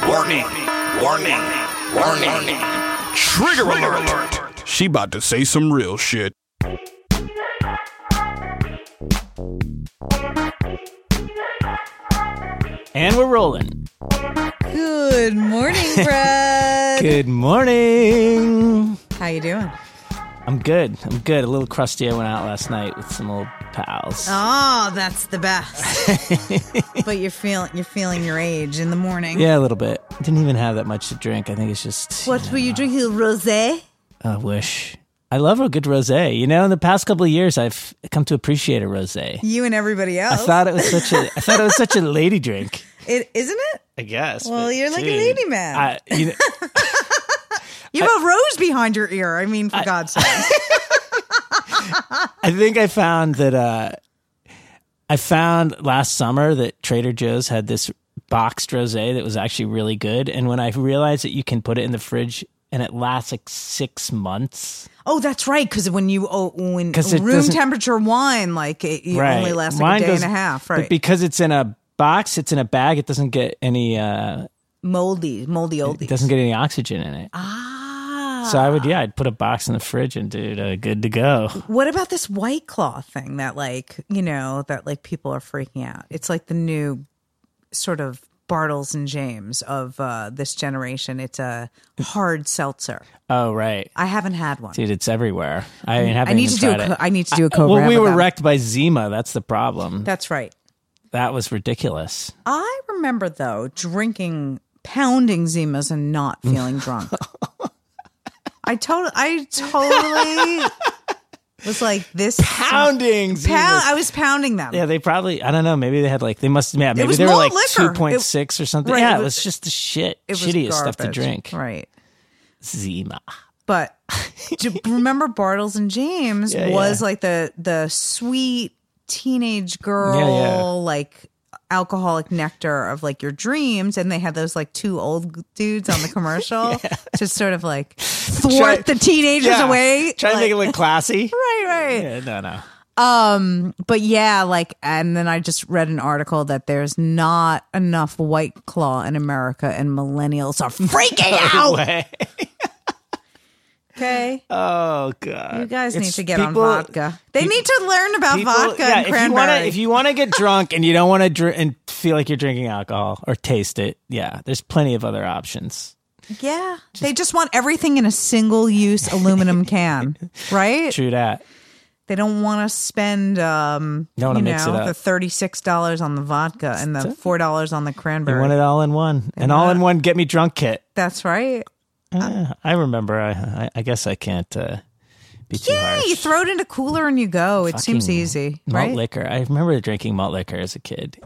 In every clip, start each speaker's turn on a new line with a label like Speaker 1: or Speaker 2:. Speaker 1: Warning. Warning. Warning. Trigger alert. She about to say some real shit.
Speaker 2: And we're rolling.
Speaker 3: Good morning, Brad.
Speaker 2: Good morning.
Speaker 3: How you doing?
Speaker 2: I'm good. I'm good. A little crusty. I went out last night with some old pals.
Speaker 3: Oh, that's the best. but you're feeling you're feeling your age in the morning.
Speaker 2: Yeah, a little bit. Didn't even have that much to drink. I think it's just.
Speaker 3: What were you drinking? Rosé?
Speaker 2: I wish. I love a good rosé. You know, in the past couple of years, I've come to appreciate a rosé.
Speaker 3: You and everybody
Speaker 2: I
Speaker 3: else.
Speaker 2: thought it was such a. I thought it was such a lady drink.
Speaker 3: it isn't it?
Speaker 2: I guess.
Speaker 3: Well,
Speaker 2: but
Speaker 3: you're like a
Speaker 2: dude,
Speaker 3: lady man.
Speaker 2: I, you know,
Speaker 3: You have a rose behind your ear. I mean, for God's sake.
Speaker 2: I think I found that uh, I found last summer that Trader Joe's had this boxed rosé that was actually really good, and when I realized that you can put it in the fridge and it lasts like six months,
Speaker 3: Oh, that's right. Because when you oh, when
Speaker 2: 'Cause it
Speaker 3: room
Speaker 2: doesn't-
Speaker 3: temperature wine, like it, it only lasts like
Speaker 2: Mine
Speaker 3: a day
Speaker 2: goes-
Speaker 3: and a half,
Speaker 2: but
Speaker 3: right?
Speaker 2: because it's in a box, it's in a bag. It doesn't get any. Uh,
Speaker 3: moldy, moldy, oldies.
Speaker 2: it doesn't get any oxygen in it.
Speaker 3: ah.
Speaker 2: So I would, yeah, I'd put a box in the fridge and dude, uh, good to go.
Speaker 3: What about this white claw thing that like, you know, that like people are freaking out? It's like the new sort of Bartles and James of uh, this generation. It's a hard seltzer.
Speaker 2: Oh right,
Speaker 3: I haven't had one.
Speaker 2: dude, it's everywhere. I, haven't
Speaker 3: I need
Speaker 2: even
Speaker 3: to do a
Speaker 2: tried
Speaker 3: co-
Speaker 2: it.
Speaker 3: I need to do a co
Speaker 2: well, we were wrecked by Zima. That's the problem.
Speaker 3: That's right.
Speaker 2: That was ridiculous.
Speaker 3: I remember though drinking pounding Zimas and not feeling drunk. I totally I totally was like this
Speaker 2: pounding Zima.
Speaker 3: pound I was pounding them.
Speaker 2: yeah, they probably. I don't know. Maybe they had like they must. Yeah, maybe
Speaker 3: was
Speaker 2: they were
Speaker 3: malt
Speaker 2: like two
Speaker 3: liquor.
Speaker 2: point six or something.
Speaker 3: Right,
Speaker 2: yeah,
Speaker 3: it
Speaker 2: it
Speaker 3: was-
Speaker 2: was just the shit,
Speaker 3: It was
Speaker 2: shittiest stuff to
Speaker 3: garbage.
Speaker 2: drink.
Speaker 3: Right.
Speaker 2: Zima.
Speaker 3: But do, remember Bartles and James
Speaker 2: Yeah,
Speaker 3: was
Speaker 2: yeah.
Speaker 3: like the the sweet teenage girl
Speaker 2: yeah.
Speaker 3: like alcoholic nectar of like your dreams and they had those like two old dudes on the commercial to sort of like thwart
Speaker 2: Try-
Speaker 3: the teenagers away
Speaker 2: Try to
Speaker 3: Like,
Speaker 2: make it look classy.
Speaker 3: right right
Speaker 2: yeah, no, no.
Speaker 3: um but yeah like and then i just read an article that there's not enough white claw in america and millennials are freaking out
Speaker 2: Way.
Speaker 3: okay
Speaker 2: Oh god.
Speaker 3: You guys
Speaker 2: It's
Speaker 3: need to get
Speaker 2: people-
Speaker 3: on vodka. They need to learn about
Speaker 2: people-
Speaker 3: vodka
Speaker 2: yeah,
Speaker 3: and
Speaker 2: if you
Speaker 3: cranberry.
Speaker 2: wanna, if you want to get drunk and you don't want to dr- and feel like you're drinking alcohol or taste it, yeah, there's plenty of other options.
Speaker 3: yeah, they just want everything in a single-use aluminum can, right?
Speaker 2: True that.
Speaker 3: They don't want to spend, um,
Speaker 2: Don't wanna
Speaker 3: you
Speaker 2: mix
Speaker 3: know,
Speaker 2: it up.
Speaker 3: the thirty-six dollars on the vodka and the four dollars on the
Speaker 2: You
Speaker 3: cranberry.
Speaker 2: want it all in one, an all in one get me drunk kit.
Speaker 3: That's right.
Speaker 2: Yeah, I remember. I, I, I guess I can't uh, be too
Speaker 3: Yeah,
Speaker 2: harsh.
Speaker 3: you throw it in a cooler and you go. It seems
Speaker 2: Fucking
Speaker 3: easy,
Speaker 2: malt
Speaker 3: right?
Speaker 2: liquor. I remember drinking malt liquor as a kid.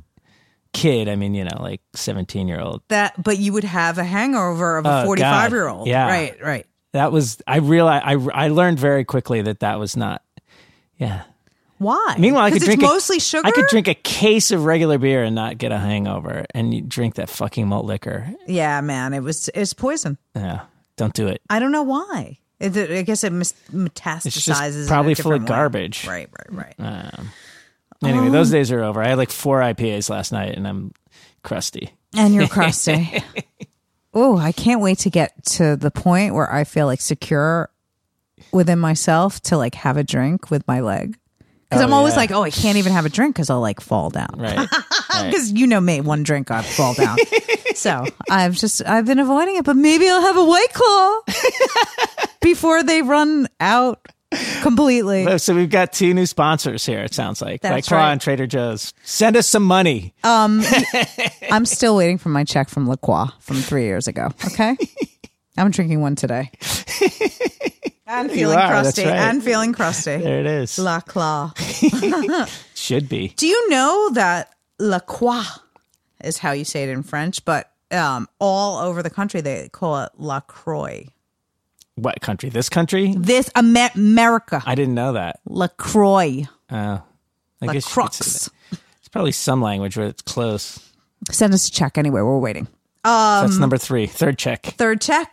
Speaker 2: Kid, I mean, you know, like seventeen year old.
Speaker 3: That, but you would have a hangover of
Speaker 2: Oh,
Speaker 3: a
Speaker 2: God.
Speaker 3: forty-five-year-old.
Speaker 2: Yeah.
Speaker 3: right, right.
Speaker 2: That was. I realized. I I learned very quickly that that was not. Yeah.
Speaker 3: Why?
Speaker 2: Meanwhile, I
Speaker 3: 'Cause
Speaker 2: could drink
Speaker 3: it's
Speaker 2: a-
Speaker 3: mostly sugar.
Speaker 2: I could drink a case of regular beer and not get a hangover, and you drink that fucking malt liquor.
Speaker 3: Yeah, man, it was it's poison.
Speaker 2: Yeah, don't do it.
Speaker 3: I don't know why. It, it- I guess it mis- metastasizes. in a
Speaker 2: probably full of
Speaker 3: different way.
Speaker 2: garbage. Uh,
Speaker 3: Right, right, right. Oh.
Speaker 2: Anyway, those days are over. I had like four IPAs last night, and I'm crusty.
Speaker 3: And you're crusty. oh, I can't wait to get to the point where I feel like secure within myself to like have a drink with my leg. Because
Speaker 2: Oh,
Speaker 3: I'm always
Speaker 2: yeah.
Speaker 3: like, oh, I can't even have a drink because I'll like fall down.
Speaker 2: Right. Right.
Speaker 3: Because you know me, one drink I fall down. so I've just I've been avoiding it, but maybe I'll have a white claw before they run out completely.
Speaker 2: Oh, So we've got two new sponsors here. It sounds like
Speaker 3: That's
Speaker 2: White Claw
Speaker 3: right. Oh,
Speaker 2: and Trader Joe's. Send us some money.
Speaker 3: I'm still waiting for my check from La Croix from three years ago. Okay. I'm drinking one today. and feeling
Speaker 2: are, that's
Speaker 3: crusty.
Speaker 2: right.
Speaker 3: And feeling crusty.
Speaker 2: There it is.
Speaker 3: La Croix.
Speaker 2: Should be.
Speaker 3: Do you know that La Croix is how you say it in French, but um, all over the country they call it La Croix.
Speaker 2: What country? This country?
Speaker 3: This Amer- America.
Speaker 2: I didn't know that.
Speaker 3: La Croix.
Speaker 2: I
Speaker 3: La
Speaker 2: guess you could say that.
Speaker 3: Croix.
Speaker 2: It's probably some language where it's close.
Speaker 3: Send us a check anyway. We're waiting. Um,
Speaker 2: That's number three. Third check.
Speaker 3: Third check.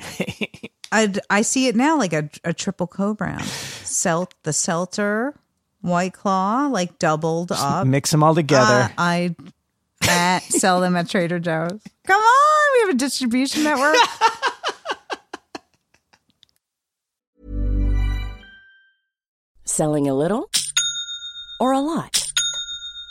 Speaker 3: i I see it now like a, a triple co brand. Selt, the Seltzer, White Claw, like doubled up. Uh,
Speaker 2: Mix them all together.
Speaker 3: I, I at sell them at Trader Joe's. Come on, we have a distribution network.
Speaker 4: Selling a little or a lot?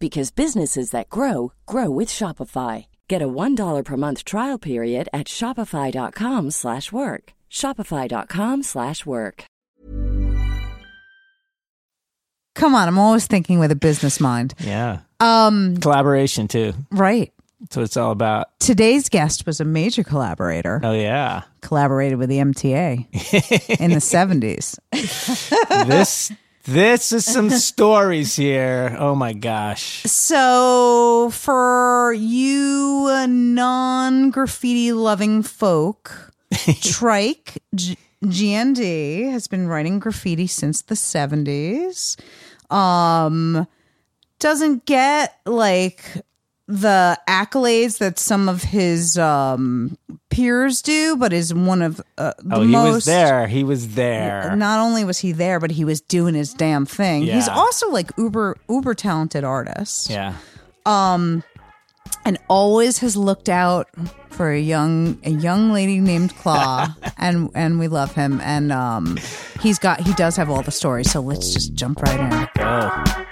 Speaker 4: because businesses that grow grow with Shopify. Get a $1 per month trial period at shopify.com/work. slash work. shopify.com/work. slash work.
Speaker 3: Come on, I'm always thinking with a business mind.
Speaker 2: Yeah.
Speaker 3: Um,
Speaker 2: Collaboration too.
Speaker 3: right.
Speaker 2: That's what it's all about.
Speaker 3: Today's guest was a major collaborator.
Speaker 2: Oh yeah.
Speaker 3: Collaborated with the MTA in the 70s.
Speaker 2: This this is some stories here. Oh my gosh.
Speaker 3: So, for you non graffiti loving folk, Trike G- GND has been writing graffiti since the 70s. Um, doesn't get like the accolades that some of his um, peers do, but is one of uh, the
Speaker 2: Oh,
Speaker 3: most.
Speaker 2: he was there. He was there.
Speaker 3: Not only was he there, but he was doing his damn thing. He's
Speaker 2: Yeah.
Speaker 3: also like uber uber talented artist
Speaker 2: yeah.
Speaker 3: and always has looked out for a young a young lady named Claw, and and we love him. And um, he's got he does have all the stories. So let's just jump right in.
Speaker 2: Oh.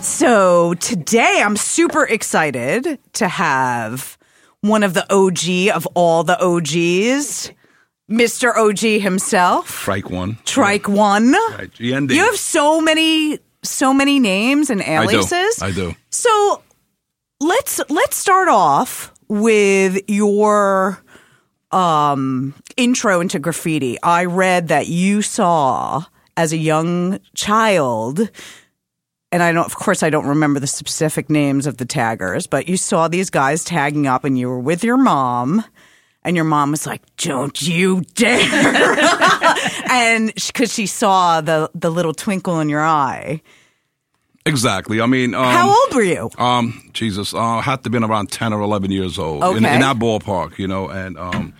Speaker 3: So today I'm super excited to have one of the OG of all the OGs, Mr. OG himself,
Speaker 5: Strike one.
Speaker 3: Trike One.
Speaker 5: Right, GND.
Speaker 3: You have so many so many names and
Speaker 5: I do.
Speaker 3: aliases.
Speaker 5: I do.
Speaker 3: So let's let's start off with your um intro into graffiti. I read that you saw as a young child and I don't of course I don't remember the specific names of the taggers, but you saw these guys tagging up and you were with your mom and your mom was like, "Don't you dare." and cuz she saw the the little twinkle in your eye.
Speaker 5: Exactly. I mean, um,
Speaker 3: How old were you?
Speaker 5: Um, Jesus, uh, had to been around ten or eleven years old in,
Speaker 3: Okay.
Speaker 5: in that ballpark, you know, and um,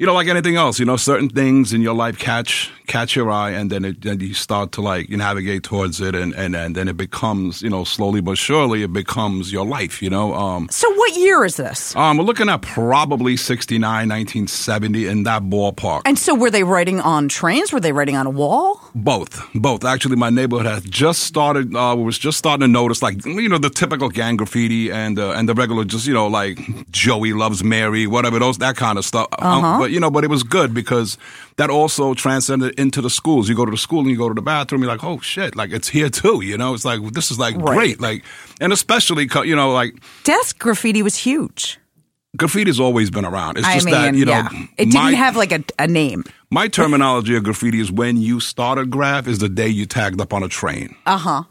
Speaker 5: you know, like anything else, you know, certain things in your life catch catch your eye, and then it, then you start to like you navigate towards it, and and and then it becomes, you know, slowly but surely, it becomes your life, you know. Um,
Speaker 3: So what year is this?
Speaker 5: um, we're looking at probably 69, 1970 in that ballpark.
Speaker 3: And so were they writing on trains? Were they writing on a wall?
Speaker 5: Both, both. Actually, my neighborhood has just started. Uh, was just starting to notice, like you know, the typical gang graffiti and uh, and the regular, just you know, like Joey loves Mary, whatever those that kind of stuff. Um,
Speaker 3: Uh-huh.
Speaker 5: but you know, but it was good because that also transcended into the schools. You go to the school and you go to the bathroom. You're like, oh shit, like it's here too. You know, it's like this is like great, like and especially co- you know, like
Speaker 3: Desk graffiti was huge.
Speaker 5: graffiti's always been around. It's
Speaker 3: I
Speaker 5: just
Speaker 3: mean,
Speaker 5: that you know,
Speaker 3: yeah. It didn't
Speaker 5: my-
Speaker 3: have like a, a name.
Speaker 5: my terminology of graffiti is when you started graph is the day you tagged up on a train.
Speaker 3: Uh-huh.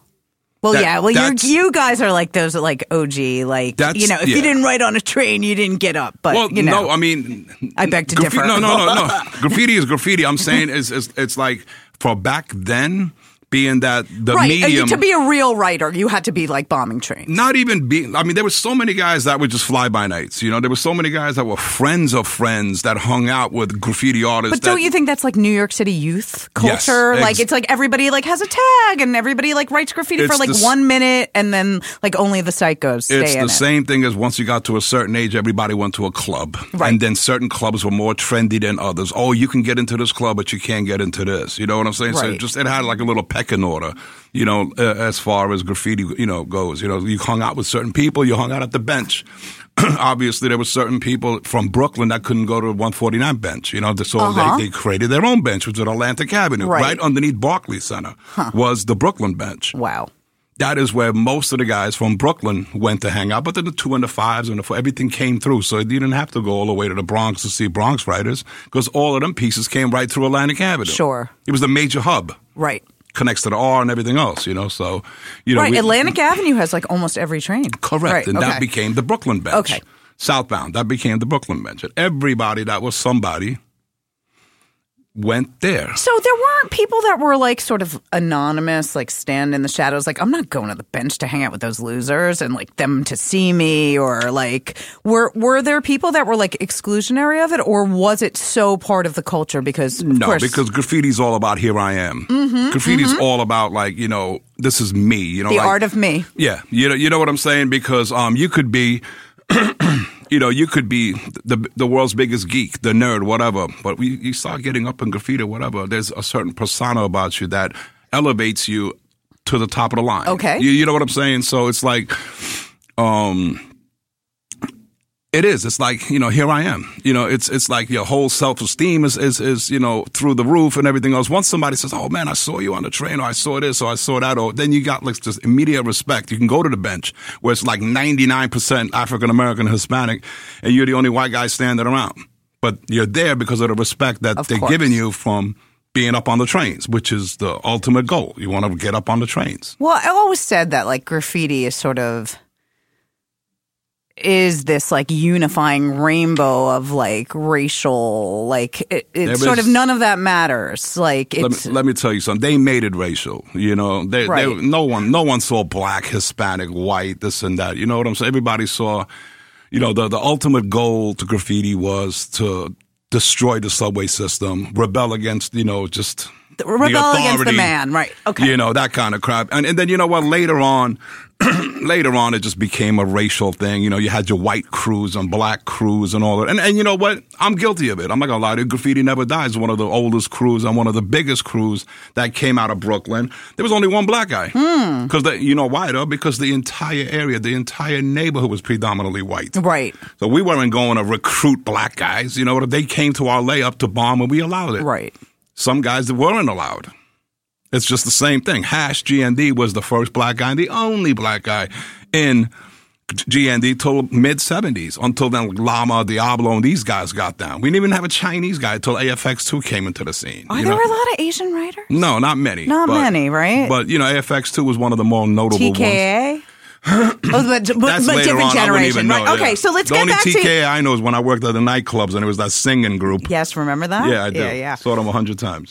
Speaker 3: Well,
Speaker 5: That-
Speaker 3: yeah. Well, you
Speaker 5: that's-
Speaker 3: you guys are like those like OG, like
Speaker 5: That's-
Speaker 3: you know, if you
Speaker 5: yeah.
Speaker 3: didn't write on a train, you didn't get up. But
Speaker 5: Well,
Speaker 3: you know,
Speaker 5: no, I mean,
Speaker 3: I beg to
Speaker 5: graffi-
Speaker 3: differ.
Speaker 5: No, no, no, no. graffiti is graffiti. I'm saying it's, it's it's like for back then, being that the
Speaker 3: right? uh, you-
Speaker 5: medium.
Speaker 3: To be a real writer, you had to be like bombing trains.
Speaker 5: not even be. I mean, there were so many guys that were just fly by nights. You know, there were so many guys that were friends of friends that hung out with graffiti artists.
Speaker 3: But don't
Speaker 5: that-
Speaker 3: you think that's like New York City youth
Speaker 5: Yes,
Speaker 3: culture?
Speaker 5: ex-
Speaker 3: like it's like everybody like has a tag and everybody like writes graffiti for
Speaker 5: It's
Speaker 3: like
Speaker 5: the s-
Speaker 3: one minute and then like only the psychos stay
Speaker 5: It's
Speaker 3: in
Speaker 5: the
Speaker 3: it.
Speaker 5: same thing as once you got to a certain age, everybody went to a club.
Speaker 3: Right.
Speaker 5: And then certain clubs were more trendy than others. Oh, you can get into this club, but you can't get into this. You know what I'm saying? So
Speaker 3: Right.
Speaker 5: it just it had like a little pecking order, you know, uh, as far as graffiti, you know, goes. You know, you hung out with certain people, you hung out at the bench. Obviously, there were certain people from Brooklyn that couldn't go to the 149 bench. You know, so they, they created their own bench, which was Atlantic Avenue,
Speaker 3: Uh-huh. Right.
Speaker 5: right, underneath Barclays Center, was the Brooklyn bench
Speaker 3: Wow.
Speaker 5: that is where most of the guys from Brooklyn went to hang out. But then the two and the fives and the four, everything came through. So you didn't have to go all the way to the Bronx to see Bronx writers because all of them pieces came right through Atlantic Avenue.
Speaker 3: Sure.
Speaker 5: It was the major hub.
Speaker 3: Right.
Speaker 5: connects to the R and everything else, you know. So, you know,
Speaker 3: right.
Speaker 5: we-
Speaker 3: Atlantic Avenue has like almost every train.
Speaker 5: Correct.
Speaker 3: Right,
Speaker 5: and
Speaker 3: okay.
Speaker 5: that became the Brooklyn bench.
Speaker 3: Okay.
Speaker 5: Southbound. That became the Brooklyn bench. And everybody that was somebody went there.
Speaker 3: So there weren't people that were like sort of anonymous, like stand in the shadows, like I'm not going to the bench to hang out with those losers and like them to see me or like were were there people that were like exclusionary of it or was it so part of the culture because of
Speaker 5: No,
Speaker 3: course, Mm-hmm,
Speaker 5: because graffiti's all about here I am. graffiti's all about like, you know, this is me, you know,
Speaker 3: the
Speaker 5: like,
Speaker 3: art of me.
Speaker 5: Yeah, you know, you know what I'm saying because um, you could be, you know, you could be the the world's biggest geek, the nerd, whatever. But we, you start getting up in graffiti, whatever. There's a certain persona about you that elevates you to the top of the line.
Speaker 3: Okay.
Speaker 5: you, you know what I'm saying. So it's like, um. It is. It's like you know. Here I am. You know. It's it's like your whole self esteem is, is is you know through the roof and everything else. Once somebody says, "Oh man, I saw you on the train," or "I saw this," or "I saw that," or then you got like just immediate respect. You can go to the bench where it's like ninety nine percent African American, Hispanic, and you're the only white guy standing around. But you're there because of the respect that
Speaker 3: Of
Speaker 5: they're
Speaker 3: course.
Speaker 5: giving you from being up on the trains, which is the ultimate goal. You want to get up on the trains.
Speaker 3: Well, I always said that like graffiti is sort of is this like unifying rainbow of like racial like it,
Speaker 5: There
Speaker 3: it's sort
Speaker 5: was-
Speaker 3: of none of that matters like
Speaker 5: let
Speaker 3: it's
Speaker 5: me, let me tell you something. They made it racial. You know, they,
Speaker 3: Right.
Speaker 5: they, no one no one saw black, Hispanic, white, this and that. You know what I'm saying? Everybody saw. You know, the the ultimate goal to graffiti was to destroy the subway system, rebel against you know just the
Speaker 3: rebel against the
Speaker 5: authority,
Speaker 3: man right okay
Speaker 5: You know that kind of crap. And and then you know what? Later on. Later on, it just became a racial thing. You know, you had your white crews and black crews and all that. And and you know what? I'm guilty of it. I'm not gonna lie to you. Graffiti Never Dies is one of the oldest crews and one of the biggest crews that came out of Brooklyn. There was only one black guy. Because you know why though? Because the entire area, the entire neighborhood was predominantly white.
Speaker 3: right
Speaker 5: So we weren't going to recruit black guys. You know what? If they came to our layup to bomb, and we allowed it
Speaker 3: right
Speaker 5: some guys that weren't allowed. It's just the same thing. Hash GND was the first black guy and the only black guy in GND till mid 70s. Until then, Llama, Diablo, and these guys got down. We didn't even have a Chinese guy until AFX2 came into the scene.
Speaker 3: Are
Speaker 5: you
Speaker 3: there
Speaker 5: know?
Speaker 3: a lot of Asian writers?
Speaker 5: No, not many.
Speaker 3: Not many, right?
Speaker 5: But, you know, AFX2 was one of the more notable ones.
Speaker 3: TKA. oh, but, but,
Speaker 5: That's later
Speaker 3: but
Speaker 5: on.
Speaker 3: different
Speaker 5: I wouldn't
Speaker 3: generation,
Speaker 5: even
Speaker 3: right?
Speaker 5: know,
Speaker 3: okay,
Speaker 5: yeah.
Speaker 3: so let's
Speaker 5: the
Speaker 3: get
Speaker 5: only
Speaker 3: back
Speaker 5: TKA
Speaker 3: to
Speaker 5: I know is when I worked at the nightclubs and it was that singing group.
Speaker 3: yes. Remember that?
Speaker 5: Yeah, I do.
Speaker 3: Yeah, yeah.
Speaker 5: Saw them a hundred times.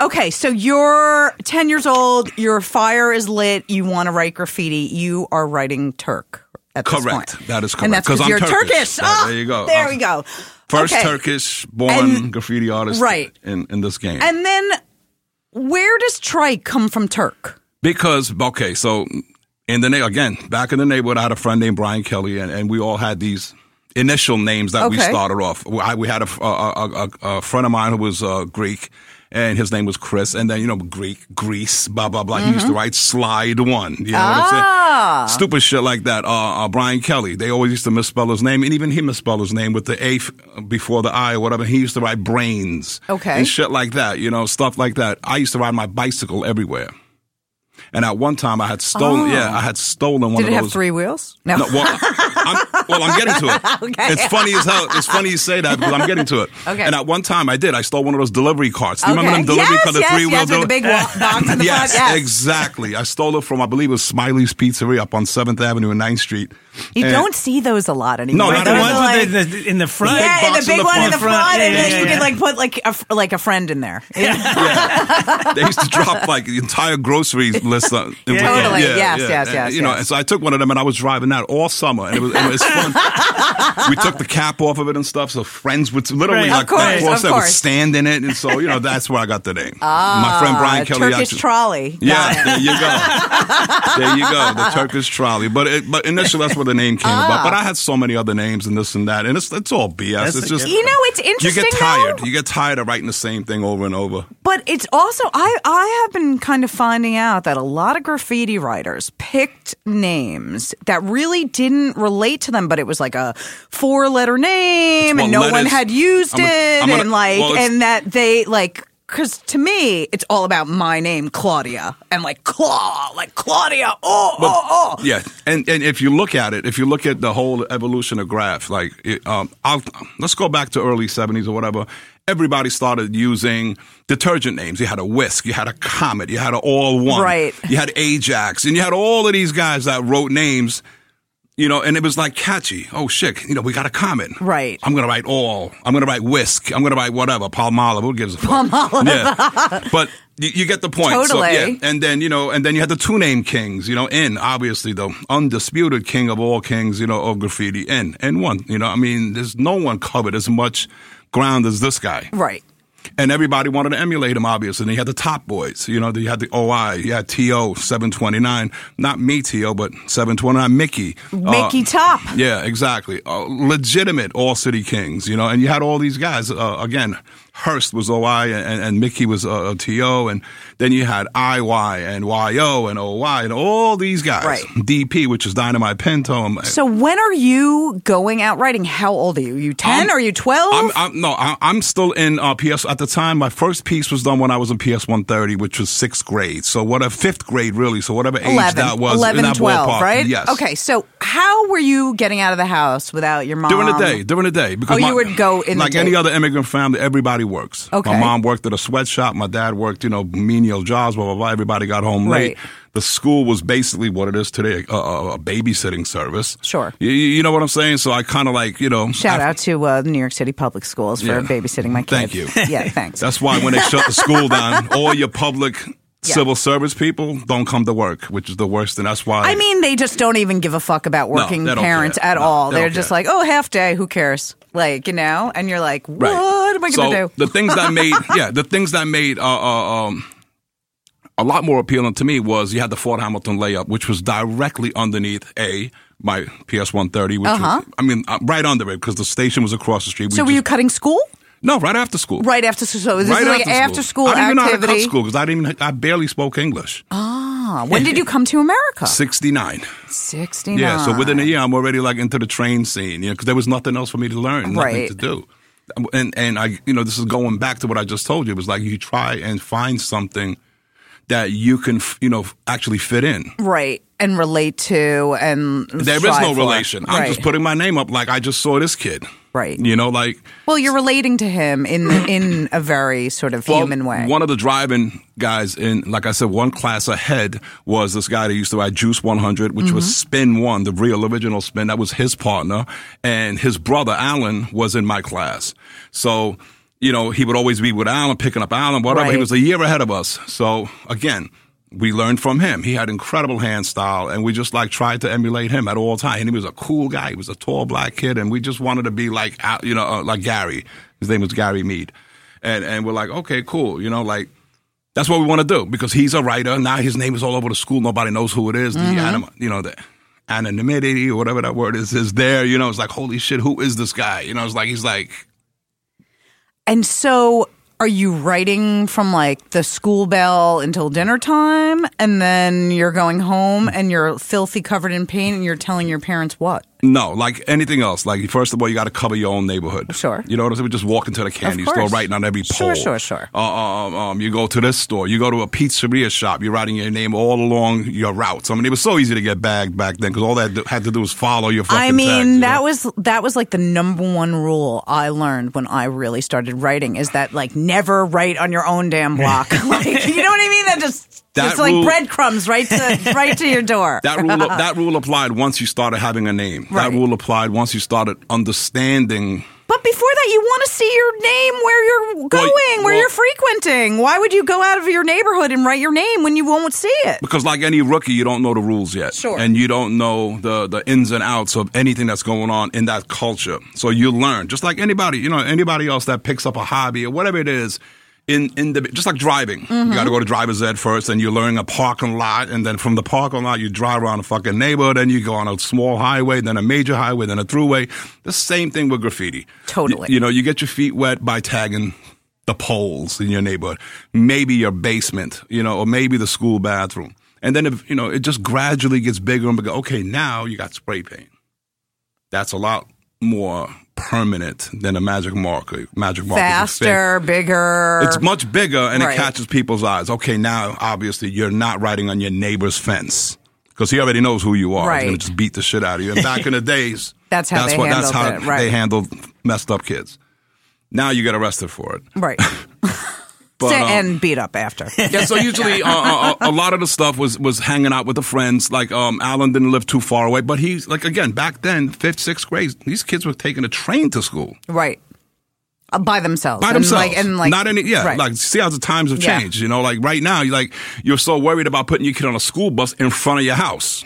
Speaker 3: Okay, so you're 10 years old. Your fire is lit. You want to write graffiti. You are writing Turk. At this
Speaker 5: Correct.
Speaker 3: point.
Speaker 5: That is
Speaker 3: And
Speaker 5: correct,
Speaker 3: that's
Speaker 5: 'cause I'm
Speaker 3: you're
Speaker 5: Turkish.
Speaker 3: Turkish.
Speaker 5: So
Speaker 3: Ah,
Speaker 5: there you go.
Speaker 3: There
Speaker 5: I'm
Speaker 3: we go.
Speaker 5: First
Speaker 3: Okay.
Speaker 5: Turkish born
Speaker 3: And-
Speaker 5: graffiti artist
Speaker 3: Right.
Speaker 5: in, in this game.
Speaker 3: And then, where does trike come from Turk?
Speaker 5: because, okay, so in the na- again, back in the neighborhood, I had a friend named Brian Kelly, and, and we all had these initial names that we
Speaker 3: Okay.
Speaker 5: started off. We- I, we had a, f- a- a- a- a friend of mine who was uh, Greek. And his name was Chris, and then you know Greek, Greece, blah blah blah. He used to write Slide One, you know what I'm saying?
Speaker 3: Mm-hmm. Ah.
Speaker 5: stupid shit like that. Uh, uh, Brian Kelly, they always used to misspell his name, and even he misspelled his name with the A f- before the I or whatever. He used to write brains,
Speaker 3: Okay.
Speaker 5: and shit like that. You know, stuff like that. I used to ride my bicycle everywhere, and at one time I had stolen. Yeah, I had stolen one
Speaker 3: Oh. Did
Speaker 5: of
Speaker 3: it have
Speaker 5: those.
Speaker 3: three wheels?
Speaker 5: No, well, I'm, well, I'm getting to it.
Speaker 3: Okay.
Speaker 5: It's funny as hell. It's funny you say that because I'm getting to it.
Speaker 3: Okay.
Speaker 5: And at one time, I did. I stole one of those delivery carts. Do you
Speaker 3: okay.
Speaker 5: remember them delivery
Speaker 3: yes,
Speaker 5: carts, the
Speaker 3: yes,
Speaker 5: three wheel
Speaker 3: yes, with the big wa- box in the
Speaker 5: yes,
Speaker 3: front. Yes,
Speaker 5: exactly. I stole it from, I believe it was Smiley's Pizzeria up on 7th Avenue and 9th Street.
Speaker 3: You
Speaker 5: And-
Speaker 3: don't see those a lot anymore.
Speaker 5: eh. No, not
Speaker 2: Right, the
Speaker 5: at
Speaker 3: Those
Speaker 5: all.
Speaker 2: ones
Speaker 3: are like-
Speaker 2: with the, the, in the front.
Speaker 3: yeah,
Speaker 5: box
Speaker 3: the big
Speaker 5: in the
Speaker 3: one in
Speaker 5: front.
Speaker 3: the front,
Speaker 2: Yeah,
Speaker 3: and then
Speaker 2: yeah,
Speaker 3: you
Speaker 2: yeah.
Speaker 3: can like put like a, f- like a friend in there.
Speaker 5: they used to drop like the entire grocery list. On, yeah.
Speaker 3: Totally. Yes, yes,
Speaker 5: And,
Speaker 3: yes,
Speaker 5: You know,
Speaker 3: yes.
Speaker 5: and so I took one of them and I was driving that all summer, and it was, it was fun. we took the cap off of it and stuff, so friends would literally
Speaker 2: Right.
Speaker 5: like
Speaker 2: Of course,
Speaker 5: that
Speaker 3: of
Speaker 5: horse that would
Speaker 3: course.
Speaker 5: stand in it, and so you know that's where I got the name. My friend Brian
Speaker 3: A
Speaker 5: Kelly.
Speaker 3: Turkish
Speaker 5: actually-
Speaker 3: trolley. Got
Speaker 5: Yeah,
Speaker 3: it.
Speaker 5: there you go. there you go. The Turkish trolley. But it, but initially that's where the name came about. But I had so many other names and this and that, and it's it's all BS.
Speaker 2: That's
Speaker 5: it's
Speaker 2: a
Speaker 5: just
Speaker 2: good-
Speaker 3: You know, it's
Speaker 5: you
Speaker 3: interesting.
Speaker 5: get tired.
Speaker 3: though,
Speaker 5: You get tired of writing the same thing over and over.
Speaker 3: but it's also I I have been kind of finding out that a lot of graffiti writers picked names that really didn't relate to them, but it was like a four letter name,
Speaker 5: It's what
Speaker 3: and no
Speaker 5: letters-
Speaker 3: one had used
Speaker 5: I'm gonna-
Speaker 3: it,
Speaker 5: I'm gonna-
Speaker 3: and like
Speaker 5: well, it's-
Speaker 3: and that they like. Because to me, it's all about my name, Claudia, and like Claw, like Claudia. Oh, oh, oh.
Speaker 5: Yeah, and and if you look at it, if you look at the whole evolution of graph, like it, um, I'll, let's go back to early seventies or whatever. everybody started using detergent names. You had a Whisk, you had a Comet, you had an All One,
Speaker 3: Right.
Speaker 5: You had Ajax, and you had all of these guys that wrote names. You know, and it was like catchy. Oh shit! You know, we got a comet.
Speaker 3: Right.
Speaker 5: I'm gonna write all. I'm gonna write whisk. I'm gonna write whatever. Palmolive. Who gives a fuck? Palmolive. Yeah. but you, you get the point.
Speaker 3: Totally.
Speaker 5: So, yeah. And then you know, and then you had the two name kings. You know, in obviously the undisputed king of all kings. You know, of graffiti. In and one. You know, I mean, there's no one covered as much ground as this guy
Speaker 3: Right.
Speaker 5: and everybody wanted to emulate him, obviously. And you had the top boys, you know, you had the OI, you had TO 729, not me, TO, but 729, Mickey.
Speaker 3: Mickey Top.
Speaker 5: Yeah, exactly. Uh, legitimate All City Kings, you know, and you had all these guys. Uh, again, Hearst was OI and, and Mickey was uh, TO, and then you had IY and YO and OY and all these guys.
Speaker 3: Right.
Speaker 5: DP, which is Dynamite Pentome.
Speaker 3: So when are you going out writing? How old are you? Are you 10?
Speaker 5: I'm-
Speaker 3: are you 12?
Speaker 5: I'm, I'm no, I, I'm still in uh, PS. At the time, my first piece was done when I was in PS 130, which was sixth grade. So what a fifth grade really. So whatever age
Speaker 3: 11,
Speaker 5: that was,
Speaker 3: 11,
Speaker 5: in that
Speaker 3: 12,
Speaker 5: ballpark.
Speaker 3: right?
Speaker 5: Yes.
Speaker 3: Okay, so how were you getting out of the house without your mom?
Speaker 5: During the day, during the day, because
Speaker 3: Um, Oh,
Speaker 5: my-
Speaker 3: you would go in the
Speaker 5: like
Speaker 3: day.
Speaker 5: any other immigrant family. Everybody works.
Speaker 3: Okay.
Speaker 5: my mom worked at a sweatshop. My dad worked, you know, menial jobs. Blah blah blah. Everybody got home
Speaker 3: Right.
Speaker 5: late. The school was basically what it is today, a, a, a babysitting service.
Speaker 3: Sure.
Speaker 5: You, you know what I'm saying? So I kind of like, you know,
Speaker 3: Shout
Speaker 5: after-
Speaker 3: out to uh, the New York City public schools for
Speaker 5: Yeah.
Speaker 3: babysitting my kids.
Speaker 5: Thank you.
Speaker 3: yeah, thanks.
Speaker 5: That's why when they shut the school down, all your public civil service people don't come to work, which is the worst. And that's why.
Speaker 3: I mean, they just don't even give a fuck about working
Speaker 5: they don't
Speaker 3: parents
Speaker 5: care.
Speaker 3: at
Speaker 5: No,
Speaker 3: all.
Speaker 5: they
Speaker 3: They're
Speaker 5: don't
Speaker 3: just
Speaker 5: care.
Speaker 3: like, oh, half day, who cares? Like, you know? And you're like, what
Speaker 5: Right.
Speaker 3: am I going to
Speaker 5: so
Speaker 3: do?
Speaker 5: the things that made yeah the things that made uh, uh, um, a lot more appealing to me was you had the Fort Hamilton layup, which was directly underneath a my PS one thirty, which was, I mean uh, right under it because the station was across the street.
Speaker 3: Uh-huh. so were you
Speaker 5: just-
Speaker 3: cutting school?
Speaker 5: no right after school?
Speaker 3: Right after school. So this
Speaker 5: Right
Speaker 3: is like after school,
Speaker 5: I didn't even know how to
Speaker 3: activity.
Speaker 5: cut school because I didn't. Even, I barely spoke English.
Speaker 3: Ah, when did you come to America?
Speaker 5: Sixty nine.
Speaker 3: 69.
Speaker 5: Yeah, so within a year, I'm already like into the train scene, you know, because there was nothing else for me to learn, nothing
Speaker 3: Right.
Speaker 5: to do. And and I, you know, this is going back to what I just told you. It was like you try and find something that you can, f- you know, f- actually fit in.
Speaker 3: Right. And relate to and
Speaker 5: There is
Speaker 3: strive
Speaker 5: no
Speaker 3: for.
Speaker 5: relation.
Speaker 3: Right.
Speaker 5: I'm just putting my name up like I just saw this kid.
Speaker 3: Right.
Speaker 5: You know, like
Speaker 3: Well, you're relating to him in in a very sort of
Speaker 5: Well,
Speaker 3: human way.
Speaker 5: One of the driving guys in, like I said, one class ahead was this guy that used to ride Juice 100, which was
Speaker 3: Mm-hmm.
Speaker 5: Spin One, the real original Spin. That was his partner, and his brother Alan was in my class. So. You know, he would always be with Alan, picking up Alan, whatever. He
Speaker 3: Right.
Speaker 5: was a year ahead of us. So again, we learned from him. He had incredible hand style, and we just like tried to emulate him at all times. And he was a cool guy. He was a tall black kid, and we just wanted to be like, uh, you know, uh, like Gary. His name was Gary Mead, and and we're like, okay, cool. You know, like that's what we want to do because he's a writer. Now his name is all over the school. Nobody knows who it is. The anima, you know, the anonymity or whatever that word is is there. You know, it's like holy shit, who is this guy? You know, it's like he's like
Speaker 3: and so, are you writing from like the school bell until dinner time, and then you're going home and you're filthy, covered in paint, and you're telling your parents what?
Speaker 5: No, like anything else. Like first of all, you got to cover your own neighborhood.
Speaker 3: Sure.
Speaker 5: You know what I'm saying? We just walk into the candy store,
Speaker 3: course.
Speaker 5: writing on every
Speaker 3: Sure,
Speaker 5: pole.
Speaker 3: sure, sure.
Speaker 5: Uh, um, um, you go to this store. You go to a pizzeria shop. You're writing your name all along your routes. I mean, it was so easy to get bagged back then because all that had to do was follow your. Fucking
Speaker 3: I mean,
Speaker 5: tags, you
Speaker 3: that
Speaker 5: know?
Speaker 3: was that was like the number one rule I learned when I really started writing is that like never write on your own damn block. like, you know what I mean? That just
Speaker 5: That
Speaker 3: it's like
Speaker 5: rule-
Speaker 3: breadcrumbs right to right to your door.
Speaker 5: That rule, that rule applied once you started having a name.
Speaker 3: Right.
Speaker 5: That rule applied once you started understanding
Speaker 3: But before that, you want to see your name where you're going, where
Speaker 5: well-
Speaker 3: you're frequenting. Why would you go out of your neighborhood and write your name when you won't see it?
Speaker 5: Because like any rookie, you don't know the rules yet,
Speaker 3: Sure.
Speaker 5: and you don't know the the ins and outs of anything that's going on in that culture. So you learn, just like anybody, you know, anybody else that picks up a hobby or whatever it is. In in the just like driving,
Speaker 3: Mm-hmm.
Speaker 5: you got to go to driver's ed first, and you learn a parking lot, and then from the parking lot you drive around a fucking neighborhood, and you go on a small highway, then a major highway, then a throughway. The same thing with graffiti. Y-
Speaker 3: Totally.
Speaker 5: you know, you get your feet wet by tagging the poles in your neighborhood, maybe your basement, you know, or maybe the school bathroom. And then, if, you know, it just gradually gets bigger and bigger. Okay, now you got spray paint. That's a lot more permanent than a magic marker. Magic marker.
Speaker 3: Faster, bigger.
Speaker 5: It's much bigger and
Speaker 3: Right.
Speaker 5: it catches people's eyes. Okay, now obviously you're not riding on your neighbor's fence because he already knows who you are. He's
Speaker 3: Right.
Speaker 5: gonna just beat the shit out of you. And back in the days,
Speaker 3: That's how they
Speaker 5: what, that's how
Speaker 3: handled it, right.
Speaker 5: they handled messed up kids. Now you get arrested for it.
Speaker 3: Right.
Speaker 5: But,
Speaker 3: Sa-
Speaker 5: um,
Speaker 3: and beat up after.
Speaker 5: yeah, so usually uh, uh, uh, a lot of the stuff was was hanging out with the friends. Like um, Alan didn't live too far away, but he's like again back then fifth, sixth grade. These kids were taking a train to school
Speaker 3: Right. Uh, by themselves.
Speaker 5: by
Speaker 3: and
Speaker 5: themselves,
Speaker 3: Like, and like,
Speaker 5: not any yeah.
Speaker 3: right.
Speaker 5: Like see how the times have
Speaker 3: Yeah.
Speaker 5: changed. You know, like right now, you like you're so worried about putting your kid on a school bus in front of your house.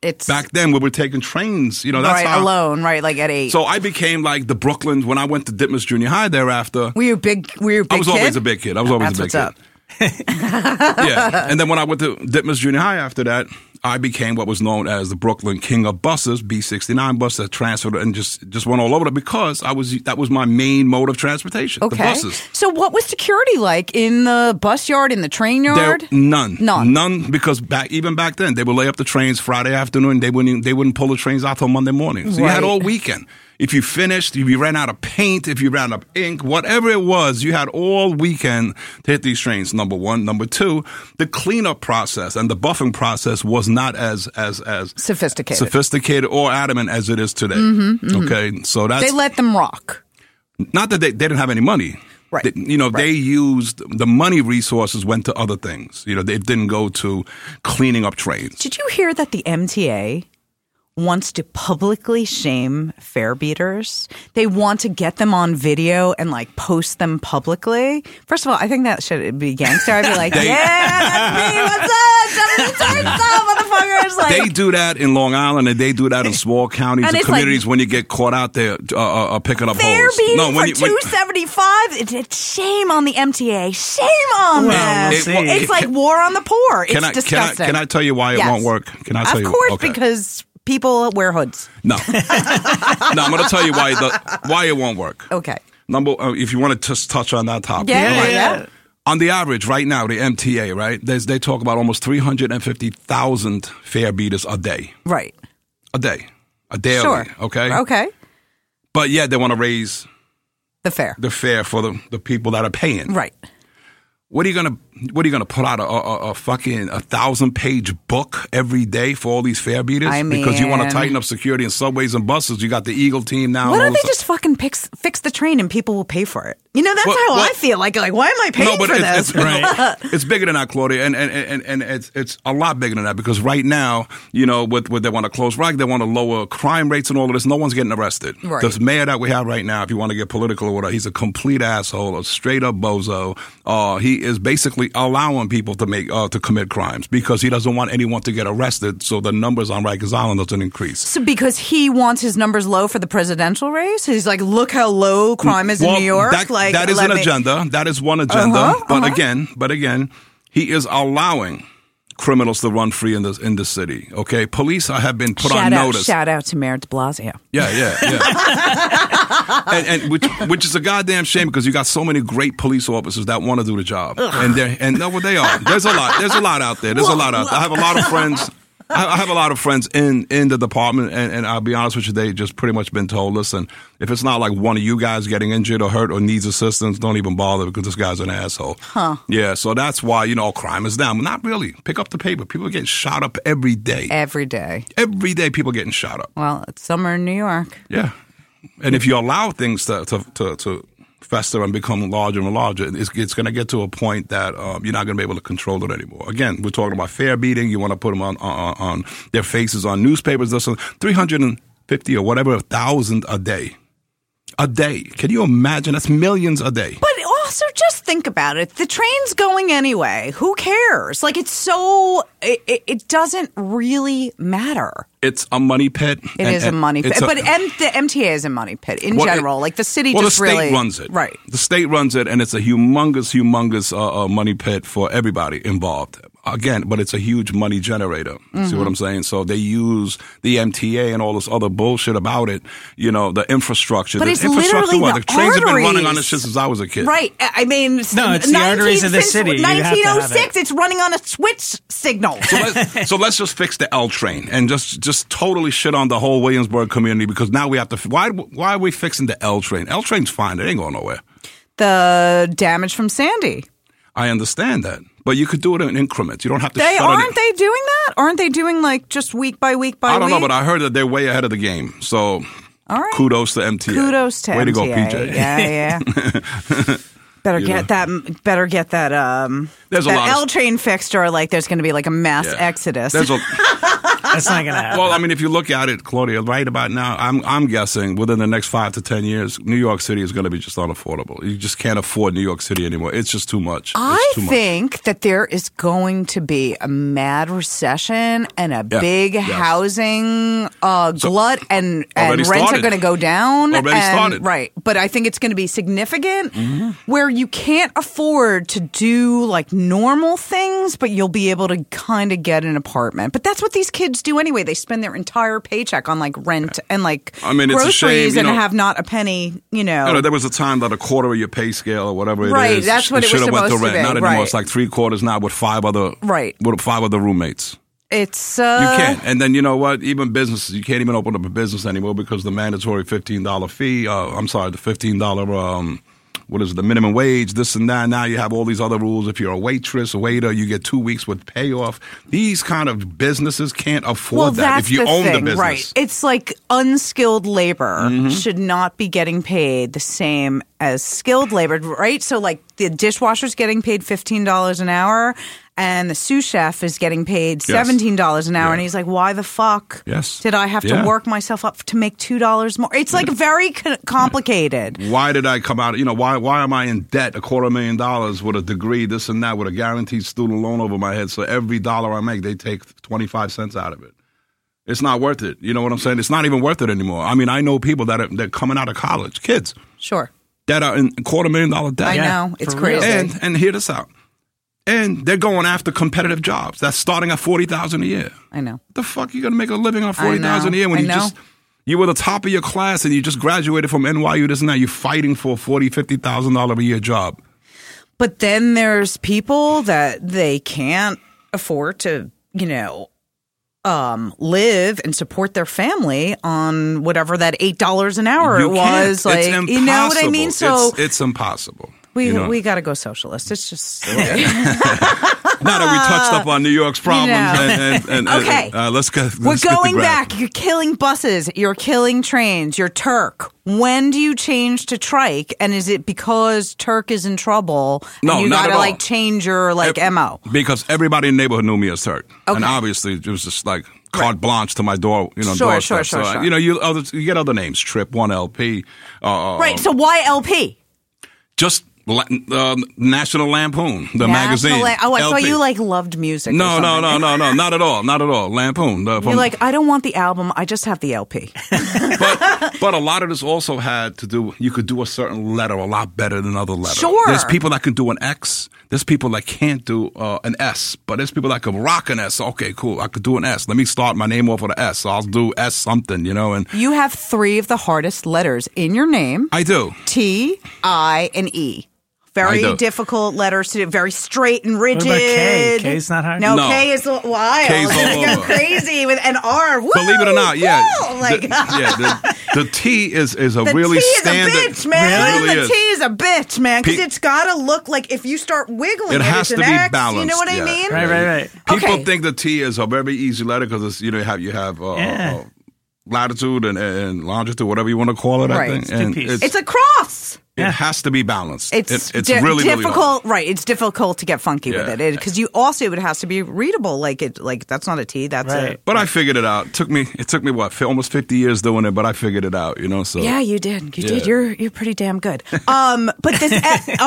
Speaker 3: it's
Speaker 5: Back then, we were taking trains. You know, that's
Speaker 3: right
Speaker 5: how.
Speaker 3: alone. Right, like at eight.
Speaker 5: So I became like the Brooklyn when I went to Ditmas Junior High. Thereafter,
Speaker 3: were you a big? Were you a big?
Speaker 5: I was
Speaker 3: kid?
Speaker 5: always a big kid. I was always
Speaker 3: That's
Speaker 5: a big
Speaker 3: what's
Speaker 5: kid.
Speaker 3: up.
Speaker 5: yeah. And then when I went to Ditmas Junior High after that, I became what was known as the Brooklyn King of Buses, B69 bus that transferred and just just went all over because I was that was my main mode of transportation, the
Speaker 3: Okay.
Speaker 5: buses.
Speaker 3: So what was security like in the bus yard, in the train
Speaker 5: There,
Speaker 3: yard?
Speaker 5: none,
Speaker 3: None.
Speaker 5: none, because back even back then they would lay up the trains Friday afternoon. They wouldn't they wouldn't pull the trains out till Monday morning. So you had
Speaker 3: Right.
Speaker 5: all weekend. If you finished, if you ran out of paint, if you ran out of ink, whatever it was, you had all weekend to hit these trains. Number one, number two, the cleanup process and the buffing process was not as as as
Speaker 3: Sophisticated.
Speaker 5: sophisticated or adamant as it is today. Okay, so that's
Speaker 3: Mm-hmm, they let them rock.
Speaker 5: not that they, they didn't have any money.
Speaker 3: Right.
Speaker 5: They- you know, they used the money resources went to other things. You know, they didn't go to cleaning up trains.
Speaker 3: Did you hear that the MTA wants to publicly shame fare beaters? They want to get them on video and like post them publicly. First of all, I think that should be gangster. I'd be like,
Speaker 5: They-
Speaker 3: yeah, that's me. What's up? Seven turns up, motherfuckers. Like,
Speaker 5: They do that in Long Island, and they do that in small counties
Speaker 3: And
Speaker 5: and,
Speaker 3: it's
Speaker 5: communities when you get caught out there uh, uh, uh, picking up
Speaker 3: fare
Speaker 5: holes.
Speaker 3: beating for
Speaker 5: you,
Speaker 3: two seventy five. It's, it's shame on the MTA. Shame on
Speaker 2: Well,
Speaker 3: them.
Speaker 2: we'll see.
Speaker 3: it's like war on the poor. It's
Speaker 5: can I, can I
Speaker 3: disgusting.
Speaker 5: can I tell you why it
Speaker 3: Yes.
Speaker 5: won't work? Can I tell
Speaker 3: of
Speaker 5: you?
Speaker 3: course,
Speaker 5: okay.
Speaker 3: because people wear hoods.
Speaker 5: no, no. I'm going to tell you why the, why it won't work.
Speaker 3: Okay.
Speaker 5: Number, uh, if you want to just touch on that topic,
Speaker 3: Yeah,
Speaker 5: right?
Speaker 3: yeah.
Speaker 5: On the average, right now, the MTA, right? There's, they talk about almost 350,000 fare beaters a day.
Speaker 3: Right.
Speaker 5: A day. A daily.
Speaker 3: Sure.
Speaker 5: Okay?
Speaker 3: Okay.
Speaker 5: But yeah, they want to raise
Speaker 3: The fair.
Speaker 5: the fare for the, the people that are paying.
Speaker 3: right.
Speaker 5: What are you going to What are you going to put out a, a, a- a fucking a thousand page book every day for all these fare beaters?
Speaker 3: I
Speaker 5: because you want
Speaker 3: mean-
Speaker 5: to tighten up security in subways and buses. You got the Eagle team now.
Speaker 3: Why
Speaker 5: and all
Speaker 3: don't they
Speaker 5: this stuff.
Speaker 3: just fucking fix, fix the train and people will pay for it? You know, that's
Speaker 5: Well-
Speaker 3: how
Speaker 5: well-
Speaker 3: I feel. Like, like, why am I paying
Speaker 5: no, but
Speaker 3: for
Speaker 5: it's,
Speaker 3: this?
Speaker 5: It's, no, it's bigger than that, Claudia, and and, and, and it's it's a lot bigger than that because right now, you know, with, with they want to close rock, they want to lower crime rates and all of this. No one's getting arrested.
Speaker 3: Right.
Speaker 5: This mayor that we have right now, if you want to get political or whatever, he's a complete asshole, a straight up bozo. Uh, he is basically allowing people to make uh, to commit crimes because he doesn't want anyone to get arrested, so the numbers on Rikers Island doesn't increase.
Speaker 3: So because he wants his numbers low for the presidential race, he's like, look how low crime is
Speaker 5: Well,
Speaker 3: in New York.
Speaker 5: That,
Speaker 3: like Uh-huh,
Speaker 5: that is
Speaker 3: let
Speaker 5: an
Speaker 3: me-
Speaker 5: agenda. That is one agenda. But again, but again, he is allowing criminals to run free in this in the city. Okay, police are- have been put
Speaker 3: shout
Speaker 5: on
Speaker 3: out,
Speaker 5: notice.
Speaker 3: Shout out to Mayor De Blasio.
Speaker 5: Yeah, yeah, yeah. and and which, which is a goddamn shame because you got so many great police officers that want to do the job, and they and no, well, they are. There's a lot. There's a lot out there. There's a lot out. there. I have a lot of friends. I I have a lot of friends in in the department, and, and I'll be honest with you, they just pretty much been told, listen, if it's not like one of you guys getting injured or hurt or needs assistance, don't even bother because this guy's an asshole. Huh. Yeah, so that's why you know crime is down. Not really. Pick up the paper. People are getting shot up every day.
Speaker 3: Every day.
Speaker 5: Every day, people getting shot up.
Speaker 3: Well, it's summer in New York.
Speaker 5: Yeah. And if you allow things to, to, to, to fester and become larger and larger, it's, it's going to get to a point that um, you're not going to be able to control it anymore. Again, we're talking about fair beating. You want to put them on, on, on their faces on newspapers. This, 350 or whatever thousand a day. A day. Can you imagine? That's millions a day.
Speaker 3: But also, just think about it. The train's going anyway. Who cares? Like, it's so, it, it, it doesn't really matter.
Speaker 5: It's a money pit.
Speaker 3: It is a money pit. but M- the MTA is a money pit in
Speaker 5: Well, it-
Speaker 3: general. like, the city
Speaker 5: well,
Speaker 3: just
Speaker 5: the state
Speaker 3: really.
Speaker 5: runs it,
Speaker 3: Right.
Speaker 5: The state runs it, and it's a humongous, humongous uh, uh, money pit for everybody involved. Again, but it's a huge money generator. See
Speaker 3: Mm-hmm.
Speaker 5: what I'm saying? So they use the MTA and all this other bullshit about it. You know, the infrastructure.
Speaker 3: But
Speaker 5: the
Speaker 3: it's
Speaker 5: infrastructure.
Speaker 3: literally
Speaker 5: what?
Speaker 3: the
Speaker 5: trains have been running on
Speaker 3: arteries.
Speaker 5: this shit since I was a kid.
Speaker 3: Right. I I mean, s-
Speaker 2: No, it's the arteries of the
Speaker 3: since
Speaker 2: city. You have to have
Speaker 3: 1906,
Speaker 2: it.
Speaker 3: it's running on a switch signal.
Speaker 5: So let's, so let's just fix the L train and just just totally shit on the whole Williamsburg community because now we have to. f- Why why are we fixing the L train? L train's fine. It ain't going nowhere.
Speaker 3: the damage from Sandy.
Speaker 5: I understand that, but you could do it in increments. You don't have to.
Speaker 3: They
Speaker 5: shut it.
Speaker 3: aren't they doing that? Aren't they doing like just week by week by
Speaker 5: I don't
Speaker 3: week?
Speaker 5: know, but I heard that they're way ahead of the game. So
Speaker 3: All right.
Speaker 5: Kudos to MTA.
Speaker 3: Kudos to
Speaker 5: Way to go,
Speaker 3: MTA.
Speaker 5: PJ.
Speaker 3: Yeah, yeah. better get that. Better get that. Um,
Speaker 5: There's a
Speaker 3: that
Speaker 5: lot of-
Speaker 3: L train fixed, or like there's going to be like a mass
Speaker 5: Yeah.
Speaker 3: exodus.
Speaker 5: There's a,
Speaker 2: That's not going to happen.
Speaker 5: well, I mean, if you look at it, Claudia, right about now, I'm I'm guessing within the next five to ten years, New York City is going to be just unaffordable. You just can't afford New York City anymore. It's just too much. It's
Speaker 3: I
Speaker 5: too much.
Speaker 3: think that there is going to be a mad recession and a
Speaker 5: Yeah.
Speaker 3: big
Speaker 5: Yes.
Speaker 3: housing uh, glut, and, and
Speaker 5: Already
Speaker 3: rents
Speaker 5: started.
Speaker 3: are going to go down.
Speaker 5: Already
Speaker 3: and-
Speaker 5: started. Mm-hmm.
Speaker 3: Right. But I think it's going to be significant where you can't afford to do like normal things, but you'll be able to kind of get an apartment. But that's what these kids do anyway. They spend their entire paycheck on like rent and like
Speaker 5: I mean, it's a shame,
Speaker 3: groceries
Speaker 5: you
Speaker 3: and
Speaker 5: know-
Speaker 3: have not a penny, you know.
Speaker 5: You know, there was a time that a quarter of your pay scale or whatever it is,
Speaker 3: Right, that's what it was
Speaker 5: should have went
Speaker 3: supposed to
Speaker 5: rent.
Speaker 3: be,
Speaker 5: Not anymore.
Speaker 3: right.
Speaker 5: It's like three quarters now with five other
Speaker 3: Right.
Speaker 5: with five other roommates.
Speaker 3: it's.
Speaker 5: You
Speaker 3: Uh,
Speaker 5: can't. And then you know what? Even businesses, you can't even open up a business anymore because the mandatory fifteen dollar fee. Uh, I'm sorry, the fifteen dollar. Um, what is it, the minimum wage? This and that. Now you have all these other rules. If you're a waitress, a waiter, you get two weeks with payoff. These kind of businesses can't afford
Speaker 3: well,
Speaker 5: that.
Speaker 3: that's
Speaker 5: If you
Speaker 3: the
Speaker 5: own
Speaker 3: thing,
Speaker 5: the business, Mm-hmm.
Speaker 3: right? It's like unskilled labor should not be getting paid the same as skilled labor, right? So, like the dishwasher's getting paid fifteen dollars an hour, and the sous chef is getting paid seventeen dollars an hour, and he's like, "Why the fuck
Speaker 5: Yes.
Speaker 3: did I have
Speaker 5: Yeah.
Speaker 3: to work myself up to make two dollars more?" It's like very co- complicated.
Speaker 5: why did I come out? You know, why why am I in debt a quarter million dollars with a degree, this and that, with a guaranteed student loan over my head? So every dollar I make, they take twenty five cents out of it. It's not worth it. You know what I'm saying? It's not even worth it anymore. I mean, I know people that are that coming out of college, kids
Speaker 3: Sure,
Speaker 5: that are in quarter million dollar debt.
Speaker 3: I know it's crazy.
Speaker 5: And and hear this out. And they're going after competitive jobs. That's starting at forty thousand a year.
Speaker 3: I know.
Speaker 5: The fuck you gonna make a living on
Speaker 3: I know,
Speaker 5: forty thousand a year when
Speaker 3: I
Speaker 5: you
Speaker 3: know.
Speaker 5: just you were the top of your class and you just graduated from NYU. This and that. You're fighting for a forty, fifty thousand dollar a year job.
Speaker 3: But then there's people that they can't afford to, you know, um, live and support their family on whatever that eight dollars an hour
Speaker 5: you
Speaker 3: it
Speaker 5: can't.
Speaker 3: was. Like,
Speaker 5: it's
Speaker 3: you know what I mean?
Speaker 5: impossible.
Speaker 3: So
Speaker 5: it's, it's impossible.
Speaker 3: we
Speaker 5: you know?
Speaker 3: we got to go socialist. It's just
Speaker 5: now that we touched up on New York's problems,
Speaker 3: know.
Speaker 5: and, and, and, and-
Speaker 3: Okay.
Speaker 5: uh, let's go.
Speaker 3: we're
Speaker 5: let's get the
Speaker 3: going
Speaker 5: grab.
Speaker 3: back. You're killing buses. You're killing trains. You're Turk. When do you change to trike? And is it because Turk is in trouble? and
Speaker 5: No,
Speaker 3: you
Speaker 5: not
Speaker 3: gotta
Speaker 5: at all.
Speaker 3: like change your like
Speaker 5: Ev-
Speaker 3: mo.
Speaker 5: because everybody in the neighborhood knew me as Turk,
Speaker 3: Okay.
Speaker 5: and obviously it was just like carte blanche to my door, you know,
Speaker 3: Sure,
Speaker 5: doorstep.
Speaker 3: sure, sure,
Speaker 5: so, uh,
Speaker 3: sure.
Speaker 5: You know, you other, you get other names, Trip, One LP, uh, uh,
Speaker 3: Right. So why LP?
Speaker 5: just La- uh, National Lampoon, the magazine.
Speaker 3: National La- oh, I thought
Speaker 5: LP.
Speaker 3: you like loved music. or
Speaker 5: No, no,
Speaker 3: something.
Speaker 5: no, no, no, not at all, not at all. Lampoon. the-
Speaker 3: You're
Speaker 5: from-
Speaker 3: like, I don't want the album. I just have the LP.
Speaker 5: but but a lot of this also had to do. You could do a certain letter a lot better than other letters.
Speaker 3: Sure.
Speaker 5: There's people that can do an X. There's people that can't do uh, an S. But there's people that can rock an S. Okay, cool. I could do an S. Let me start my name off with an S. So I'll do S something, you know. And
Speaker 3: You have three of the hardest letters in your name:
Speaker 5: I do.
Speaker 3: T, I, and E.
Speaker 5: I
Speaker 3: Very
Speaker 5: do.
Speaker 3: difficult letters to very straight and rigid.
Speaker 2: about K? K's not hard?
Speaker 3: No,
Speaker 5: No.
Speaker 3: K is wild.
Speaker 5: K's all
Speaker 3: You're
Speaker 5: over.
Speaker 3: crazy with an R. Woo,
Speaker 5: Believe it or not, yeah.
Speaker 3: woo. Like
Speaker 5: the, yeah, the, the T is is a
Speaker 3: the
Speaker 5: really
Speaker 3: T is
Speaker 5: standard.
Speaker 3: a bitch, man.
Speaker 5: Really
Speaker 3: the
Speaker 5: is.
Speaker 3: T is a bitch, man. Because
Speaker 5: Pe-
Speaker 3: it's gotta look like if you start wiggling,
Speaker 5: It has
Speaker 3: it's
Speaker 5: to
Speaker 3: an
Speaker 5: be
Speaker 3: X, You
Speaker 5: balanced,
Speaker 3: know what I
Speaker 5: yeah.
Speaker 3: mean?
Speaker 2: Right, right, right.
Speaker 5: People
Speaker 3: Okay.
Speaker 5: think the T is a very easy letter because you know you have you have uh,
Speaker 2: Yeah.
Speaker 5: uh, latitude and, and longitude, whatever you want to call it.
Speaker 3: Right.
Speaker 5: I think
Speaker 3: It's
Speaker 2: two
Speaker 5: and
Speaker 2: piece.
Speaker 3: It's a cross.
Speaker 5: It has to be balanced.
Speaker 3: It's
Speaker 5: It- it's
Speaker 3: di-
Speaker 5: really really
Speaker 3: difficult,
Speaker 5: hard.
Speaker 3: right? It's difficult to get funky
Speaker 5: Yeah.
Speaker 3: with it because you also it has to be readable. Like it, like that's not a T. That's
Speaker 2: Right.
Speaker 5: But I figured it out. took me it took me what fi- almost fifty years doing it, but I figured it out. You know, so
Speaker 3: a yeah. You did, you did.
Speaker 5: Yeah.
Speaker 3: You're you're pretty damn good. Um, but this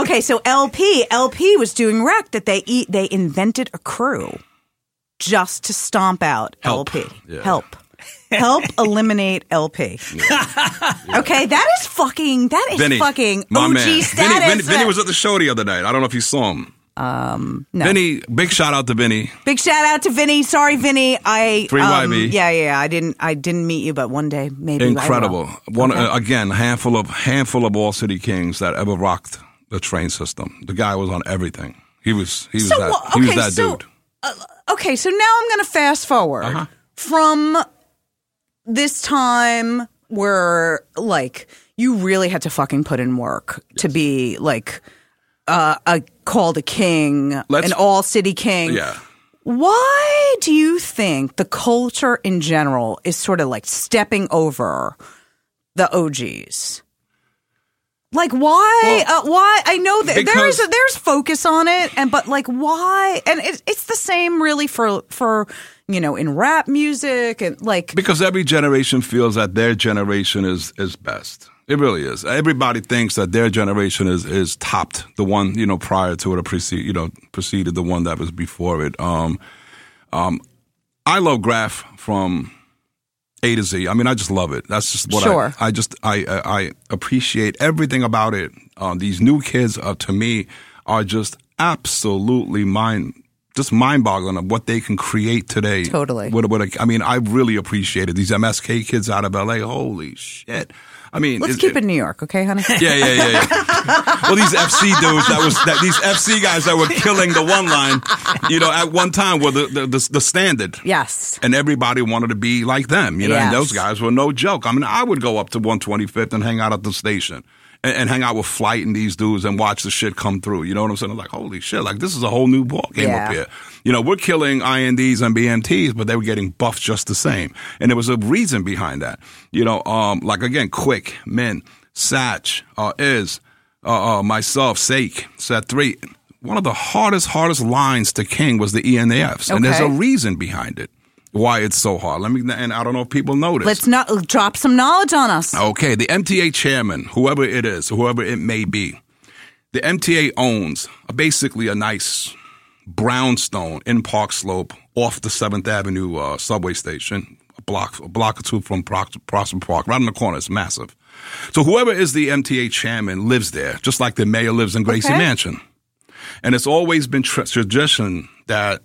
Speaker 3: okay. So LP LP was doing wreck that they eat. They invented a crew just to stomp out
Speaker 5: Help.
Speaker 3: LP.
Speaker 5: Yeah.
Speaker 3: Help. Help eliminate LP. Okay, that is fucking. That is
Speaker 5: Vinny,
Speaker 3: fucking
Speaker 5: my
Speaker 3: OG
Speaker 5: man, Vinny-
Speaker 3: status.
Speaker 5: Vinny, Vinny was at the show the other night. I don't know if you saw him. Um,
Speaker 3: no.
Speaker 5: Vinny, big shout out to Vinny.
Speaker 3: Big shout out to Vinny. Sorry, Vinny. I
Speaker 5: 3YB.
Speaker 3: um, yeah, yeah. I didn't. I didn't meet you, but one day maybe. I will.
Speaker 5: Incredible. One uh, again, handful of handful of all city kings that ever rocked the train system. The guy was on everything. He was he was
Speaker 3: So
Speaker 5: that
Speaker 3: wha-
Speaker 5: he was
Speaker 3: okay,
Speaker 5: that
Speaker 3: so- uh,
Speaker 5: dude. Uh-huh.
Speaker 3: Okay, so now I'm going to fast forward from this time where like you really had to fucking put in work to be like uh, a called a king,
Speaker 5: Let's-
Speaker 3: an all city king.
Speaker 5: Yeah.
Speaker 3: Why do you think the culture in general is sort of like stepping over
Speaker 6: the OGs? Like why?
Speaker 5: Well,
Speaker 6: uh, why? I know that there's
Speaker 5: because-
Speaker 6: there's focus on it, and but like why? And it, it's the same really for for you know in rap music and like
Speaker 5: Because every generation feels that their generation is is best. It really is. Everybody thinks that their generation is is topped the one you know prior to it or precede you know preceded the one that was before it. Um, um, I love Graph from A to Z. I mean, I just love it. That's just what
Speaker 6: Sure.
Speaker 5: I, I just I, I I appreciate everything about it. Um, these new kids are to me are just absolutely mind just mind boggling of what they can create today.
Speaker 6: Totally.
Speaker 5: What what I mean, I really appreciated these MSK kids out of LA. Holy shit. I mean,
Speaker 6: let's keep it in New York, okay, honey?
Speaker 5: yeah, yeah, yeah, yeah. well, these FC dudes that was that these FC guys that were killing the one line, you know, at one time were the the, the, the standard.
Speaker 6: Yes.
Speaker 5: And everybody wanted to be like them, you know. And
Speaker 6: Yes.
Speaker 5: those guys were no joke. I mean, I would go up to 125th and hang out at the station and, and hang out with Flight and these dudes and watch the shit come through. You know what I'm saying? I'm like, holy shit! Like this is a whole new ball game
Speaker 6: Yeah.
Speaker 5: up here. You know, we're killing INDs and BMTs, but they were getting buffed just the same. And there was a reason behind that. You know, um, like again, Quick, Men, Satch, uh, Is, uh, uh, myself, Sake, Set Three. One of the hardest, hardest lines to King was the ENAFs, and there's a
Speaker 6: Okay.
Speaker 5: reason behind it. Why it's so hard? Let me, and I don't know if people notice.
Speaker 6: Let's not drop some knowledge on us.
Speaker 5: Okay, the MTA chairman, whoever it is, whoever it may be, the MTA owns basically a nice brownstone in Park Slope off the 7th Avenue uh, subway station, a block, a block or two from Prox- Proxima Park, right in the corner. It's massive. So whoever is the MTA chairman lives there, just like the mayor lives in Gracie
Speaker 6: Okay.
Speaker 5: Mansion. And it's always been tra- tradition that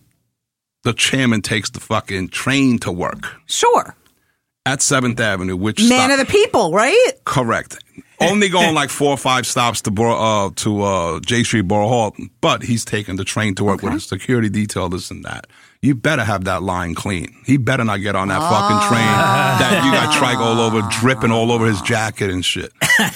Speaker 5: the chairman takes the fucking train to work
Speaker 6: Sure.
Speaker 5: at 7th Avenue, which
Speaker 6: Man
Speaker 5: stop-
Speaker 6: of the people, right?
Speaker 5: Correct. Only going like four or five stops to Bor- uh, to uh, J Street Borough Hall, but he's taking the train to work with his security detail, this and that. You better have that line clean. He better not get on that fucking train that you got trike all over, dripping all over his jacket and shit.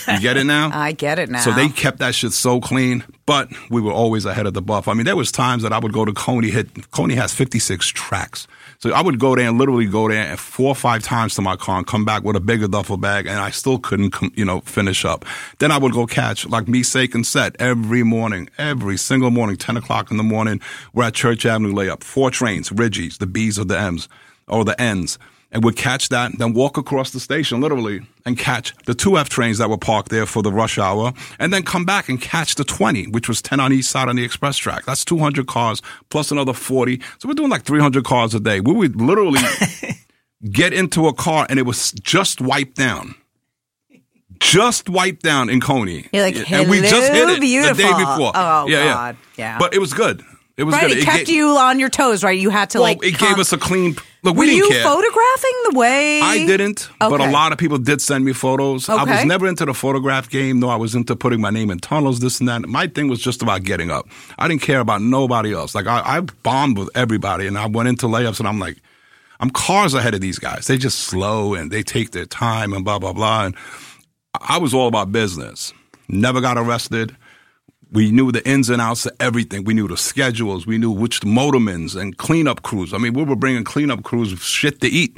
Speaker 5: You get it now?
Speaker 6: I get it now.
Speaker 5: So they kept that shit so clean, but we were always ahead of the buff. I mean, there was times that I would go to Coney. Hit Coney has fifty six tracks, so I would go there and literally go there and four or five times to my car and come back with a bigger duffel bag, and I still couldn't, com- you know, finish up. Then I would go catch like me, Sake and Set every morning, every single morning, ten o'clock in the morning. We're at Church Avenue layup, four trains, Reggie's, the B's or the M's or the N's and would catch that, then walk across the station literally and catch the two F trains that were parked there for the rush hour, and then come back and catch the 20, which was 10 on each side on the express track. That's 200 cars plus another 40. So we're doing like 300 cars a day. We would literally get into a car and it was just wiped down. Just wiped down in Coney.
Speaker 6: You're like,
Speaker 5: and we just hit
Speaker 6: "Hello,
Speaker 5: it the day
Speaker 6: beautiful."
Speaker 5: before.
Speaker 6: Oh,
Speaker 5: yeah,
Speaker 6: God. Yeah.
Speaker 5: But it was good. It was
Speaker 6: right,
Speaker 5: good.
Speaker 6: it kept
Speaker 5: ga-
Speaker 6: you on your toes, right? You had to
Speaker 5: well,
Speaker 6: like.
Speaker 5: it
Speaker 6: con-
Speaker 5: gave us a clean look.
Speaker 6: Were
Speaker 5: we didn't
Speaker 6: you
Speaker 5: care.
Speaker 6: photographing the way?
Speaker 5: I didn't, but a
Speaker 6: Okay.
Speaker 5: lot of people did send me photos. I
Speaker 6: Okay.
Speaker 5: was never into the photograph game. No, I was into putting my name in tunnels, this and that. My thing was just about getting up. I didn't care about nobody else. Like I, I bombed with everybody, and I went into layups, and I'm like, I'm cars ahead of these guys. They just slow and they take their time and blah blah blah. And I was all about business. Never got arrested. We knew the ins and outs of everything. We knew the schedules. We knew which motormans and cleanup crews. I mean, we were bringing cleanup crews shit to eat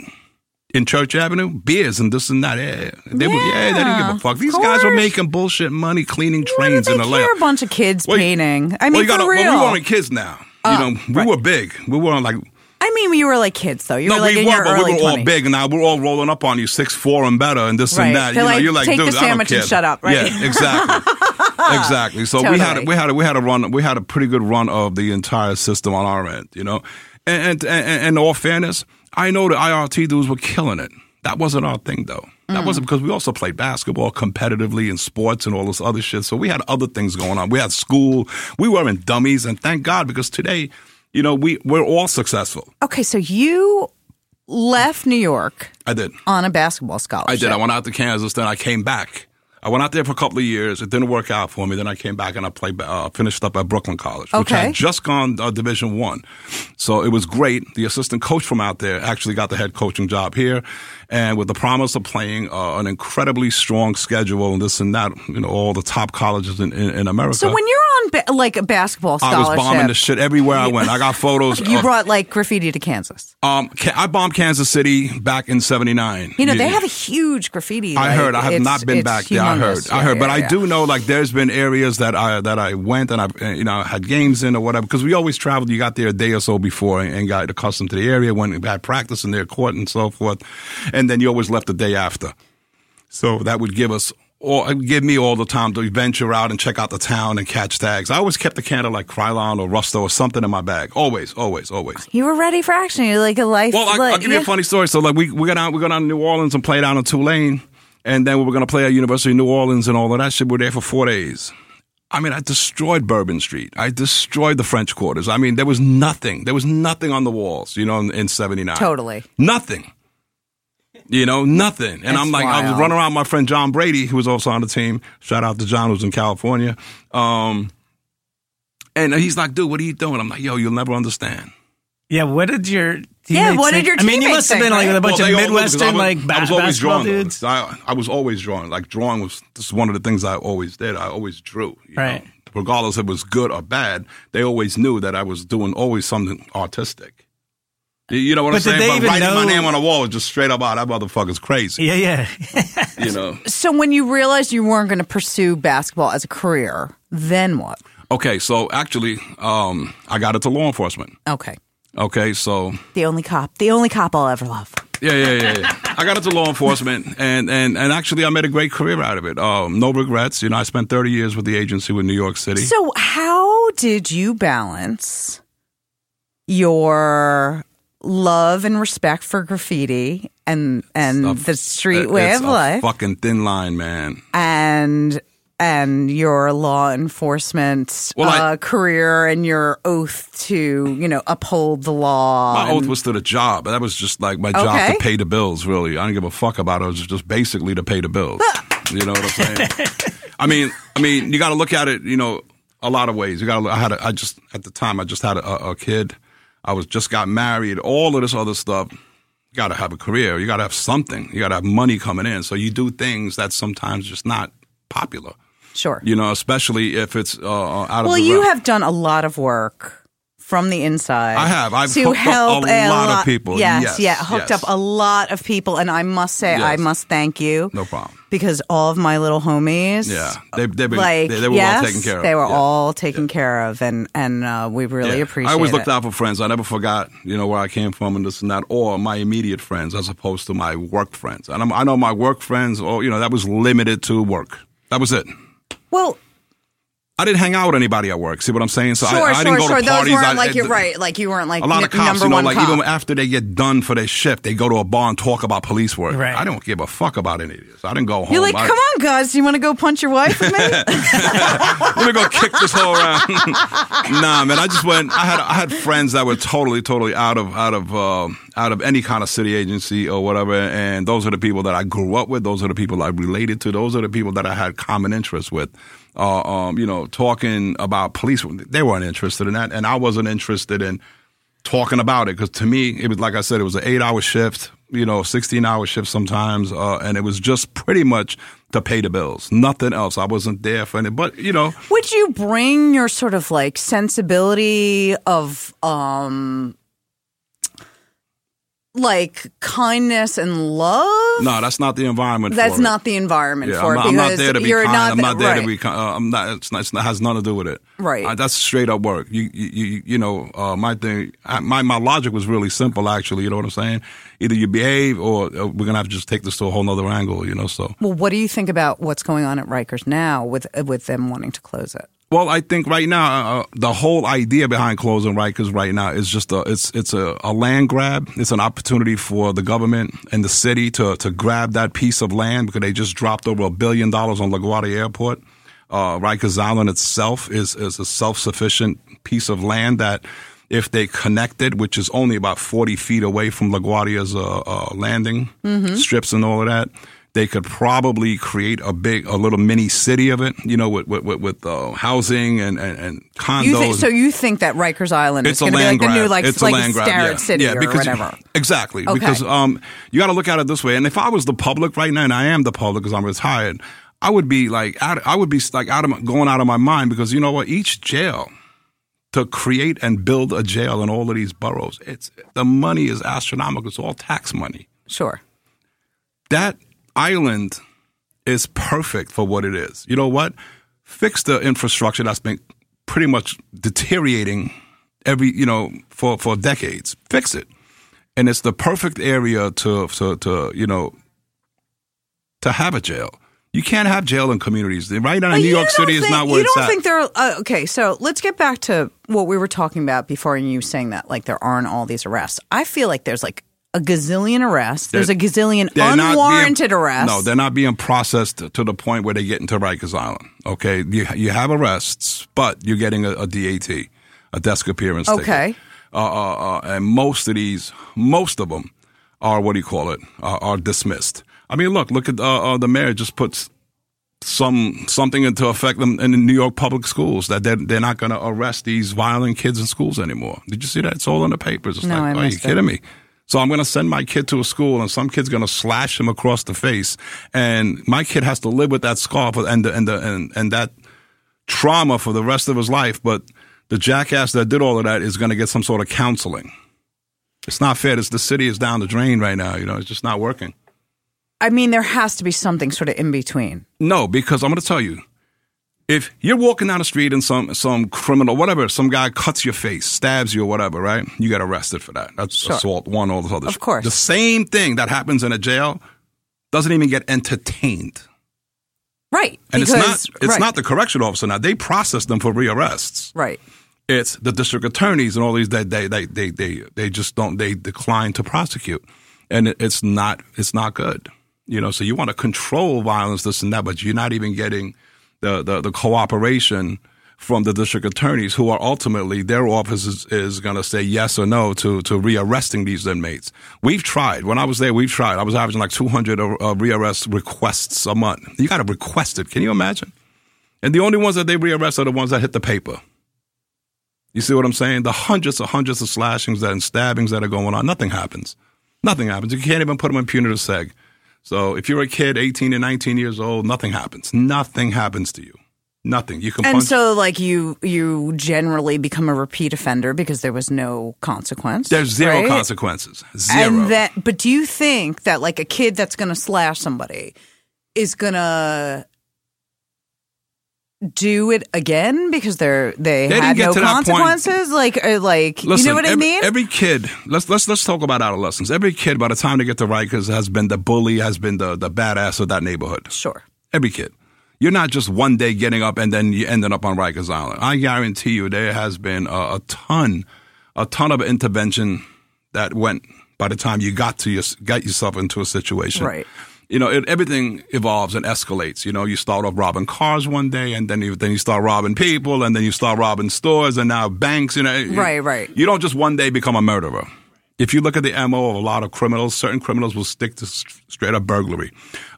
Speaker 5: in Church Avenue, beers and this and that. Yeah, they were. Yeah, they didn't give
Speaker 6: Yeah,
Speaker 5: a fuck.
Speaker 6: of
Speaker 5: These guys were
Speaker 6: course.
Speaker 5: making bullshit money cleaning
Speaker 6: Why did
Speaker 5: trains
Speaker 6: they
Speaker 5: in the
Speaker 6: care? A bunch of kids
Speaker 5: Well, you-
Speaker 6: painting. I mean,
Speaker 5: well, you gotta,
Speaker 6: for real. Uh,
Speaker 5: Well, we weren't kids now. you know, we were big. We were on like
Speaker 6: I mean, we were like kids though. You
Speaker 5: no,
Speaker 6: were like
Speaker 5: we
Speaker 6: in
Speaker 5: were,
Speaker 6: your
Speaker 5: but
Speaker 6: early
Speaker 5: we were
Speaker 6: 20s.
Speaker 5: all big, and now we're all rolling up on you, six four and better, and this
Speaker 6: Right.
Speaker 5: and
Speaker 6: They're
Speaker 5: that. you know,
Speaker 6: like,
Speaker 5: you're like,
Speaker 6: "Take the
Speaker 5: dude, I don't
Speaker 6: sandwich and
Speaker 5: care."
Speaker 6: shut up, right?
Speaker 5: Yeah, exactly, exactly. So we had a-
Speaker 6: Totally.
Speaker 5: we had a, we had a run, we had a pretty good run of the entire system on our end, you know. And and and, and all fairness, I know the IRT dudes were killing it. That wasn't our thing though. That
Speaker 6: Mm.
Speaker 5: wasn't because we also played basketball competitively in sports and all this other shit. So we had other things going on. We had school. We weren't dummies, and thank God because today, you know, we we're all successful.
Speaker 6: Okay, so you left New York
Speaker 5: I did.
Speaker 6: on a basketball scholarship.
Speaker 5: I did. I went out to Kansas, then I came back. I went out there for a couple of years. It didn't work out for me. Then I came back and I played, uh, finished up at Brooklyn College, which
Speaker 6: Okay.
Speaker 5: had just gone uh, Division One. So it was great. The assistant coach from out there actually got the head coaching job here, and with the promise of playing uh, an incredibly strong schedule and this and that, you know, all the top colleges in, in, in America.
Speaker 3: So when you're on ba- like a basketball
Speaker 5: I was
Speaker 3: scholarship,
Speaker 5: bombing the shit everywhere I went. I got photos.
Speaker 3: you
Speaker 5: of-
Speaker 3: brought like graffiti to Kansas.
Speaker 5: um, Ca- I bombed Kansas City back in '79.
Speaker 3: You know they have a huge graffiti.
Speaker 5: I
Speaker 3: like,
Speaker 5: heard. I have
Speaker 3: it's-
Speaker 5: not been
Speaker 3: it's
Speaker 5: back. Yeah, I heard.
Speaker 3: humongous.
Speaker 5: I
Speaker 3: Yeah,
Speaker 5: heard. but
Speaker 3: yeah,
Speaker 5: I
Speaker 3: yeah.
Speaker 5: do know like there's been areas that I that I went and I uh, you know had games in or whatever because we always traveled. You got there a day or so before and, and got accustomed to the area. Went and had practice in their court and so forth, and then you always left the day after. So that would give us. Or it would give me all the time to venture out and check out the town and catch tags. I always kept a candle like Krylon or Rusto or something in my bag. Always, always, always.
Speaker 3: You were ready for action. You're like a life.
Speaker 5: Well, I,
Speaker 3: like,
Speaker 5: I'll give you
Speaker 3: yeah.
Speaker 5: a funny story. So, like, we, we got out, we got out to New Orleans and played out in Tulane, and then we were going to play at University of New Orleans and all of that shit. We were there for four days. I mean, I destroyed Bourbon Street. I destroyed the French Quarters. I mean, there was nothing. There was nothing on the walls, you know, in, in 79.
Speaker 3: Totally.
Speaker 5: Nothing. You know, nothing. And I'm like,
Speaker 3: That's
Speaker 5: I was
Speaker 3: wild.
Speaker 5: running around with my friend John Brady, who was also on the team. Shout out to John, who's in California. Um, and he's like, dude, what are you doing? I'm like, yo, you'll never understand.
Speaker 2: Yeah, what did your
Speaker 3: Yeah,
Speaker 2: teammates
Speaker 3: what did your
Speaker 2: think? I mean, you
Speaker 3: teammates
Speaker 2: must have
Speaker 3: think,
Speaker 2: been like
Speaker 3: right?
Speaker 2: with a bunch
Speaker 5: Well,
Speaker 2: of
Speaker 5: they all- because I
Speaker 2: Midwestern
Speaker 5: was-
Speaker 2: like ba-
Speaker 5: I was always
Speaker 2: basketball
Speaker 5: drawing. though.
Speaker 2: dudes.
Speaker 5: I, I was always drawing. Like drawing was this is one of the things I always did. I always drew. you
Speaker 2: Right.
Speaker 5: know. Regardless if it was good or bad, they always knew that I was doing always something artistic. You- You know what
Speaker 2: But
Speaker 5: I'm saying?
Speaker 2: did they
Speaker 5: but
Speaker 2: even
Speaker 5: writing my
Speaker 2: know-
Speaker 5: name on a wall is just straight up out. That motherfucker's crazy.
Speaker 2: Yeah, yeah.
Speaker 5: You know.
Speaker 3: So when you realized you weren't going to pursue basketball as a career, then what?
Speaker 5: Okay, so actually, um, I got into law enforcement.
Speaker 3: Okay.
Speaker 5: Okay, so
Speaker 3: The only cop, the only cop I'll ever love.
Speaker 5: Yeah, yeah, yeah, yeah. I got into law enforcement, and, and, and actually, I made a great career out of it. Um, no regrets. You know, I spent 30 years with the agency in New York City.
Speaker 3: So how did you balance your love and respect for graffiti and and
Speaker 5: a-
Speaker 3: Mm, the street
Speaker 5: it-
Speaker 3: way
Speaker 5: it's
Speaker 3: of
Speaker 5: a
Speaker 3: life
Speaker 5: Fucking thin line, man.
Speaker 3: and and your law enforcement
Speaker 5: Well, I-
Speaker 3: uh, career and your oath to you know uphold the law?
Speaker 5: My
Speaker 3: and-
Speaker 5: oath was to the job. That was just like my job
Speaker 3: Um, Okay.
Speaker 5: to pay the bills. Really, I didn't give a fuck about it. It was just basically to pay the bills.
Speaker 3: Ah.
Speaker 5: you know what I'm saying? I mean, I mean, you got to look at it. You know, a lot of ways. You got to. I had. A, I just at the time, I just had a, a kid. I was just got married. All of this other stuff. You got to have a career. You got to have something. You got to have money coming in. So you do things that sometimes just not popular.
Speaker 3: sure.
Speaker 5: You know, especially if it's uh, out of.
Speaker 3: well,
Speaker 5: the
Speaker 3: you
Speaker 5: realm.
Speaker 3: have done a lot of work from the inside.
Speaker 5: I have. I've
Speaker 3: to
Speaker 5: hooked up
Speaker 3: help
Speaker 5: a lot of people.
Speaker 3: Yes,
Speaker 5: Yes,
Speaker 3: yeah, hooked
Speaker 5: yes.
Speaker 3: up a lot of people, and I must say, I
Speaker 5: Yes.
Speaker 3: must thank you.
Speaker 5: No problem.
Speaker 3: Because all of my little homies,
Speaker 5: Yeah, they they, been,
Speaker 3: like
Speaker 5: they, they were
Speaker 3: yes,
Speaker 5: well taken care of.
Speaker 3: They were
Speaker 5: Yeah.
Speaker 3: all taken care of, and and uh, we really
Speaker 5: Yeah.
Speaker 3: appreciate.
Speaker 5: I always
Speaker 3: it.
Speaker 5: looked out for friends. I never forgot, you know, where I came from and this and that, or my immediate friends as opposed to my work friends. And I'm, I know my work friends, or you know, that was limited to work. That was it.
Speaker 3: Well,
Speaker 5: I didn't hang out with anybody at work. See what I'm saying? So
Speaker 3: sure,
Speaker 5: I, I
Speaker 3: sure,
Speaker 5: didn't go
Speaker 3: sure.
Speaker 5: to
Speaker 3: Those
Speaker 5: parties.
Speaker 3: weren't
Speaker 5: I-
Speaker 3: like you're
Speaker 5: I-
Speaker 3: right. Like you weren't like
Speaker 5: A lot
Speaker 3: n-
Speaker 5: of cops,
Speaker 3: number
Speaker 5: you know,
Speaker 3: one
Speaker 5: like
Speaker 3: cop.
Speaker 5: even after they get done for their shift, they go to a bar and talk about police work.
Speaker 2: Right.
Speaker 5: I don't give a fuck about any of this. I didn't go home.
Speaker 3: you're like,
Speaker 5: I-
Speaker 3: come on, guys, you want to go punch your wife with me?
Speaker 5: Let me go kick this whole around. nah, man, I just went. I had I had friends that were totally, totally out of out of uh, out of any kind of city agency or whatever. And those are the people that I grew up with. Those are the people I related to. Those are the people that I had common interests with. Uh, um, you know, talking about police, they weren't interested in that, and I wasn't interested in talking about it because to me it was like i said it was an eight hour shift you know 16 hour shift sometimes uh, and it was just pretty much to pay the bills nothing else i wasn't there for any but you know
Speaker 3: Would you bring your sort of like sensibility of um like kindness and love?
Speaker 5: no that's not the environment
Speaker 3: That's
Speaker 5: for it.
Speaker 3: not the environment
Speaker 5: yeah, I'm,
Speaker 3: for it
Speaker 5: not, I'm
Speaker 3: because
Speaker 5: not there to be
Speaker 3: you're
Speaker 5: kind.
Speaker 3: not
Speaker 5: I'm not there
Speaker 3: right.
Speaker 5: to be. Kind. Uh, I'm not. It's not. It's not has nothing to do with it.
Speaker 3: Right.
Speaker 5: Uh, that's straight up work. You. You. You, you know. Uh, my thing. I, my. My logic was really simple. Actually, you know what I'm saying. Either you behave, or uh, we're gonna have to just take this to a whole nother angle. You know. So.
Speaker 3: Well, what do you think about what's going on at Rikers now with with them wanting to close it?
Speaker 5: Well, I think right now uh, the whole idea behind closing Rikers right now is just a it's it's a, a land grab. It's an opportunity for the government and the city to to grab that piece of land because they just dropped over a billion dollars on LaGuardia Airport. Uh, Rikers Island itself is is a self sufficient piece of land that. If they connected, which is
Speaker 3: Mm-hmm.
Speaker 5: only about 40 feet away from LaGuardia's uh, uh, landing strips and all of that, They could probably create a big, a little mini city of it, you know, with with, with, with uh, housing and, and, and condos.
Speaker 3: You think, so you think that Rikers Island
Speaker 5: it's
Speaker 3: is going
Speaker 5: a
Speaker 3: to be like
Speaker 5: land grab.
Speaker 3: the new like,
Speaker 5: it's
Speaker 3: like
Speaker 5: a land grab.
Speaker 3: Starrett
Speaker 5: yeah.
Speaker 3: City
Speaker 5: yeah, because
Speaker 3: or whatever?
Speaker 5: Exactly.
Speaker 3: Okay.
Speaker 5: Because um, you got to look at it this way. And if I was the public right now, and I am the public because I'm retired, I would be like, out, I would be like out of my, going out of my mind because you know what? Each jail to create and build a jail in all of these boroughs, it's the money is astronomical. It's all tax money.
Speaker 3: Sure.
Speaker 5: That island is perfect for what it is. You know what? Fix the infrastructure that's been pretty much deteriorating every, you know, for, for decades. Fix it. And it's the perfect area to, to, to, you know, to have a jail. You can't have jail in communities. Right now, in New
Speaker 3: You
Speaker 5: York
Speaker 3: don't
Speaker 5: City is
Speaker 3: think-
Speaker 5: not where
Speaker 3: you
Speaker 5: it's
Speaker 3: don't
Speaker 5: at.
Speaker 3: think there. Uh, okay, so let's get back to what we were talking about before, and you saying that like there aren't all these arrests. I feel like there's like a gazillion arrests. There's a gazillion
Speaker 5: They're not
Speaker 3: unwarranted
Speaker 5: being,
Speaker 3: arrests.
Speaker 5: No, they're not being processed to the point where they get into Rikers Island. Okay, you you have arrests, but you're getting a, a DAT, a desk appearance. ticket.
Speaker 3: Okay.
Speaker 5: Uh, uh, uh, and most of these, most of them, are what do you call it? Are, are dismissed. I mean, look, look at uh, uh, the mayor just puts some something into effect in, in the New York public schools that they're, they're not going to arrest these violent kids in schools anymore. Did you see that? It's all in the papers. It's
Speaker 3: No,
Speaker 5: like,
Speaker 3: I
Speaker 5: are you
Speaker 3: missed it.
Speaker 5: kidding me? So I'm going to send my kid to a school, and some kid's going to slash him across the face, and my kid has to live with that scar for, and the, and the, and and that trauma for the rest of his life. But the jackass that did all of that is going to get some sort of counseling. It's not fair. This the city is down the drain right now. You know, it's just not working.
Speaker 3: I mean, there has to be something sort of in between.
Speaker 5: No, because I'm going to tell you. If you're walking down the street and some some criminal, whatever, some guy cuts your face, stabs you or whatever, right? You get arrested for that. That's
Speaker 3: Sure.
Speaker 5: assault, one, all this other
Speaker 3: Of
Speaker 5: shit.
Speaker 3: course.
Speaker 5: The same thing that happens in a jail doesn't even get entertained.
Speaker 3: Right.
Speaker 5: And
Speaker 3: because,
Speaker 5: it's not it's
Speaker 3: right,
Speaker 5: not the correction officer now. They process them for rearrests.
Speaker 3: Right.
Speaker 5: It's the district attorneys and all these that they they, they they they just don't they decline to prosecute. And it- it's not it's not good. You know, so you want to control violence, this and that, but you're not even getting the the, the cooperation from the district attorneys who are ultimately their office is, is going to say yes or no to to rearresting these inmates. We've tried. When I was there, we've tried. I was averaging like 200 uh, uh, rearrest requests a month. You got to request it. Can you imagine? And the only ones that they rearrest are the ones that hit the paper. You see what I'm saying? The hundreds and hundreds of slashings that, and stabbings that are going on, nothing happens. Nothing happens. You can't even put them in punitive seg. So if you're a kid, 18 to 19 years old, nothing happens. Nothing happens to you. Nothing. You can
Speaker 3: And
Speaker 5: punch.
Speaker 3: so, like you, you generally become a repeat offender because there was no consequence.
Speaker 5: There's zero
Speaker 3: right?
Speaker 5: consequences. Zero.
Speaker 3: And that, but do you think that like a kid that's going to slash somebody is going to do it again because they're they,
Speaker 5: They didn't
Speaker 3: had
Speaker 5: get
Speaker 3: no
Speaker 5: to that point.
Speaker 3: consequences? Like, or like you know what I
Speaker 5: every,
Speaker 3: mean?
Speaker 5: Every kid, let's let's let's talk about adolescence. Every kid, by the time they get to Rikers, has been the bully, has been the the badass of that neighborhood.
Speaker 3: sure.
Speaker 5: Every kid. You're not just one day getting up and then you ending up on Rikers Island. I guarantee you there has been a, a ton, a ton of intervention that went by the time you got to your, got yourself into a situation.
Speaker 3: Right.
Speaker 5: You know, it, everything evolves and escalates. You know, you start off robbing cars one day, and then you then you start robbing people, and then you start robbing stores, and now banks. You know,
Speaker 3: Right, right.
Speaker 5: You don't just one day become a murderer. If you look at the mo of a lot of criminals, certain criminals will stick to s- straight up burglary.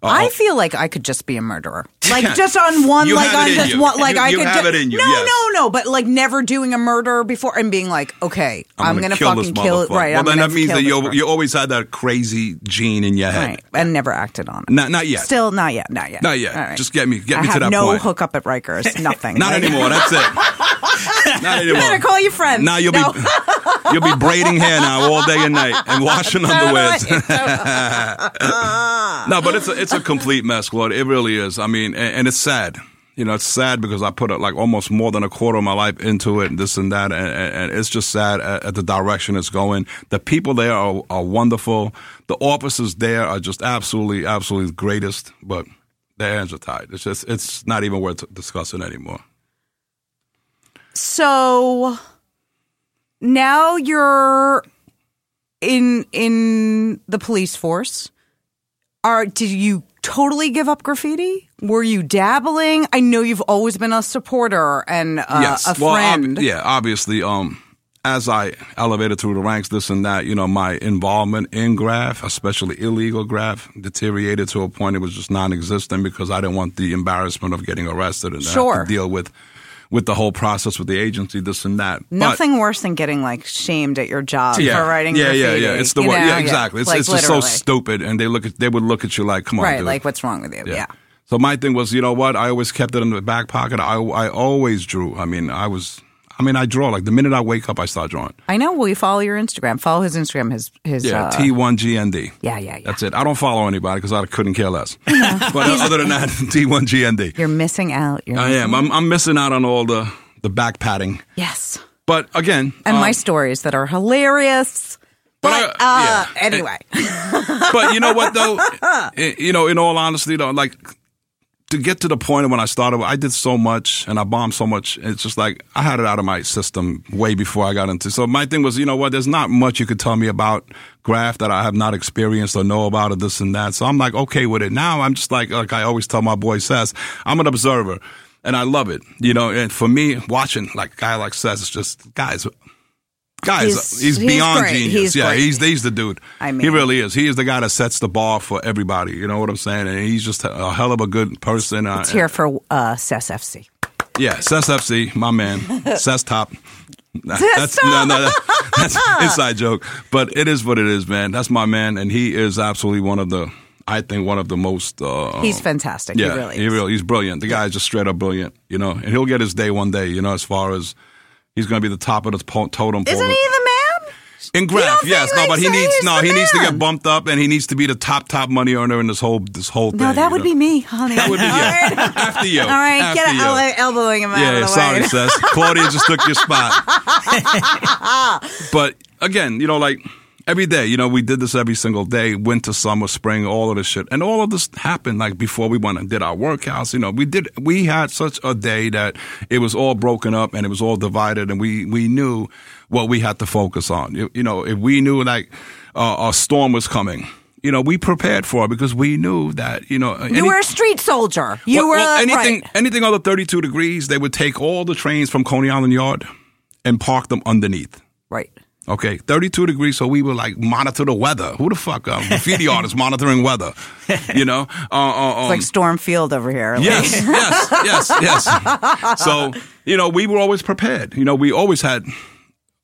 Speaker 5: Uh,
Speaker 3: I feel like I could just be a murderer, like
Speaker 5: can't.
Speaker 3: just on one,
Speaker 5: You
Speaker 3: like
Speaker 5: have it
Speaker 3: on
Speaker 5: in
Speaker 3: just
Speaker 5: you.
Speaker 3: one, like
Speaker 5: You-
Speaker 3: I
Speaker 5: you
Speaker 3: could
Speaker 5: have
Speaker 3: ju-
Speaker 5: it in you,
Speaker 3: No,
Speaker 5: yes.
Speaker 3: no, no, but like never doing a murder before and being like, okay, I'm, gonna,
Speaker 5: kill
Speaker 3: fucking
Speaker 5: this
Speaker 3: kill it.
Speaker 5: motherfucker.
Speaker 3: Right.
Speaker 5: Well,
Speaker 3: I'm
Speaker 5: then
Speaker 3: gonna
Speaker 5: that means
Speaker 3: kill
Speaker 5: that
Speaker 3: this
Speaker 5: you
Speaker 3: person.
Speaker 5: you always had that crazy gene in your head.
Speaker 3: right and never acted on it.
Speaker 5: Not not yet.
Speaker 3: Still not yet. Not yet.
Speaker 5: Not yet.
Speaker 3: All right.
Speaker 5: Just get me- get
Speaker 3: I
Speaker 5: me to
Speaker 3: have
Speaker 5: that
Speaker 3: no
Speaker 5: point.
Speaker 3: hookup at Rikers. Nothing.
Speaker 5: not
Speaker 3: Like,
Speaker 5: anymore. That's it. not anymore.
Speaker 3: better call your friends.
Speaker 5: Now you'll
Speaker 3: No.
Speaker 5: be you'll be braiding hair now all day and night and washing underwears. no, but it's a, it's a complete mess, Claude. It really is. I mean, and, and it's sad. You know, it's sad because I put uh, like almost more than a quarter of my life into it, and this and that, and, and, and it's just sad uh, at, at the direction it's going. The people there are, are wonderful. The officers there are just absolutely, absolutely the greatest. But their hands are tied. It's just, it's not even worth discussing anymore.
Speaker 3: So now you're in in the police force. Are did you totally give up graffiti? Were you dabbling? I know you've always been a supporter and uh,
Speaker 5: yes.
Speaker 3: a
Speaker 5: well, ob-
Speaker 3: friend.
Speaker 5: yeah, obviously. Um, as I elevated through the ranks, this and that, you know, my involvement in graph, especially illegal graph, deteriorated to a point it was just non-existent because I didn't want the embarrassment of getting arrested and then have to
Speaker 3: Sure.
Speaker 5: deal with with the whole process with the agency, this and that. But-
Speaker 3: Nothing worse than getting like shamed at your job for writing
Speaker 5: yeah,
Speaker 3: graffiti.
Speaker 5: Yeah, yeah, It's the
Speaker 3: you
Speaker 5: word.
Speaker 3: know?
Speaker 5: yeah, exactly. It's,
Speaker 3: Like,
Speaker 5: it's just so
Speaker 3: literally.
Speaker 5: stupid, and they look at they would look at you like, "Come on,
Speaker 3: Right,
Speaker 5: dude.
Speaker 3: like what's wrong with you? Yeah.
Speaker 5: So my thing was, you know what? I always kept it in the back pocket. I I always drew. I mean, I was. I mean, I draw. Like the minute I wake up, I start drawing.
Speaker 3: I know. Will you follow your Instagram? Follow his Instagram. His his.
Speaker 5: Yeah,
Speaker 3: uh,
Speaker 5: T one G N D.
Speaker 3: yeah, yeah, yeah.
Speaker 5: That's it. I don't follow anybody because I couldn't care less. but uh, other than that, T one G N D.
Speaker 3: You're missing out. You're
Speaker 5: I am. I'm, I'm missing out on all the the back patting.
Speaker 3: yes.
Speaker 5: But again,
Speaker 3: And
Speaker 5: um,
Speaker 3: my stories that are hilarious. But,
Speaker 5: But I-
Speaker 3: uh,
Speaker 5: yeah.
Speaker 3: anyway,
Speaker 5: but you know what though I- you know in all honesty though like to get to the point of when i started i did so much and i bombed so much it's just like i had it out of my system way before i got into so my thing was you know what there's not much you could tell me about graph that i have not experienced or know about or this and that so i'm like okay with it now i'm just like like i always tell my boy says i'm an observer and i love it you know and for me watching like a guy like says it's just guys guys
Speaker 3: He's-
Speaker 5: he's,
Speaker 3: he's
Speaker 5: beyond
Speaker 3: great.
Speaker 5: genius
Speaker 3: He's
Speaker 5: yeah
Speaker 3: great.
Speaker 5: he's he's the dude
Speaker 3: I
Speaker 5: he
Speaker 3: mean-
Speaker 5: really is he is the guy that sets the bar for everybody you know what i'm saying and he's just a hell of a good person uh,
Speaker 3: it's here for uh, SESFC.
Speaker 5: yeah Sess fc my man Sess top Nah, that's no, no, that- that's an inside joke but it is what it is man that's my man and he is absolutely one of the i think one of the most uh,
Speaker 3: He's fantastic. he really. is.
Speaker 5: he's brilliant. The guy's just straight up brilliant, you know. And he'll get his day one day, you know. As far as he's going to be the top of the po- totem pole.
Speaker 3: Isn't he the man?
Speaker 5: In graph,
Speaker 3: don't
Speaker 5: yes,
Speaker 3: think,
Speaker 5: no,
Speaker 3: like,
Speaker 5: but he
Speaker 3: say
Speaker 5: needs
Speaker 3: he's
Speaker 5: no,
Speaker 3: the
Speaker 5: he needs to
Speaker 3: man?
Speaker 5: get bumped up, and he needs to be the top top money earner in this whole this whole thing.
Speaker 3: No, that
Speaker 5: you
Speaker 3: would
Speaker 5: know?
Speaker 3: be me, honey.
Speaker 5: That would be
Speaker 3: All
Speaker 5: yeah.
Speaker 3: right.
Speaker 5: After you,
Speaker 3: All right, get
Speaker 5: after
Speaker 3: it.
Speaker 5: you.
Speaker 3: Ele- elbowing him out
Speaker 5: yeah,
Speaker 3: of the
Speaker 5: sorry,
Speaker 3: way.
Speaker 5: Sess. Claudia just took your spot. but again, you know, like every day, you know, we did this every single day, winter, summer, spring, all of this shit, and all of this happened like before we went and did our workouts. You know, we did we had such a day that it was all broken up and it was all divided, and we we knew what we had to focus on. You, you know, if we knew like uh, a storm was coming. You know, we prepared for it because we knew that, you know.
Speaker 3: You
Speaker 5: any-
Speaker 3: were a street soldier. You
Speaker 5: well,
Speaker 3: were
Speaker 5: well, anything
Speaker 3: right.
Speaker 5: anything under 32 degrees they would take all the trains from coney island yard and park them underneath
Speaker 3: Right.
Speaker 5: okay 32 degrees so we would like monitor the weather who the fuck um, graffiti artists monitoring weather you know uh, uh, um,
Speaker 3: It's like Storm Field over here. Like,
Speaker 5: Yes, yes, yes, yes. So, you know, we were always prepared. You know, we always had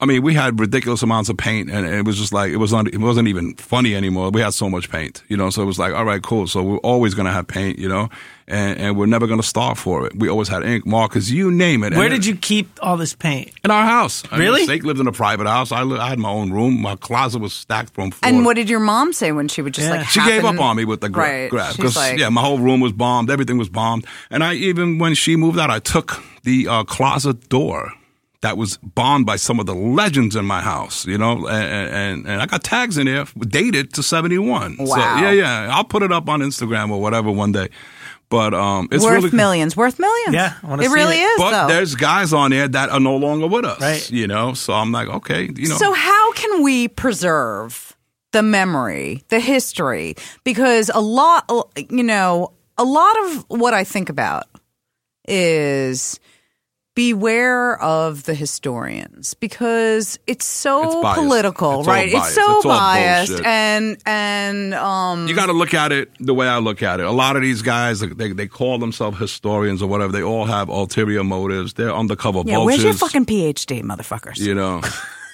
Speaker 5: I mean, we had ridiculous amounts of paint and it was just like it was not it wasn't even funny anymore. We had so much paint, you know, so it was like, all right, cool. So we're always gonna have paint, you know, and, and we're never gonna starve for it. We always had ink markers, you name it.
Speaker 2: Where
Speaker 5: And-
Speaker 2: did you keep all this paint?
Speaker 5: in our house? I mean,
Speaker 2: Really?
Speaker 5: Sake lived in a private house. I, li- I had my own room. My closet was stacked from floor.
Speaker 3: And what did your mom say when she would just like?
Speaker 2: Yeah.
Speaker 5: She gave
Speaker 3: happen-
Speaker 5: up on me with the gra-
Speaker 3: right.
Speaker 5: grab
Speaker 3: She's
Speaker 5: because
Speaker 3: like,
Speaker 5: yeah, my whole room was bombed. Everything was bombed, and I even when she moved out, I took the uh, closet door that was bombed by some of the legends in my house. You know, and and, and I got tags in there dated to seventy one. So,
Speaker 3: Wow.
Speaker 5: yeah, yeah. I'll put it up on Instagram or whatever one day. But um, it's
Speaker 3: worth
Speaker 5: really
Speaker 3: millions, worth millions.
Speaker 2: Yeah, I wanna
Speaker 3: it
Speaker 2: see
Speaker 3: really
Speaker 2: it.
Speaker 3: is.
Speaker 5: But
Speaker 3: though.
Speaker 5: there's guys on there that are no longer with us.
Speaker 2: Right.
Speaker 5: You know, so I'm like, okay, you know.
Speaker 3: So how can we preserve the memory, the history? Because a lot, you know, a lot of what I think about is beware of the historians because it's so
Speaker 5: It's biased.
Speaker 3: political,
Speaker 5: It's all
Speaker 3: right? It's
Speaker 5: biased.
Speaker 3: so
Speaker 5: It's all
Speaker 3: biased,
Speaker 5: bullshit.
Speaker 3: and and um,
Speaker 5: you got to look at it the way I look at it. A lot of these guys, they, they call themselves historians or whatever. They all have ulterior motives. They're undercover
Speaker 3: yeah,
Speaker 5: vultures.
Speaker 3: where's your fucking PhD, motherfuckers?
Speaker 5: you know.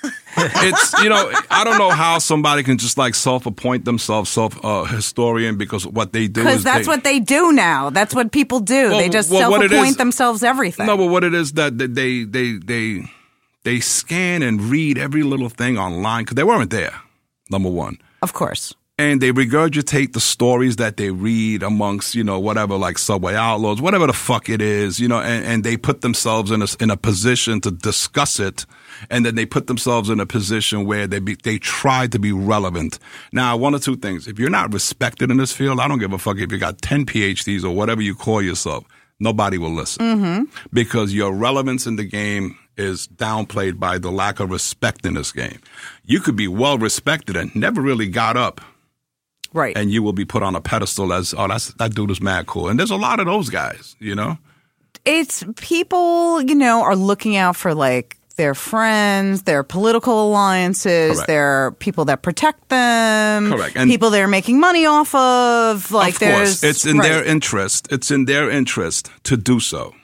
Speaker 5: it's you know I don't know how somebody can just like self-appoint themselves self uh, historian because what they do
Speaker 3: Because
Speaker 5: is
Speaker 3: that's
Speaker 5: they,
Speaker 3: what they do now. That's what people do.
Speaker 5: Well,
Speaker 3: they just
Speaker 5: well, what it
Speaker 3: self-appoint
Speaker 5: is-
Speaker 3: themselves everything.
Speaker 5: No, but what it is that that they they they they scan and read every little thing online because they weren't there. Number one.
Speaker 3: of course.
Speaker 5: and they regurgitate the stories that they read amongst you know whatever like subway outlaws whatever the fuck it is you know and, and they put themselves in a, in a position to discuss it and then they put themselves in a position where they be, they try to be relevant now one or two things if you're not respected in this field i don't give a fuck if you got 10 phds or whatever you call yourself nobody will listen because your relevance in the game is downplayed by the lack of respect in this game you could be well respected and never really got up
Speaker 3: Right.
Speaker 5: and you will be put on a pedestal as oh that's that dude is mad cool and there's a lot of those guys you know
Speaker 3: it's people, you know, are looking out for like their friends, their political alliances,
Speaker 5: Correct.
Speaker 3: their people that protect them,
Speaker 5: Correct. And-
Speaker 3: people they're making money off of. Like
Speaker 5: of
Speaker 3: there's
Speaker 5: course, it's in
Speaker 3: right.
Speaker 5: their interest. It's in their interest to do so.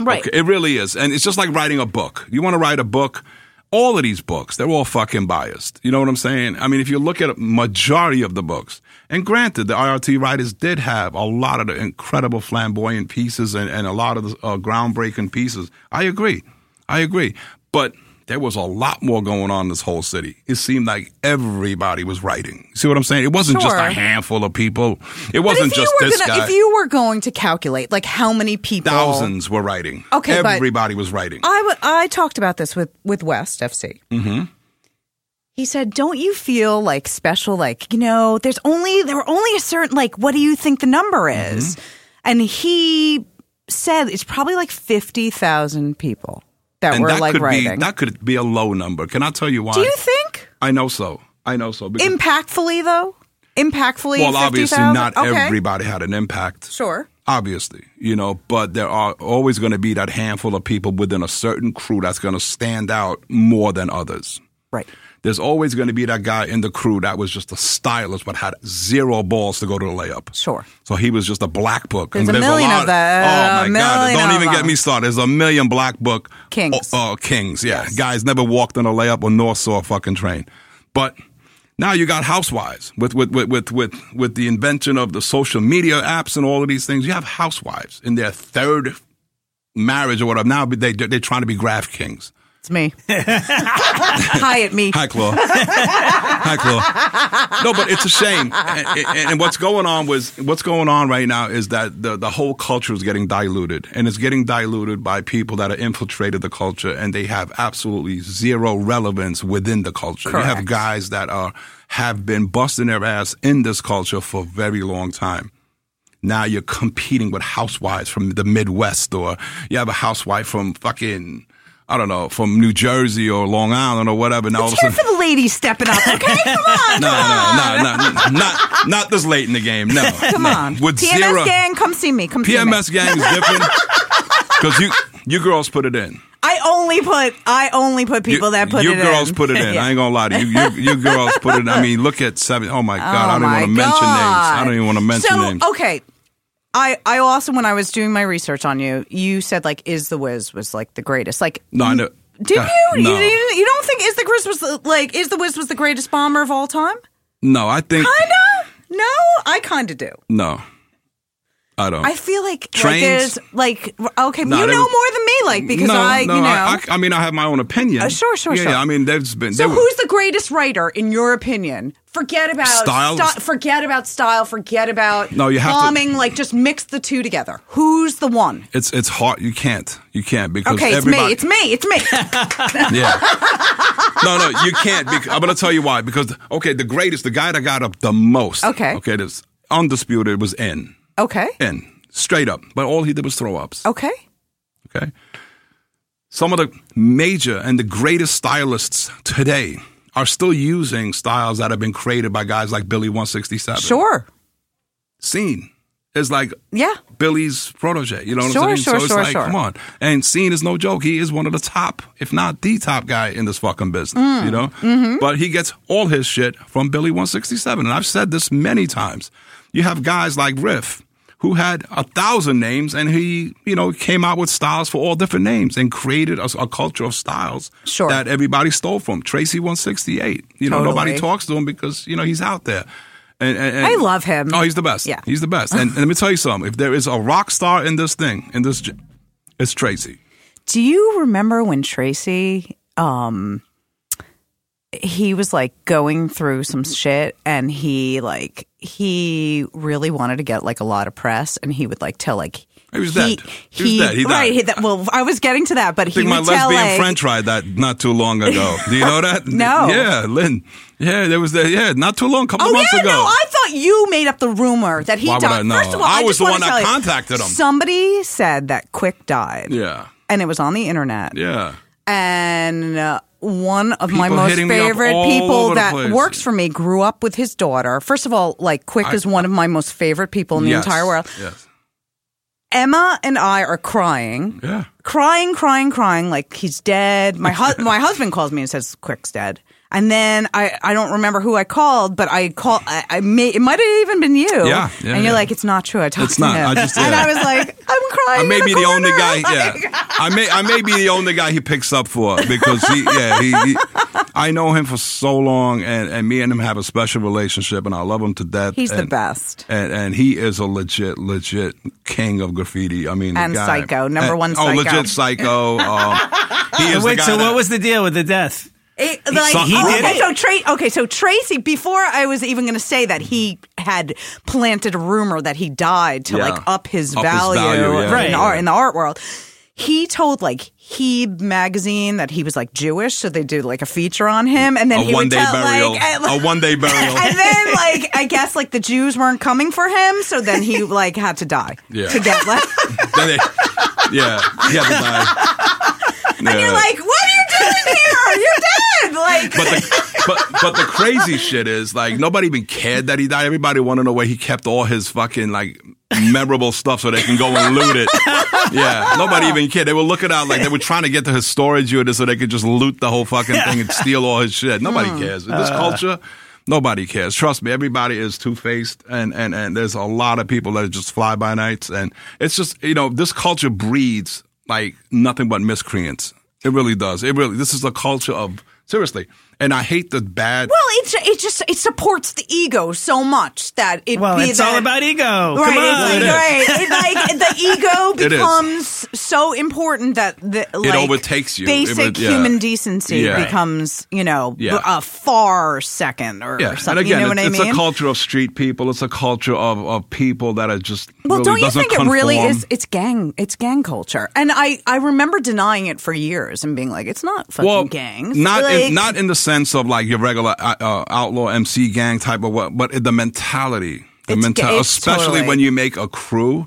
Speaker 3: right.
Speaker 5: Okay, it really is. And it's just like writing a book. You want to write a book, all of these books, they're all fucking biased. You know what I'm saying? I mean, if you look at a majority of the books, and granted, the IRT writers did have a lot of the incredible flamboyant pieces and, and a lot of the uh, groundbreaking pieces. I agree. I agree. But there was a lot more going on in this whole city. It seemed like everybody was writing. See what I'm saying? It wasn't just
Speaker 3: Sure.
Speaker 5: a handful of people. It
Speaker 3: But
Speaker 5: wasn't
Speaker 3: if you
Speaker 5: just
Speaker 3: were
Speaker 5: this
Speaker 3: gonna,
Speaker 5: guy.
Speaker 3: if you were going to calculate like how many people
Speaker 5: Thousands were writing.
Speaker 3: Okay, but-
Speaker 5: everybody was writing.
Speaker 3: I w- I talked about this with with West FC. Mm-hmm. He said, "Don't you feel like special? Like you know, there's only there were only a certain like. What do you think the number
Speaker 5: Mm-hmm.
Speaker 3: is?" And he said it's probably like fifty thousand people that were like
Speaker 5: could
Speaker 3: writing.
Speaker 5: Be, that could be a low number. Can I tell you why?
Speaker 3: do you think
Speaker 5: I know so. I know so. Because,
Speaker 3: impactfully though? Impactfully,
Speaker 5: well, obviously,
Speaker 3: 50,000?
Speaker 5: not
Speaker 3: okay.
Speaker 5: everybody had an impact.
Speaker 3: Sure.
Speaker 5: Obviously, you know, but there are always going to be that handful of people within a certain crew that's going to stand out more than others.
Speaker 3: Right.
Speaker 5: There's always going to be that guy in the crew that was just a stylist but had zero balls to go to the layup.
Speaker 3: Sure.
Speaker 5: So he was just a black book.
Speaker 3: There's a million of that.
Speaker 5: Oh
Speaker 3: A
Speaker 5: my God!
Speaker 3: million
Speaker 5: Don't
Speaker 3: of
Speaker 5: even get
Speaker 3: them.
Speaker 5: me started. There's a million black book
Speaker 3: Kings.
Speaker 5: Oh, oh, kings. Yeah, guys never walked on a layup or nor saw a fucking train. But now you got housewives with with with with with, with the invention of the social media apps and all of these things. You have housewives in their third marriage or whatever. Now they they're trying to be graph kings.
Speaker 3: It's me. Hi at me.
Speaker 5: Hi, Claw. Hi, Claw. No, but it's a shame. And, and- and what's going on was what's going on right now is that the, the whole culture is getting diluted, and it's getting diluted by people that have infiltrated the culture, and they have absolutely zero relevance within the culture. You have
Speaker 3: Correct.
Speaker 5: guys that are have been busting their ass in this culture for a very long time. Now you're competing with housewives from the Midwest, or you have a housewife from fucking. I don't know, from New Jersey or Long Island or whatever. Now all of a
Speaker 3: Here
Speaker 5: sudden,
Speaker 3: for the ladies stepping up. Okay, come on.
Speaker 5: no, no, no, no, no, not not this late in the game. No,
Speaker 3: Come
Speaker 5: no.
Speaker 3: on.
Speaker 5: With
Speaker 3: PMS
Speaker 5: zero
Speaker 3: gang, come see me. Come
Speaker 5: PMS
Speaker 3: see me.
Speaker 5: gang is different because you you girls put it in.
Speaker 3: I only put I only put people
Speaker 5: you,
Speaker 3: that put
Speaker 5: you
Speaker 3: it
Speaker 5: girls
Speaker 3: in.
Speaker 5: put it in. I ain't gonna lie to you. You, you girls put it. in. I mean, look at seven oh my god! I
Speaker 3: Oh
Speaker 5: don't
Speaker 3: my
Speaker 5: want to mention names. I don't even want to mention
Speaker 3: so,
Speaker 5: names.
Speaker 3: Okay. I, I also when I was doing my research on you, you said like is the Wiz was like the greatest. Like
Speaker 5: No, I know.
Speaker 3: did
Speaker 5: God,
Speaker 3: you?
Speaker 5: No,
Speaker 3: You, didn't- you don't think is the Chris was the, like is the Wiz was the greatest bomber of all time?
Speaker 5: no, I think
Speaker 3: I know. No, I kind of do.
Speaker 5: no, I don't.
Speaker 3: I feel like, like
Speaker 5: Trains?
Speaker 3: there's like okay,
Speaker 5: No,
Speaker 3: you
Speaker 5: that
Speaker 3: know
Speaker 5: was-
Speaker 3: more than me, like because
Speaker 5: no,
Speaker 3: I
Speaker 5: no,
Speaker 3: you know.
Speaker 5: I, I, I mean, I have my own opinion.
Speaker 3: Uh, sure, sure,
Speaker 5: yeah,
Speaker 3: sure.
Speaker 5: Yeah, I mean, there's been.
Speaker 3: So
Speaker 5: there were-
Speaker 3: who's the greatest writer in your opinion? Forget about
Speaker 5: Style?
Speaker 3: sty- forget about style. Forget about
Speaker 5: No, you have to-
Speaker 3: bombing. Like just mix the two together. Who's the one?
Speaker 5: It's it's hard. You can't. You can't because
Speaker 3: Okay, it's me.
Speaker 5: everybody.
Speaker 3: It's me. It's me.
Speaker 5: Yeah. no, no, you can't. Because, I'm going to tell you why. Because okay, the greatest, the guy that got up the most.
Speaker 3: Okay.
Speaker 5: Okay, this undisputed was N.
Speaker 3: okay.
Speaker 5: N. Straight up. But all he did was throw ups.
Speaker 3: Okay.
Speaker 5: Okay. Some of the major and the greatest stylists today are still using styles that have been created by guys like Billy 167.
Speaker 3: Sure.
Speaker 5: Scene is like
Speaker 3: Yeah.
Speaker 5: Billy's protege. You know what
Speaker 3: Sure,
Speaker 5: I'm saying?
Speaker 3: sure,
Speaker 5: so it's
Speaker 3: sure,
Speaker 5: like,
Speaker 3: sure.
Speaker 5: come on. And Scene is no joke. He is one of the top, if not the top guy in this fucking business,
Speaker 3: Mm,
Speaker 5: you know?
Speaker 3: mm-hmm.
Speaker 5: But he gets all his shit from Billy 167. And I've said this many times. You have guys like Riff who had a thousand names and he, you know, came out with styles for all different names and created a, a culture of styles
Speaker 3: Sure.
Speaker 5: that everybody stole from. Tracy 168. You know,
Speaker 3: Totally.
Speaker 5: nobody talks to him because, you know, he's out there. And, and, and-
Speaker 3: I love him.
Speaker 5: Oh, he's the best.
Speaker 3: Yeah.
Speaker 5: He's the best. And, and let me tell you something. If there is a rock star in this thing, in this, j- it's Tracy.
Speaker 3: Do you remember when Tracy, um, he was like going through some shit and he like, he really wanted to get like a lot of press and he would like tell like,
Speaker 5: He was dead. He was dead. He died.
Speaker 3: Right. He, that, well, I was getting to that, but
Speaker 5: I
Speaker 3: he
Speaker 5: think my
Speaker 3: would tell
Speaker 5: lesbian
Speaker 3: like,
Speaker 5: friend tried that not too long ago. Do you know that?
Speaker 3: No.
Speaker 5: Yeah, Lynn. Yeah, there was that. Yeah, not too long, couple
Speaker 3: Oh
Speaker 5: months
Speaker 3: yeah,
Speaker 5: ago.
Speaker 3: no, I thought you made up the rumor that he
Speaker 5: Why would
Speaker 3: died.
Speaker 5: I know?
Speaker 3: First of all,
Speaker 5: I
Speaker 3: I,
Speaker 5: was
Speaker 3: just
Speaker 5: the
Speaker 3: wanna
Speaker 5: one that
Speaker 3: tell you,
Speaker 5: contacted him.
Speaker 3: Somebody said that Quick died.
Speaker 5: yeah,
Speaker 3: And it was on the internet.
Speaker 5: yeah.
Speaker 3: and uh, one of my
Speaker 5: People
Speaker 3: most
Speaker 5: hitting me up
Speaker 3: favorite
Speaker 5: all over
Speaker 3: people
Speaker 5: the
Speaker 3: that
Speaker 5: place.
Speaker 3: works for me grew up with his daughter. First of all, like Quick
Speaker 5: I-
Speaker 3: is one of my most favorite people in the
Speaker 5: Yes,
Speaker 3: entire world.
Speaker 5: Yes.
Speaker 3: Emma and I are crying.
Speaker 5: Yeah.
Speaker 3: Crying, crying, crying like he's dead. My hu- my husband calls me and says Quick's dead. And then I, I don't remember who I called, but I call I, I may it might have even been you.
Speaker 5: Yeah, yeah,
Speaker 3: and you're
Speaker 5: yeah.
Speaker 3: like, it's not true. I talked
Speaker 5: It's
Speaker 3: to
Speaker 5: not.
Speaker 3: him,
Speaker 5: I just-
Speaker 3: and
Speaker 5: yeah.
Speaker 3: I was like, I'm
Speaker 5: I
Speaker 3: crying.
Speaker 5: may
Speaker 3: in a
Speaker 5: be the only guy.
Speaker 3: corner.
Speaker 5: Yeah, I may I may be the only guy he picks up for because he yeah he, he I know him for so long and and me and him have a special relationship and I love him to death.
Speaker 3: He's the
Speaker 5: and-
Speaker 3: best.
Speaker 5: And, and he is a legit, legit king of graffiti. I mean, the
Speaker 3: And
Speaker 5: guy-
Speaker 3: psycho, number one
Speaker 5: Oh,
Speaker 3: psycho.
Speaker 5: legit psycho. Um, he is the
Speaker 2: Wait,
Speaker 5: guy
Speaker 2: so
Speaker 5: that-
Speaker 2: what was the deal with the death?
Speaker 3: It, like,
Speaker 5: saw- he
Speaker 3: oh,
Speaker 5: did
Speaker 3: okay,
Speaker 5: it.
Speaker 3: so Tra- okay, so Tracy, before I was even going to say that he had planted a rumor that he died to
Speaker 5: Yeah.
Speaker 3: like up his
Speaker 5: Up his
Speaker 3: value,
Speaker 5: value, yeah,
Speaker 3: in,
Speaker 2: Right.
Speaker 3: the art, in the art world, he told like Hebe magazine that he was like Jewish, so they did like a feature on him, and then
Speaker 5: a
Speaker 3: he
Speaker 5: one
Speaker 3: would
Speaker 5: day
Speaker 3: tell,
Speaker 5: burial?
Speaker 3: like, and,
Speaker 5: a one day burial.
Speaker 3: and then like I guess like the Jews weren't coming for him, so then he like had to die
Speaker 5: Yeah.
Speaker 3: to get like.
Speaker 5: Then they- yeah, yeah, but
Speaker 3: And you're like, what are you doing here? You're dead. Like,
Speaker 5: but the, but but the crazy shit is like nobody even cared that he died. Everybody wanted to know where he kept all his fucking like memorable stuff so they can go and loot it. Yeah, nobody even cared. They were looking out like they were trying to get to his storage unit so they could just loot the whole fucking thing and steal all his shit. Nobody cares in this culture. Nobody cares. Trust me, everybody is two faced, and, and, and there's a lot of people that are just fly by nights. And it's just, you know, this culture breeds like nothing but miscreants. It really does. It really, this is a culture of, seriously. And I hate the bad.
Speaker 3: Well, it's it just it supports the ego so much that it
Speaker 2: Well,
Speaker 3: be
Speaker 2: it's
Speaker 3: that-
Speaker 2: all about ego.
Speaker 3: Right,
Speaker 2: Come on.
Speaker 3: it's like, right. It, like the ego
Speaker 5: It is.
Speaker 3: becomes so important that the, like,
Speaker 5: overtakes you. It
Speaker 3: Basic
Speaker 5: would- yeah.
Speaker 3: human decency
Speaker 5: Yeah.
Speaker 3: becomes, you know,
Speaker 5: Yeah.
Speaker 3: a far second or,
Speaker 5: yeah,
Speaker 3: or
Speaker 5: and
Speaker 3: something.
Speaker 5: again,
Speaker 3: you know what
Speaker 5: it's,
Speaker 3: I
Speaker 5: it's
Speaker 3: mean?
Speaker 5: a culture of street people. It's a culture of, of people that are just
Speaker 3: Well,
Speaker 5: really
Speaker 3: don't you
Speaker 5: doesn't
Speaker 3: think it really
Speaker 5: conform.
Speaker 3: is? It's gang. It's gang culture, and I I remember denying it for years and being like, it's not fucking gangs.
Speaker 5: Not
Speaker 3: like,
Speaker 5: in, not in the sense of like your regular uh, uh, outlaw MC gang type of what, but the mentality, the
Speaker 3: It's ga-
Speaker 5: mentality,
Speaker 3: it's
Speaker 5: especially
Speaker 3: totally-
Speaker 5: when you make a crew.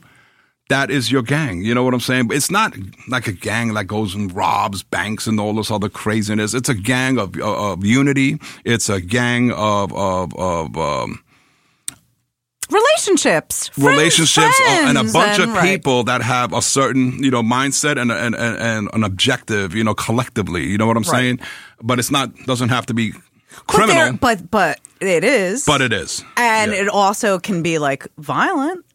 Speaker 5: That is your gang. You know what I'm saying? But It's not like a gang that goes and robs banks and all this other craziness. It's a gang of of, of unity. It's a gang of of of. Um,
Speaker 3: relationships, friends,
Speaker 5: relationships uh,
Speaker 3: friends,
Speaker 5: and a bunch
Speaker 3: and-
Speaker 5: of
Speaker 3: right.
Speaker 5: people that have a certain you know mindset and and, and and an objective you know collectively you know what i'm saying but it's not doesn't have to be
Speaker 3: But there-
Speaker 5: criminal but,
Speaker 3: But, but it is.
Speaker 5: it is
Speaker 3: and
Speaker 5: Yeah.
Speaker 3: it also can be like violent.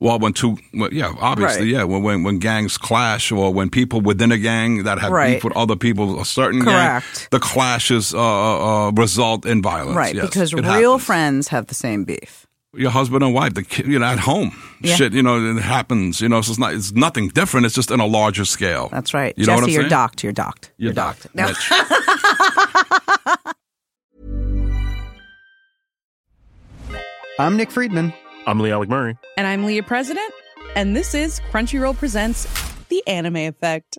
Speaker 5: well when two well, yeah obviously
Speaker 3: Right.
Speaker 5: yeah when, when when gangs clash or when people within a gang that have
Speaker 3: Right.
Speaker 5: beef with other people a certain gang
Speaker 3: Correct.
Speaker 5: the clashes uh, uh, uh, result in violence
Speaker 3: Right,
Speaker 5: Yes,
Speaker 3: because
Speaker 5: it
Speaker 3: real
Speaker 5: happens.
Speaker 3: friends have the same beef.
Speaker 5: your husband and wife, the kid, you know, at home.
Speaker 3: Yeah.
Speaker 5: Shit, you know, it happens. You know, so it's not, it's nothing different. It's just in a larger scale.
Speaker 3: That's right.
Speaker 5: You know what
Speaker 3: Jesse,
Speaker 5: I'm
Speaker 3: you're
Speaker 5: saying?
Speaker 3: docked. You're docked.
Speaker 5: You're docked.
Speaker 3: No.
Speaker 5: Mitch.
Speaker 7: I'm Nick Friedman.
Speaker 8: I'm Lee Alec Murray.
Speaker 9: And I'm Leah President, and this is Crunchyroll Presents The Anime Effect.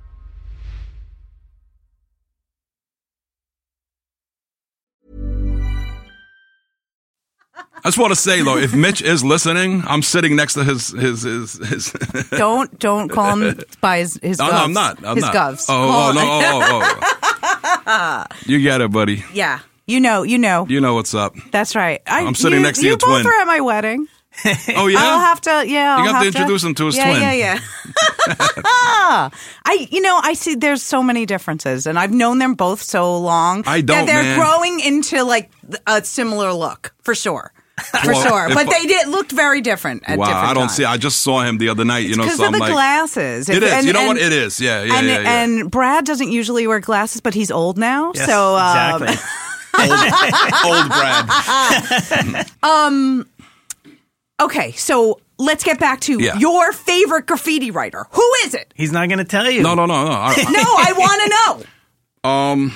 Speaker 5: I just want to say though, if Mitch is listening, I'm sitting next to his his his. his
Speaker 3: Don't don't call him by his his.
Speaker 5: no,
Speaker 3: Govs.
Speaker 5: no, I'm not. I'm
Speaker 3: his
Speaker 5: not.
Speaker 3: govs.
Speaker 5: Oh,
Speaker 3: Call
Speaker 5: oh, no,
Speaker 3: him-
Speaker 5: oh, oh, oh. you get it, buddy.
Speaker 3: yeah. You know. You know.
Speaker 5: You know what's up.
Speaker 3: That's right. I,
Speaker 5: I'm sitting
Speaker 3: you,
Speaker 5: next to
Speaker 3: you
Speaker 5: your twin.
Speaker 3: both are at my wedding.
Speaker 5: Oh yeah.
Speaker 3: I'll have to. Yeah.
Speaker 5: You
Speaker 3: I'll
Speaker 5: have to
Speaker 3: have
Speaker 5: introduce him to his
Speaker 3: yeah,
Speaker 5: twin.
Speaker 3: Yeah. Yeah. I. You know. I see. There's so many differences, and I've known them both so long.
Speaker 5: I don't,
Speaker 3: That they're
Speaker 5: man.
Speaker 3: growing into like a similar look for sure. For
Speaker 5: Well,
Speaker 3: sure,
Speaker 5: if
Speaker 3: but
Speaker 5: I-
Speaker 3: they did looked very different at
Speaker 5: wow,
Speaker 3: different
Speaker 5: I don't
Speaker 3: times.
Speaker 5: see. I just saw him the other night. You know,
Speaker 3: because
Speaker 5: so
Speaker 3: of
Speaker 5: I'm
Speaker 3: the
Speaker 5: like,
Speaker 3: glasses.
Speaker 5: It
Speaker 3: If-
Speaker 5: is.
Speaker 3: and-
Speaker 5: you know what?
Speaker 3: and-
Speaker 5: It is. Yeah, yeah,
Speaker 3: and,
Speaker 5: yeah, yeah.
Speaker 3: and Brad doesn't usually wear glasses, but he's old now.
Speaker 2: Yes,
Speaker 3: so um,
Speaker 2: exactly.
Speaker 5: old Brad.
Speaker 3: okay, so let's get back to
Speaker 5: Yeah.
Speaker 3: your favorite graffiti writer. Who is it?
Speaker 2: He's not going to tell you.
Speaker 5: No, no, no, no. I,
Speaker 3: No, I want to know.
Speaker 5: Um,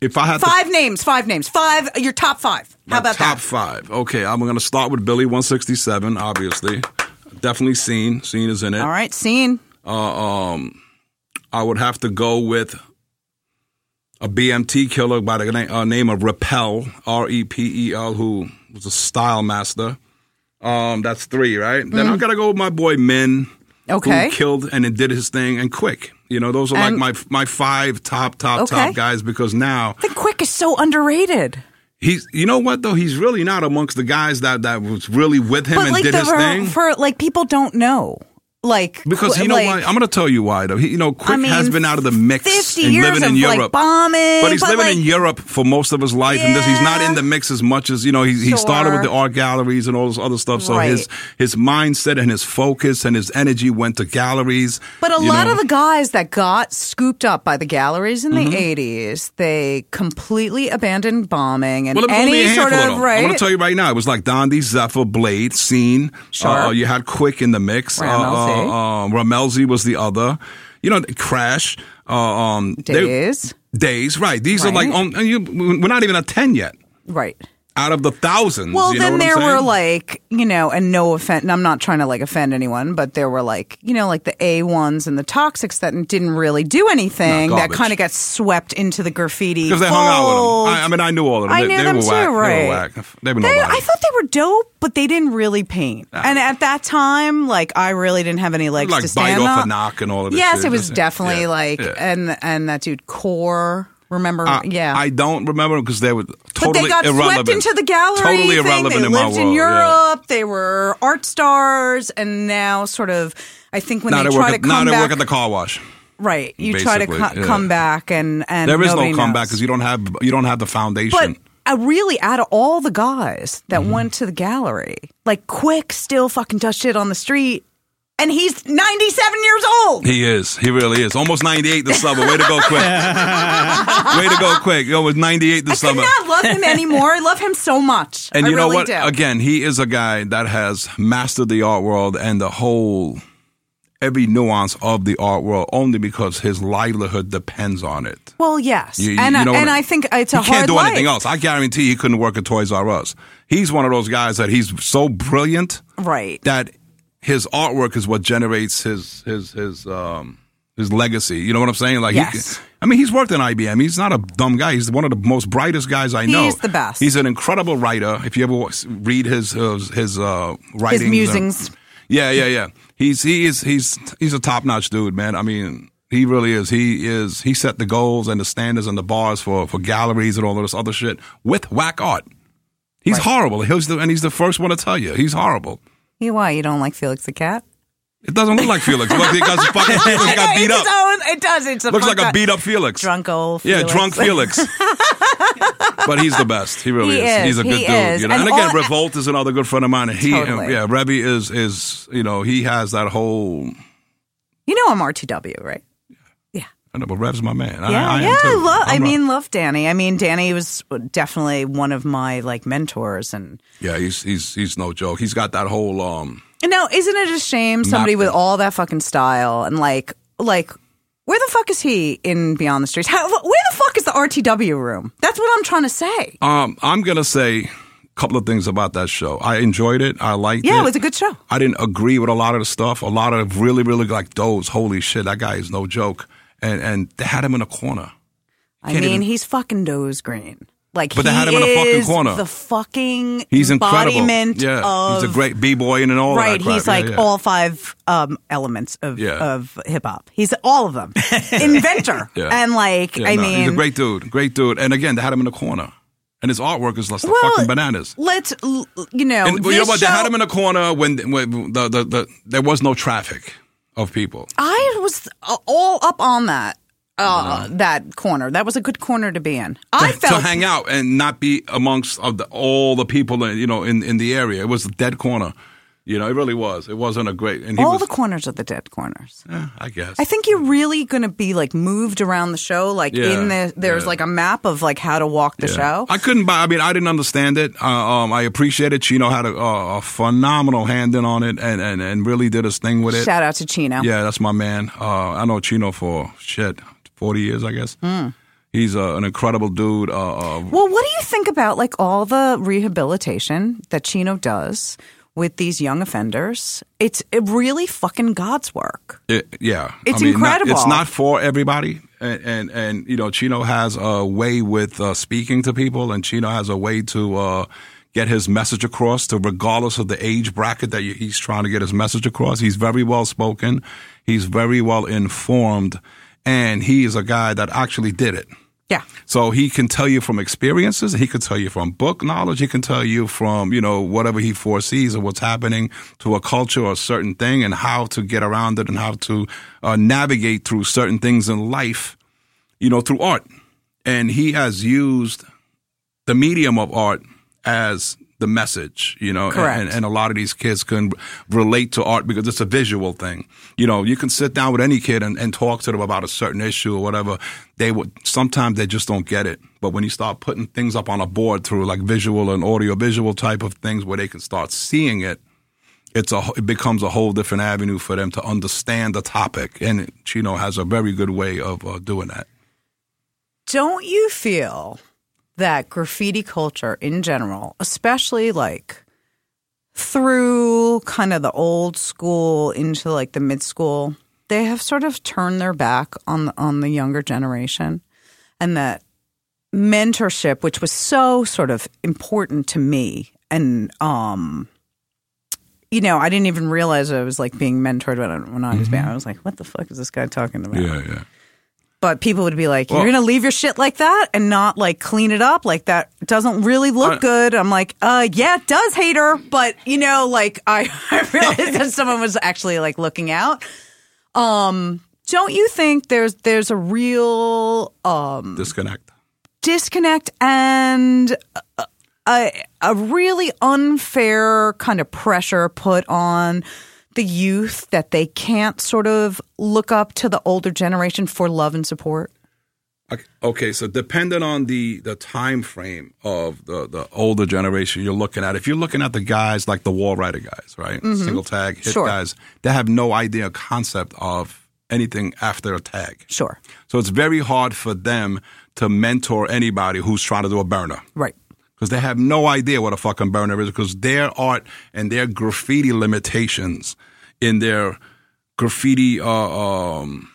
Speaker 5: If I had to-
Speaker 3: Five names, five names, five. Your top five. How
Speaker 5: My
Speaker 3: about
Speaker 5: top
Speaker 3: that?
Speaker 5: five? Okay, I'm gonna start with Billy 167. Obviously, definitely seen. Seen is in it.
Speaker 3: All right, scene.
Speaker 5: I would have to go with a BMT killer by the na- uh, name of Repel R E P E L, who was a style master. Um, that's three, right? Then I gotta go with my boy Min.
Speaker 3: Mm-hmm. Okay.
Speaker 5: Who killed and then did his thing and quick. You know, those are
Speaker 3: And-
Speaker 5: like my my five top top
Speaker 3: Okay.
Speaker 5: top guys because now
Speaker 3: The quick is so underrated.
Speaker 5: he's you know what though he's really not amongst the guys that that was really with him
Speaker 3: But
Speaker 5: and
Speaker 3: like
Speaker 5: did
Speaker 3: the
Speaker 5: his
Speaker 3: ver-
Speaker 5: thing.
Speaker 3: for like people don't know. Like
Speaker 5: Because
Speaker 3: qu-
Speaker 5: you know
Speaker 3: like,
Speaker 5: why? I'm going to tell you why though. He, you know, Quick
Speaker 3: mean,
Speaker 5: has been out of the mix
Speaker 3: 50
Speaker 5: and
Speaker 3: years
Speaker 5: living
Speaker 3: of,
Speaker 5: in
Speaker 3: like,
Speaker 5: Europe,
Speaker 3: bombing,
Speaker 5: But he's
Speaker 3: but,
Speaker 5: living
Speaker 3: like-
Speaker 5: in Europe for most of his life, and this, he's not
Speaker 3: Yeah.
Speaker 5: in the mix as much as you know. He, he started
Speaker 3: Sure.
Speaker 5: with the art galleries and all this other stuff. So his his mindset and his focus and his energy went to galleries.
Speaker 3: But a
Speaker 5: you
Speaker 3: lot
Speaker 5: know.
Speaker 3: of the guys that got scooped up by the galleries in
Speaker 5: Mm-hmm.
Speaker 3: the 80s, they completely abandoned bombing and
Speaker 5: Well, it was only a
Speaker 3: any
Speaker 5: handful
Speaker 3: sort
Speaker 5: of
Speaker 3: of,
Speaker 5: them.
Speaker 3: right?
Speaker 5: I'm gonna tell you right now. It was like Dondi, Zephyr, Blade, Scene.
Speaker 3: Sure.
Speaker 5: Uh, you had Quick in the mix. Uh,
Speaker 3: Ramelzi.
Speaker 5: Uh, uh, Ramelzi was the other. You know, Crash. Uh, um, they-
Speaker 3: Days.
Speaker 5: days, right? These are like
Speaker 3: Right.
Speaker 5: on, and you, we're not even at ten yet.
Speaker 3: right.
Speaker 5: Out of the thousands,
Speaker 3: Well,
Speaker 5: you know
Speaker 3: then
Speaker 5: what I'm
Speaker 3: there were
Speaker 5: saying?
Speaker 3: like, you know, and no offense, and I'm not trying to like offend anyone, but there were like, you know, like the A1s and the toxics that didn't really do anything
Speaker 5: Not
Speaker 3: that
Speaker 5: garbage.
Speaker 3: kind of got swept into the graffiti.
Speaker 5: because they hung out with
Speaker 3: fold.
Speaker 5: them. I, I mean, I knew all of them.
Speaker 3: I
Speaker 5: they,
Speaker 3: knew
Speaker 5: they
Speaker 3: them
Speaker 5: were
Speaker 3: too,
Speaker 5: whack. They
Speaker 3: right.
Speaker 5: were whack. They were
Speaker 3: They-
Speaker 5: nobody.
Speaker 3: I thought they were dope, but they didn't really paint. And at that time, like I really didn't have any legs
Speaker 5: Like
Speaker 3: to
Speaker 5: bite
Speaker 3: stand
Speaker 5: off
Speaker 3: up.
Speaker 5: a knock and all of this.
Speaker 3: Yes,
Speaker 5: shit.
Speaker 3: it was
Speaker 5: Just-
Speaker 3: definitely
Speaker 5: yeah,
Speaker 3: like
Speaker 5: yeah.
Speaker 3: and and that dude core. Remember?
Speaker 5: I,
Speaker 3: yeah.
Speaker 5: I don't remember because they were totally
Speaker 3: but they got
Speaker 5: irrelevant.
Speaker 3: swept into the gallery.
Speaker 5: Totally
Speaker 3: thing.
Speaker 5: irrelevant
Speaker 3: They
Speaker 5: in my
Speaker 3: lived in
Speaker 5: world. yeah.
Speaker 3: Europe. They were art stars, and now sort of. I think when
Speaker 5: Now
Speaker 3: they
Speaker 5: they, work
Speaker 3: try to
Speaker 5: at, now
Speaker 3: come
Speaker 5: they work
Speaker 3: back,
Speaker 5: at the car wash.
Speaker 3: right? You try to
Speaker 5: Basically,
Speaker 3: co-
Speaker 5: yeah.
Speaker 3: come back, and and
Speaker 5: There is
Speaker 3: nobody
Speaker 5: no comeback
Speaker 3: knows.
Speaker 5: because you don't have you don't have the foundation.
Speaker 3: But I really, out of all the guys that
Speaker 5: Mm-hmm.
Speaker 3: went to the gallery, like Quick still fucking does shit on the street, and he's 97 years old.
Speaker 5: He is. He really is. Almost 98 this summer. Way to go quick. Way to go quick. Yo, it was 98
Speaker 3: I
Speaker 5: this
Speaker 3: could
Speaker 5: summer.
Speaker 3: not love him anymore. I love him so much.
Speaker 5: And
Speaker 3: I
Speaker 5: you know
Speaker 3: really
Speaker 5: what?
Speaker 3: do.
Speaker 5: Again, he is a guy that has mastered the art world and the whole every nuance of the art world only because his livelihood depends on it.
Speaker 3: Well, yes,
Speaker 5: You- you-
Speaker 3: and
Speaker 5: you know what
Speaker 3: and
Speaker 5: I-
Speaker 3: I think it's a
Speaker 5: he
Speaker 3: hard
Speaker 5: can't do
Speaker 3: life.
Speaker 5: anything else. I guarantee he couldn't work at Toys R Us. He's one of those guys that he's so brilliant
Speaker 3: Right.
Speaker 5: that his artwork is what generates his his his um his legacy. You know what I'm saying? Like, he,
Speaker 3: Yes.
Speaker 5: I mean, he's worked in IBM. He's not a dumb guy. He's one of the most brightest guys I know.
Speaker 3: He's the best.
Speaker 5: He's an incredible writer. If you ever wa- read his his, his uh, writings, uh,
Speaker 3: musings.
Speaker 5: yeah, yeah, yeah. He's he is he's he's a top notch dude, man. I mean. He really is. He is. He set the goals and the standards and the bars for, for galleries and all of this other shit with whack art. He's horrible. He's the, and he's the first one to tell you he's horrible.
Speaker 3: You why you don't like Felix the cat?
Speaker 5: It doesn't look like Felix. Look, because fucking Felix got beat
Speaker 3: It's
Speaker 5: up.
Speaker 3: his own- it does. It's a
Speaker 5: Looks like a
Speaker 3: fucked
Speaker 5: beat up Felix.
Speaker 3: drunk old.
Speaker 5: Yeah,
Speaker 3: Felix.
Speaker 5: drunk Felix. but he's the best. He really
Speaker 3: He
Speaker 5: is.
Speaker 3: is.
Speaker 5: He's a good
Speaker 3: He
Speaker 5: dude.
Speaker 3: is.
Speaker 5: You know? and,
Speaker 3: And
Speaker 5: again,
Speaker 3: all-
Speaker 5: Revolt is another good friend of mine. And he,
Speaker 3: Totally.
Speaker 5: yeah, Rebby is is you know he has that whole.
Speaker 3: You know I'm RTW, right?
Speaker 5: I know, but Rev's my man. I-
Speaker 3: Yeah,
Speaker 5: I, am
Speaker 3: yeah, I
Speaker 5: too.
Speaker 3: love. I
Speaker 5: I'm a-
Speaker 3: mean, love Danny. I mean, Danny was definitely one of my like mentors, and
Speaker 5: yeah, he's he's he's no joke. He's got that whole um.
Speaker 3: and now isn't it a shame somebody with
Speaker 5: Nothing.
Speaker 3: all that fucking style and like like where the fuck is he in Beyond the Streets? How, where the fuck is the RTW room? That's what I'm trying to say.
Speaker 5: Um, I'm gonna say a couple of things about that show. I enjoyed it. I liked it.
Speaker 3: Yeah, it was a good show.
Speaker 5: I didn't agree with a lot of the stuff. A lot of really, really like those. Holy shit, that guy is no joke. And and they had him in a corner.
Speaker 3: I mean,
Speaker 5: Can't even-
Speaker 3: he's fucking Doe's green. Like,
Speaker 5: But
Speaker 3: he
Speaker 5: they had him in a fucking
Speaker 3: is
Speaker 5: corner.
Speaker 3: The fucking
Speaker 5: He's incredible.
Speaker 3: embodiment
Speaker 5: Yeah,
Speaker 3: of
Speaker 5: he's a great b boy and all
Speaker 3: right.
Speaker 5: that crap.
Speaker 3: He's
Speaker 5: Yeah,
Speaker 3: like
Speaker 5: yeah.
Speaker 3: all five um, elements of
Speaker 5: Yeah.
Speaker 3: of hip hop. He's all of them. Inventor
Speaker 5: Yeah.
Speaker 3: and like
Speaker 5: Yeah,
Speaker 3: I
Speaker 5: no,
Speaker 3: mean,
Speaker 5: he's a great dude, great dude. And again, they had him in a corner, and his artwork is less than fucking bananas.
Speaker 3: Let's l- you know.
Speaker 5: And well, you know
Speaker 3: this
Speaker 5: what?
Speaker 3: Show,
Speaker 5: They had him in a corner when, when the, the, the there was no traffic of people.
Speaker 3: I was uh, all up on that uh, that corner. That was a good corner to be in. I
Speaker 5: to,
Speaker 3: felt
Speaker 5: to hang out and not be amongst of the, all the people in, you know in, in the area. It was a dead corner. You know, it really was. It wasn't a great. And he
Speaker 3: all
Speaker 5: was,
Speaker 3: the corners are the dead corners.
Speaker 5: eh, I guess.
Speaker 3: I think you're really going to be like moved around the show. Like
Speaker 5: Yeah,
Speaker 3: in the there's
Speaker 5: yeah.
Speaker 3: like a map of like how to walk the show.
Speaker 5: I couldn't buy. I mean, I didn't understand it. Uh, um, I appreciate it. Chino had a, a, a phenomenal hand in on it, and, and, and really did his thing with it.
Speaker 3: Shout out to Chino. Hmm.
Speaker 5: Yeah, that's my man. Uh, I know Chino for shit forty years, I guess. He's uh, an incredible dude. Uh, uh,
Speaker 3: Well, what do you think about like all the rehabilitation that Chino does with these young offenders? It's really fucking God's work.
Speaker 5: it- yeah,
Speaker 3: It's
Speaker 5: not- it's
Speaker 3: incredible.
Speaker 5: not for everybody, and, and and you know Chino has a way with uh, speaking to people, and Chino has a way to uh, get his message across to regardless of the age bracket that you- he's trying to get his message across. He's very well spoken, he's very well informed, and he is a guy that actually did it.
Speaker 3: Yeah.
Speaker 5: So he can tell you from experiences, he can tell you from book knowledge, he can tell you from, you know, whatever he foresees or what's happening to a culture or a certain thing and how to get around it and how to uh, navigate through certain things in life, you know, through art. And he has used the medium of art as the message, you know, and-
Speaker 3: Correct.
Speaker 5: and, and a lot of these kids can relate to art because it's a visual thing. You know, you can sit down with any kid and, and talk to them about a certain issue or whatever. They would sometimes they just don't get it. But when you start putting things up on a board through like visual and audio visual type of things where they can start seeing it, it's a it becomes a whole different avenue for them to understand the topic. And Chino has a very good way of uh, doing that.
Speaker 3: Don't you feel that graffiti culture in general, especially like through kind of the old school into like the mid school, they have sort of turned their back on the, on the younger generation and that mentorship which was so sort of important to me and um you know, I didn't even realize I was like being mentored when I, when I was band. I was like, "What the fuck is this guy talking about?"
Speaker 5: yeah.
Speaker 3: but people would be like, "You're
Speaker 5: Well-
Speaker 3: gonna leave your shit like that and not like clean it up like that doesn't really look
Speaker 5: I-
Speaker 3: good." I'm like, "Uh, yeah, it does, hater." But you know, like I, I realized that someone was actually like looking out. Um, don't you think there's there's a real um
Speaker 5: Disconnect.
Speaker 3: disconnect and a- a a really unfair kind of pressure put on the youth that they can't sort of look up to the older generation for love and support?
Speaker 5: Okay- Okay, so depending on the the time frame of the the older generation you're looking at, if you're looking at the guys like the wall rider guys, right, single tag hit
Speaker 3: Sure.
Speaker 5: guys, they have no idea concept of anything after a tag.
Speaker 3: Sure.
Speaker 5: So it's very hard for them to mentor anybody who's trying to do a burner
Speaker 3: Right.
Speaker 5: because they have no idea what a fucking burner is because their art and their graffiti limitations in their graffiti uh, um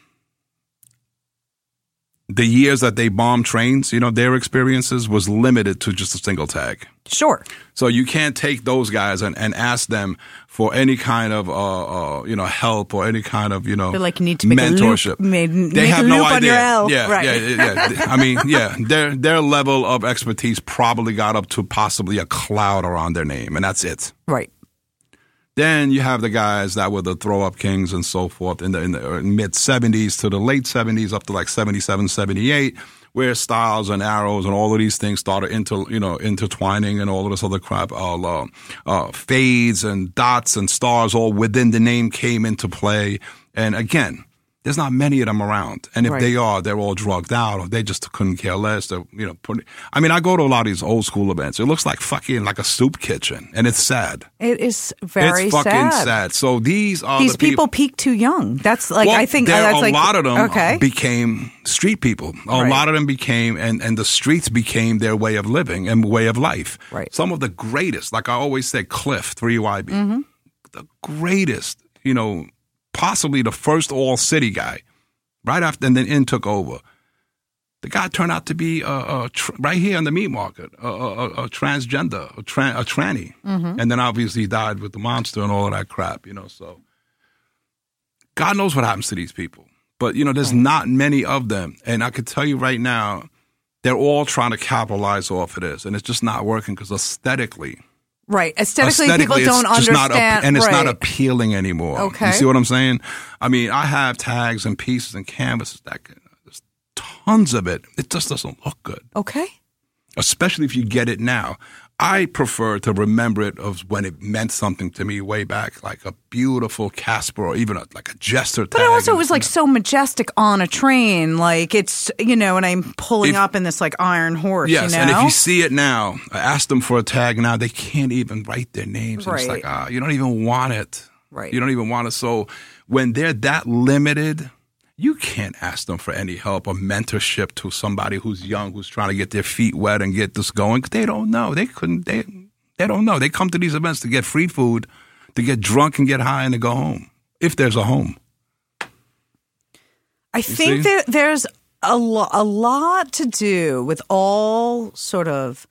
Speaker 5: the years that they bombed trains you know their experiences was limited to just a single tag
Speaker 3: Sure.
Speaker 5: so you can't take those guys and, and ask them for any kind of uh, uh you know help or any kind of you know
Speaker 3: They're like, "You need to make a loop,
Speaker 5: Oh. mentorship.
Speaker 3: made-
Speaker 5: they
Speaker 3: make a
Speaker 5: have no
Speaker 3: loop on
Speaker 5: idea.
Speaker 3: your L."
Speaker 5: Yeah,
Speaker 3: Right.
Speaker 5: yeah, yeah, yeah. I mean, yeah, their their level of expertise probably got up to possibly a cloud around their name, and that's it.
Speaker 3: Right.
Speaker 5: Then you have the guys that were the throw up kings and so forth in the, in the mid 70s to the late 70s up to like 77, 78, where styles and arrows and all of these things started inter, you know, intertwining and all of this other crap. All, uh, uh, fades and dots and stars all within the name came into play. And again, there's not many of them around. And if
Speaker 3: Right.
Speaker 5: they are, they're all drugged out or they just couldn't care less. They're, you know, put, I mean, I go to a lot of these old school events. It looks like fucking like a soup kitchen and it's sad.
Speaker 3: It is very
Speaker 5: It's fucking
Speaker 3: sad.
Speaker 5: sad. So these are
Speaker 3: These
Speaker 5: the
Speaker 3: people peak too young. That's like
Speaker 5: Well,
Speaker 3: I think uh,
Speaker 5: there,
Speaker 3: that's
Speaker 5: a
Speaker 3: like
Speaker 5: lot of them
Speaker 3: Okay.
Speaker 5: became street people. A
Speaker 3: Right.
Speaker 5: lot of them became, and and the streets became their way of living and way of life.
Speaker 3: Right.
Speaker 5: Some of the greatest, like I always say, Cliff Three YB,
Speaker 3: Mm-hmm.
Speaker 5: the greatest. You know, possibly the first all city guy. Right after, and then in took over. The guy turned out to be uh, a tr- right here on the meat market, a, a, a, a transgender, a, tran a tranny,
Speaker 3: Mm-hmm.
Speaker 5: and then obviously he died with the monster and all of that crap, you know. So God knows what happens to these people, but you know, there's not many of them, and I could tell you right now, they're all trying to capitalize off of this, and it's just not working because aesthetically,
Speaker 3: right. Aesthetically, people
Speaker 5: it's
Speaker 3: don't
Speaker 5: just not
Speaker 3: understand.
Speaker 5: ap- and it's not
Speaker 3: right.
Speaker 5: appealing anymore.
Speaker 3: Okay.
Speaker 5: You see what I'm saying? I mean, I have tags and pieces and canvases that can, there's tons of it. It just doesn't look good,
Speaker 3: okay.
Speaker 5: especially if you get it now. I prefer to remember it of when it meant something to me way back, like a beautiful Casper or even a, like a jester
Speaker 3: But
Speaker 5: tag.
Speaker 3: also, it
Speaker 5: and-
Speaker 3: was like so majestic on a train. Like it's you know, and I'm pulling
Speaker 5: If-
Speaker 3: up in this like iron horse.
Speaker 5: Yes,
Speaker 3: you know?
Speaker 5: and if you see it now, I ask them for a tag now, they can't even write their names. And it's
Speaker 3: Right.
Speaker 5: like, ah, you don't even want it.
Speaker 3: Right.
Speaker 5: You don't even want it. So when they're that limited, you can't ask them for any help or mentorship to somebody who's young, who's trying to get their feet wet and get this going. 'Cause They don't know. They couldn't. They they don't know. They come to these events to get free food, to get drunk and get high and to go home if there's a home.
Speaker 3: I think
Speaker 5: see?
Speaker 3: that there's a, lo- a lot to do with all sort of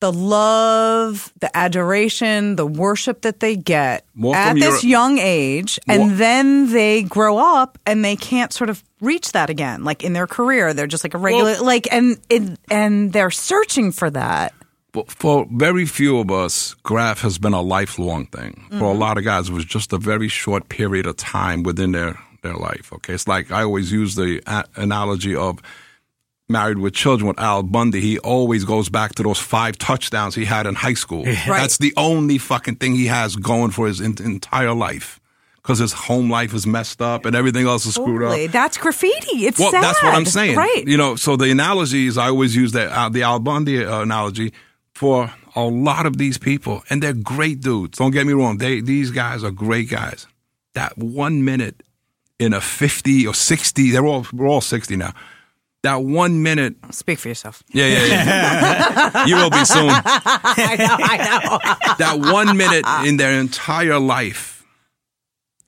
Speaker 3: the love, the adoration, the worship that they get
Speaker 5: More
Speaker 3: at
Speaker 5: from
Speaker 3: this
Speaker 5: Europe-
Speaker 3: young age, and
Speaker 5: More-
Speaker 3: then they grow up and they can't sort of reach that again. Like in their career, they're just like a regular, like, and it, and they're searching for that.
Speaker 5: But for very few of us, graph has been a lifelong thing. For a lot of guys, it was just a very short period of time within their, their life. Okay, it's like I always use the a- analogy of married with children with Al Bundy. He always goes back to those five touchdowns he had in high school. That's the only fucking thing he has going for his en- entire life because his home life is messed up and everything else is screwed up.
Speaker 3: Totally. That's graffiti. It's
Speaker 5: Well,
Speaker 3: sad.
Speaker 5: that's what I'm saying.
Speaker 3: Right.
Speaker 5: You know, so the analogies I always use that uh, the Al Bundy uh, analogy for a lot of these people, and they're great dudes. Don't get me wrong; they these guys are great guys. That one minute in a 50 or 60, they're all we're all 60 now. That one minute,
Speaker 3: Speak for yourself.
Speaker 5: yeah, yeah, yeah. you will be soon.
Speaker 3: I know. I know.
Speaker 5: That one minute in their entire life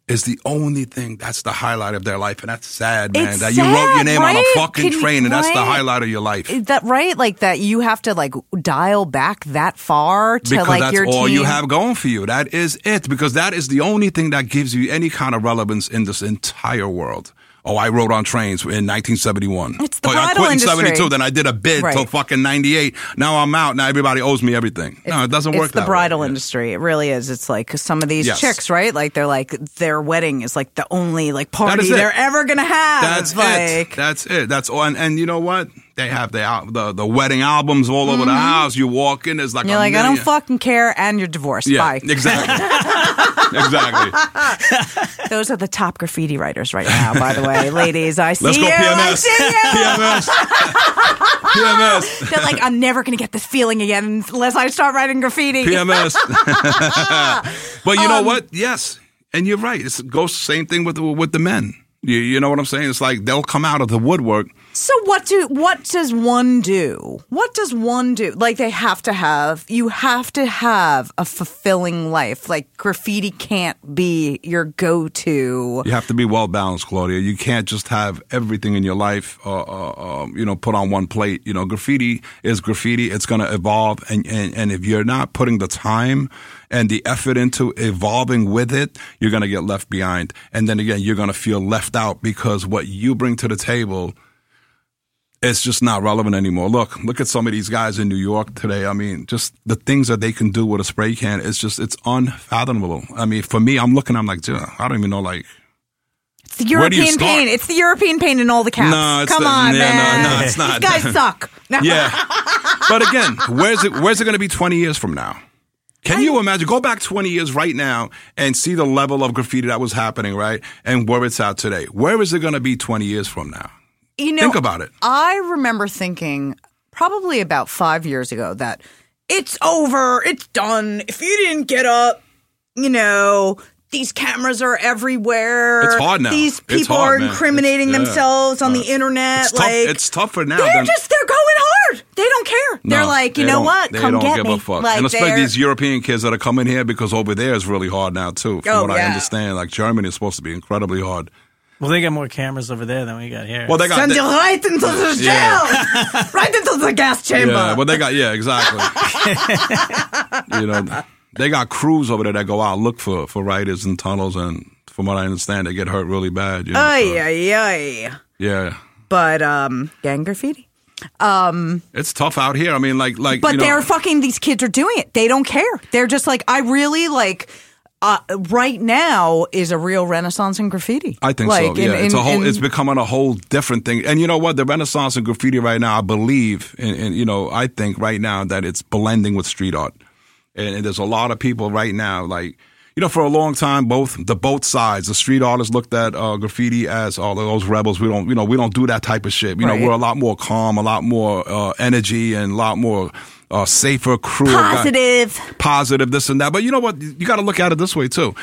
Speaker 5: is the only thing that's the highlight of their life, and that's sad, man.
Speaker 3: It's
Speaker 5: that you wrote your
Speaker 3: sad,
Speaker 5: name on
Speaker 3: right?
Speaker 5: a fucking
Speaker 3: Can you-
Speaker 5: train, and that's the
Speaker 3: right?
Speaker 5: highlight of your life.
Speaker 3: Is that right? Like that you have to like dial back that far to
Speaker 5: because
Speaker 3: like
Speaker 5: that's
Speaker 3: your
Speaker 5: all
Speaker 3: team.
Speaker 5: you have going for you. That is it. Because that is the only thing that gives you any kind of relevance in this entire world. Oh, I rode on trains in 1971.
Speaker 3: It's the
Speaker 5: oh, I
Speaker 3: bridal
Speaker 5: quit in
Speaker 3: industry.
Speaker 5: 72. Then I did a bid
Speaker 3: Right.
Speaker 5: till fucking 98. Now I'm out. Now everybody owes me everything. no, it doesn't
Speaker 3: It's
Speaker 5: work
Speaker 3: the
Speaker 5: that way.
Speaker 3: bridal
Speaker 5: Yeah.
Speaker 3: industry. It really is. It's like some of these
Speaker 5: Yes.
Speaker 3: chicks, right? Like they're like their wedding is like the only like party
Speaker 5: is it.
Speaker 3: they're ever gonna have.
Speaker 5: That's
Speaker 3: It's like
Speaker 5: it. That's it. That's all. And, and you know what? They have the al- the, the wedding albums all over the house. You walk in, there's like
Speaker 3: Mm-hmm. you're
Speaker 5: a
Speaker 3: like, I don't
Speaker 5: million-
Speaker 3: fucking care and you're divorced.
Speaker 5: Yeah,
Speaker 3: Bye.
Speaker 5: exactly. exactly.
Speaker 3: Those are the top graffiti writers right now, by the way. Ladies, I see
Speaker 5: Let's go
Speaker 3: you. I
Speaker 5: PMS. PMS.
Speaker 3: see you.
Speaker 5: PMS.
Speaker 3: They're like, I'm never gonna get this feeling again unless I start writing graffiti.
Speaker 5: PMS. but you know
Speaker 3: Um,
Speaker 5: what? Yes, and you're right. It's goes same thing with the, with the men. You, you know what I'm saying? It's like they'll come out of the woodwork.
Speaker 3: So what do what does one do? What does one do? Like they have to have you have to have a fulfilling life. Like graffiti can't be your go to.
Speaker 5: You have to be well balanced, Claudia. You can't just have everything in your life, uh, uh, um, you know, put on one plate. You know, graffiti is graffiti. It's going to evolve, and, and and if you're not putting the time and the effort into evolving with it, you're going to get left behind. And then again, you're going to feel left out because what you bring to the table. it's just not relevant anymore. Look, look at some of these guys in New York today. I mean, just the things that they can do with a spray can, it's just, it's unfathomable. I mean, for me, I'm looking, I'm like, "Duh, I don't even know, like,
Speaker 3: It's the
Speaker 5: Where do you
Speaker 3: European
Speaker 5: start?
Speaker 3: pain. It's the European pain in all the caps.
Speaker 5: No, it's
Speaker 3: Come
Speaker 5: the-
Speaker 3: on,
Speaker 5: yeah, no,
Speaker 3: man.
Speaker 5: no, it's not.
Speaker 3: These guys suck. No.
Speaker 5: yeah. but again, where's it, where's it going to be 20 years from now? Can you imagine? Go back 20 years right now and see the level of graffiti that was happening, right? And where it's at today. Where is it going to be 20 years from now?
Speaker 3: You know,
Speaker 5: Think about it.
Speaker 3: I remember thinking probably about five years ago that it's over, it's done. If you didn't get up, you know, these cameras are everywhere.
Speaker 5: It's hard now.
Speaker 3: These
Speaker 5: It's
Speaker 3: people
Speaker 5: hard,
Speaker 3: are
Speaker 5: man.
Speaker 3: incriminating
Speaker 5: It's- yeah.
Speaker 3: themselves on the
Speaker 5: Uh,
Speaker 3: internet.
Speaker 5: It's,
Speaker 3: like
Speaker 5: tough, it's tougher now.
Speaker 3: they're
Speaker 5: than,
Speaker 3: just they're going hard. They don't care. they're
Speaker 5: No,
Speaker 3: like, you
Speaker 5: they
Speaker 3: know
Speaker 5: don't-
Speaker 3: what?
Speaker 5: They
Speaker 3: Come
Speaker 5: don't
Speaker 3: get
Speaker 5: give
Speaker 3: me.
Speaker 5: a fuck.
Speaker 3: Like
Speaker 5: and especially
Speaker 3: they're-
Speaker 5: these European kids that are coming here because over there is really hard now too. From
Speaker 3: Oh,
Speaker 5: what I
Speaker 3: yeah.
Speaker 5: understand, like Germany is supposed to be incredibly hard.
Speaker 2: Well, they got more cameras over there than we got here.
Speaker 5: Well, they got
Speaker 3: Send
Speaker 5: they-
Speaker 3: you right into the jail, right into the gas chamber.
Speaker 5: yeah. Well, they got yeah, exactly. you know, they got crews over there that go out look for for writers in tunnels, and from what I understand, they get hurt really bad. You know, so,
Speaker 3: Ay, ay, ay.
Speaker 5: yeah.
Speaker 3: But um, gang graffiti.
Speaker 5: It's tough out here. I mean, like like
Speaker 3: But
Speaker 5: you know,
Speaker 3: they're fucking. These kids are doing it. They don't care. They're just like, I really like. Uh, right now is a real renaissance in graffiti.
Speaker 5: I think
Speaker 3: like,
Speaker 5: so. Yeah,
Speaker 3: in-
Speaker 5: it's a
Speaker 3: in-
Speaker 5: whole.
Speaker 3: in-
Speaker 5: it's becoming a whole different thing. And you know what? The Renaissance and graffiti right now, I believe, and, and you know, I think right now that it's blending with street art. And, and there's a lot of people right now, like you know, for a long time, both the both sides, the street artists looked at uh, graffiti as all of those rebels. We don't, you know, we don't do that type of shit. You
Speaker 3: Right.
Speaker 5: know, we're a lot more calm, a lot more uh, energy, and a lot more. Uh, safer, cruel,
Speaker 3: positive.
Speaker 5: positive, this and that. But you know what? You got to look at it this way too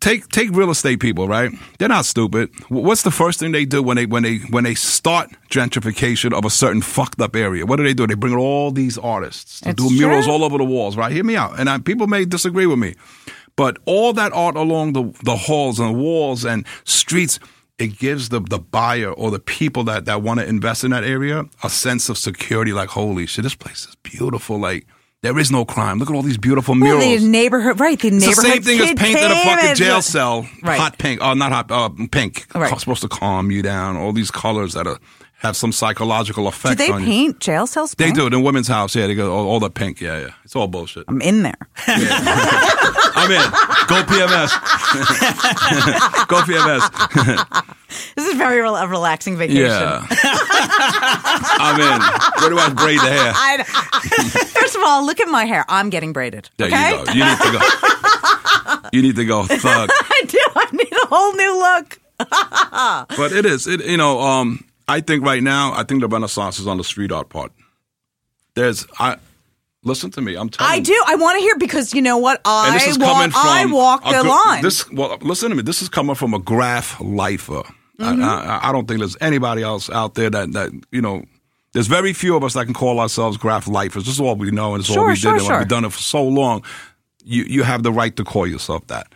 Speaker 5: take take real estate people, right? They're not stupid. Wh- What's the first thing they do when they when they when they start gentrification of a certain fucked up area? What do they do? They bring in all these artists to
Speaker 6: It's
Speaker 5: do murals
Speaker 6: true.
Speaker 5: all over the walls, right? Hear me out. And I, people may disagree with me, but all that art along the the halls and walls and streets. It gives the, the buyer or the people that, that want to invest in that area a sense of security. Like, holy shit, this place is beautiful. Like, there is no crime. Look at all these beautiful
Speaker 3: Well,
Speaker 5: murals.
Speaker 3: the neighborhood, right? The
Speaker 5: It's
Speaker 3: neighborhood
Speaker 5: the same thing as
Speaker 3: kid
Speaker 5: painting a
Speaker 3: came
Speaker 5: fucking
Speaker 3: and-
Speaker 5: jail cell
Speaker 3: Right.
Speaker 5: hot pink. Oh, not hot, uh, pink.
Speaker 3: Right.
Speaker 5: It's supposed to calm you down. All these colors that are, have some psychological
Speaker 3: Do
Speaker 5: effect
Speaker 3: they
Speaker 5: on you.
Speaker 3: paint jail cells?
Speaker 5: They
Speaker 3: pink?
Speaker 5: do it in women's house. Yeah, they go all, all the pink. Yeah, yeah. It's all bullshit.
Speaker 3: I'm in there.
Speaker 5: I'm in. Go PMS. go PMS.
Speaker 3: This is very rel- a relaxing vacation.
Speaker 5: Yeah. I'm in. Where do I braid the hair?
Speaker 3: I, first of all, look at my hair. I'm getting braided.
Speaker 5: There
Speaker 3: okay?
Speaker 5: you go. You need to go. You need to go thug.
Speaker 3: I do. I need a whole new look.
Speaker 5: but it is. It you know, um, I think right now, I think the Renaissance is on the street art part. There's I listen to me. I'm telling
Speaker 3: I
Speaker 5: you.
Speaker 3: do. I want to hear because you know what? I
Speaker 5: Um, And this is coming
Speaker 3: want.
Speaker 5: from
Speaker 3: I walk
Speaker 5: a
Speaker 3: the
Speaker 5: gr-
Speaker 3: line.
Speaker 5: This well, listen to me. This is coming from a graph lifer.
Speaker 3: Mm-hmm.
Speaker 5: I, I, I don't think there's anybody else out there that that you know. There's very few of us that can call ourselves graph lifers. This is all we know, and it's all
Speaker 3: Sure,
Speaker 5: we
Speaker 3: sure,
Speaker 5: did, and
Speaker 3: sure.
Speaker 5: we've done it for so long. You you have the right to call yourself that.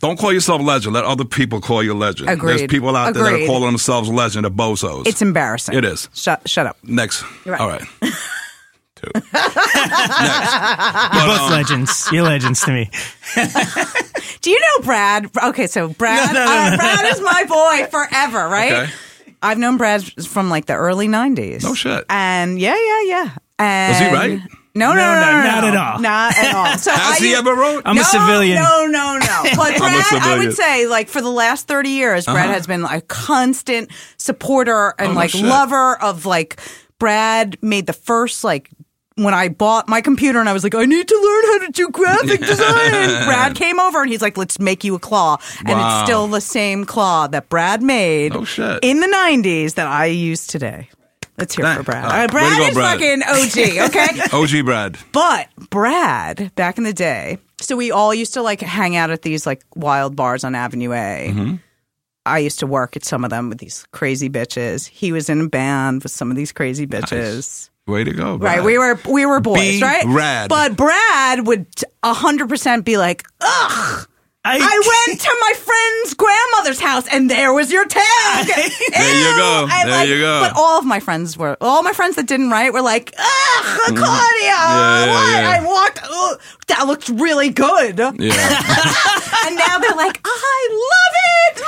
Speaker 5: Don't call yourself legend. Let other people call you legend.
Speaker 3: Agreed.
Speaker 5: There's people out there that
Speaker 3: Agreed.
Speaker 5: are calling themselves legend or bozos.
Speaker 3: it's embarrassing.
Speaker 5: It is.
Speaker 3: Shut. Shut up.
Speaker 5: Next.
Speaker 3: Right.
Speaker 5: All right. Two.
Speaker 2: You're
Speaker 5: um,
Speaker 2: both legends. You're legends to me.
Speaker 3: Do you know Brad? Okay, so Brad, uh, Brad is my boy forever, right?
Speaker 5: Okay.
Speaker 3: I've known Brad from like the early '90s.
Speaker 5: No shit.
Speaker 3: And yeah, yeah, yeah. And
Speaker 5: Was he right?
Speaker 3: No, no, no,
Speaker 2: No, no,
Speaker 3: no, no,
Speaker 2: not
Speaker 3: no.
Speaker 2: at all.
Speaker 3: Not at all. So
Speaker 5: Has
Speaker 3: I,
Speaker 5: he ever wrote?
Speaker 2: I'm a
Speaker 3: No,
Speaker 2: civilian.
Speaker 3: No, no, no. But Brad, I
Speaker 5: civilian. Uh-huh.
Speaker 3: would say, like for the last thirty years, Brad has been a constant supporter and
Speaker 5: Oh, no
Speaker 3: like
Speaker 5: shit.
Speaker 3: lover of like. Brad made the first like when I bought my computer and I was like, I need to learn how to do graphic design. Brad came over and he's like, let's make you a claw, and
Speaker 5: Wow.
Speaker 3: it's still the same claw that Brad made
Speaker 5: No Oh, shit.
Speaker 3: in the '90s that I use today. Let's hear it for
Speaker 5: Thank-
Speaker 3: Brad.
Speaker 5: all right. Way
Speaker 3: Uh, Brad
Speaker 5: to go,
Speaker 3: is
Speaker 5: Brad.
Speaker 3: fucking OG, okay?
Speaker 5: OG Brad.
Speaker 3: But Brad, back in the day, so we all used to like hang out at these like wild bars on Avenue A.
Speaker 5: Mm-hmm.
Speaker 3: I used to work at some of them with these crazy bitches. He was in a band with some of these crazy bitches.
Speaker 5: Way to go.
Speaker 3: Right,
Speaker 5: Brad.
Speaker 3: we were we were boys,
Speaker 5: Be
Speaker 3: right?
Speaker 5: rad.
Speaker 3: But Brad would hundred percent be like, "Ugh, I went to my friend's grandmother's house, and there was your tag."
Speaker 5: There you
Speaker 3: Ew.
Speaker 5: go.
Speaker 3: And,
Speaker 5: There
Speaker 3: like,
Speaker 5: you go.
Speaker 3: But all of my friends were all my friends that didn't write were like, "Ugh, Claudia,
Speaker 5: Mm-hmm. Yeah, yeah,
Speaker 3: why?
Speaker 5: yeah.
Speaker 3: I walked. Ugh, that looked really good."
Speaker 5: Yeah.
Speaker 3: and now they're like, "I love it!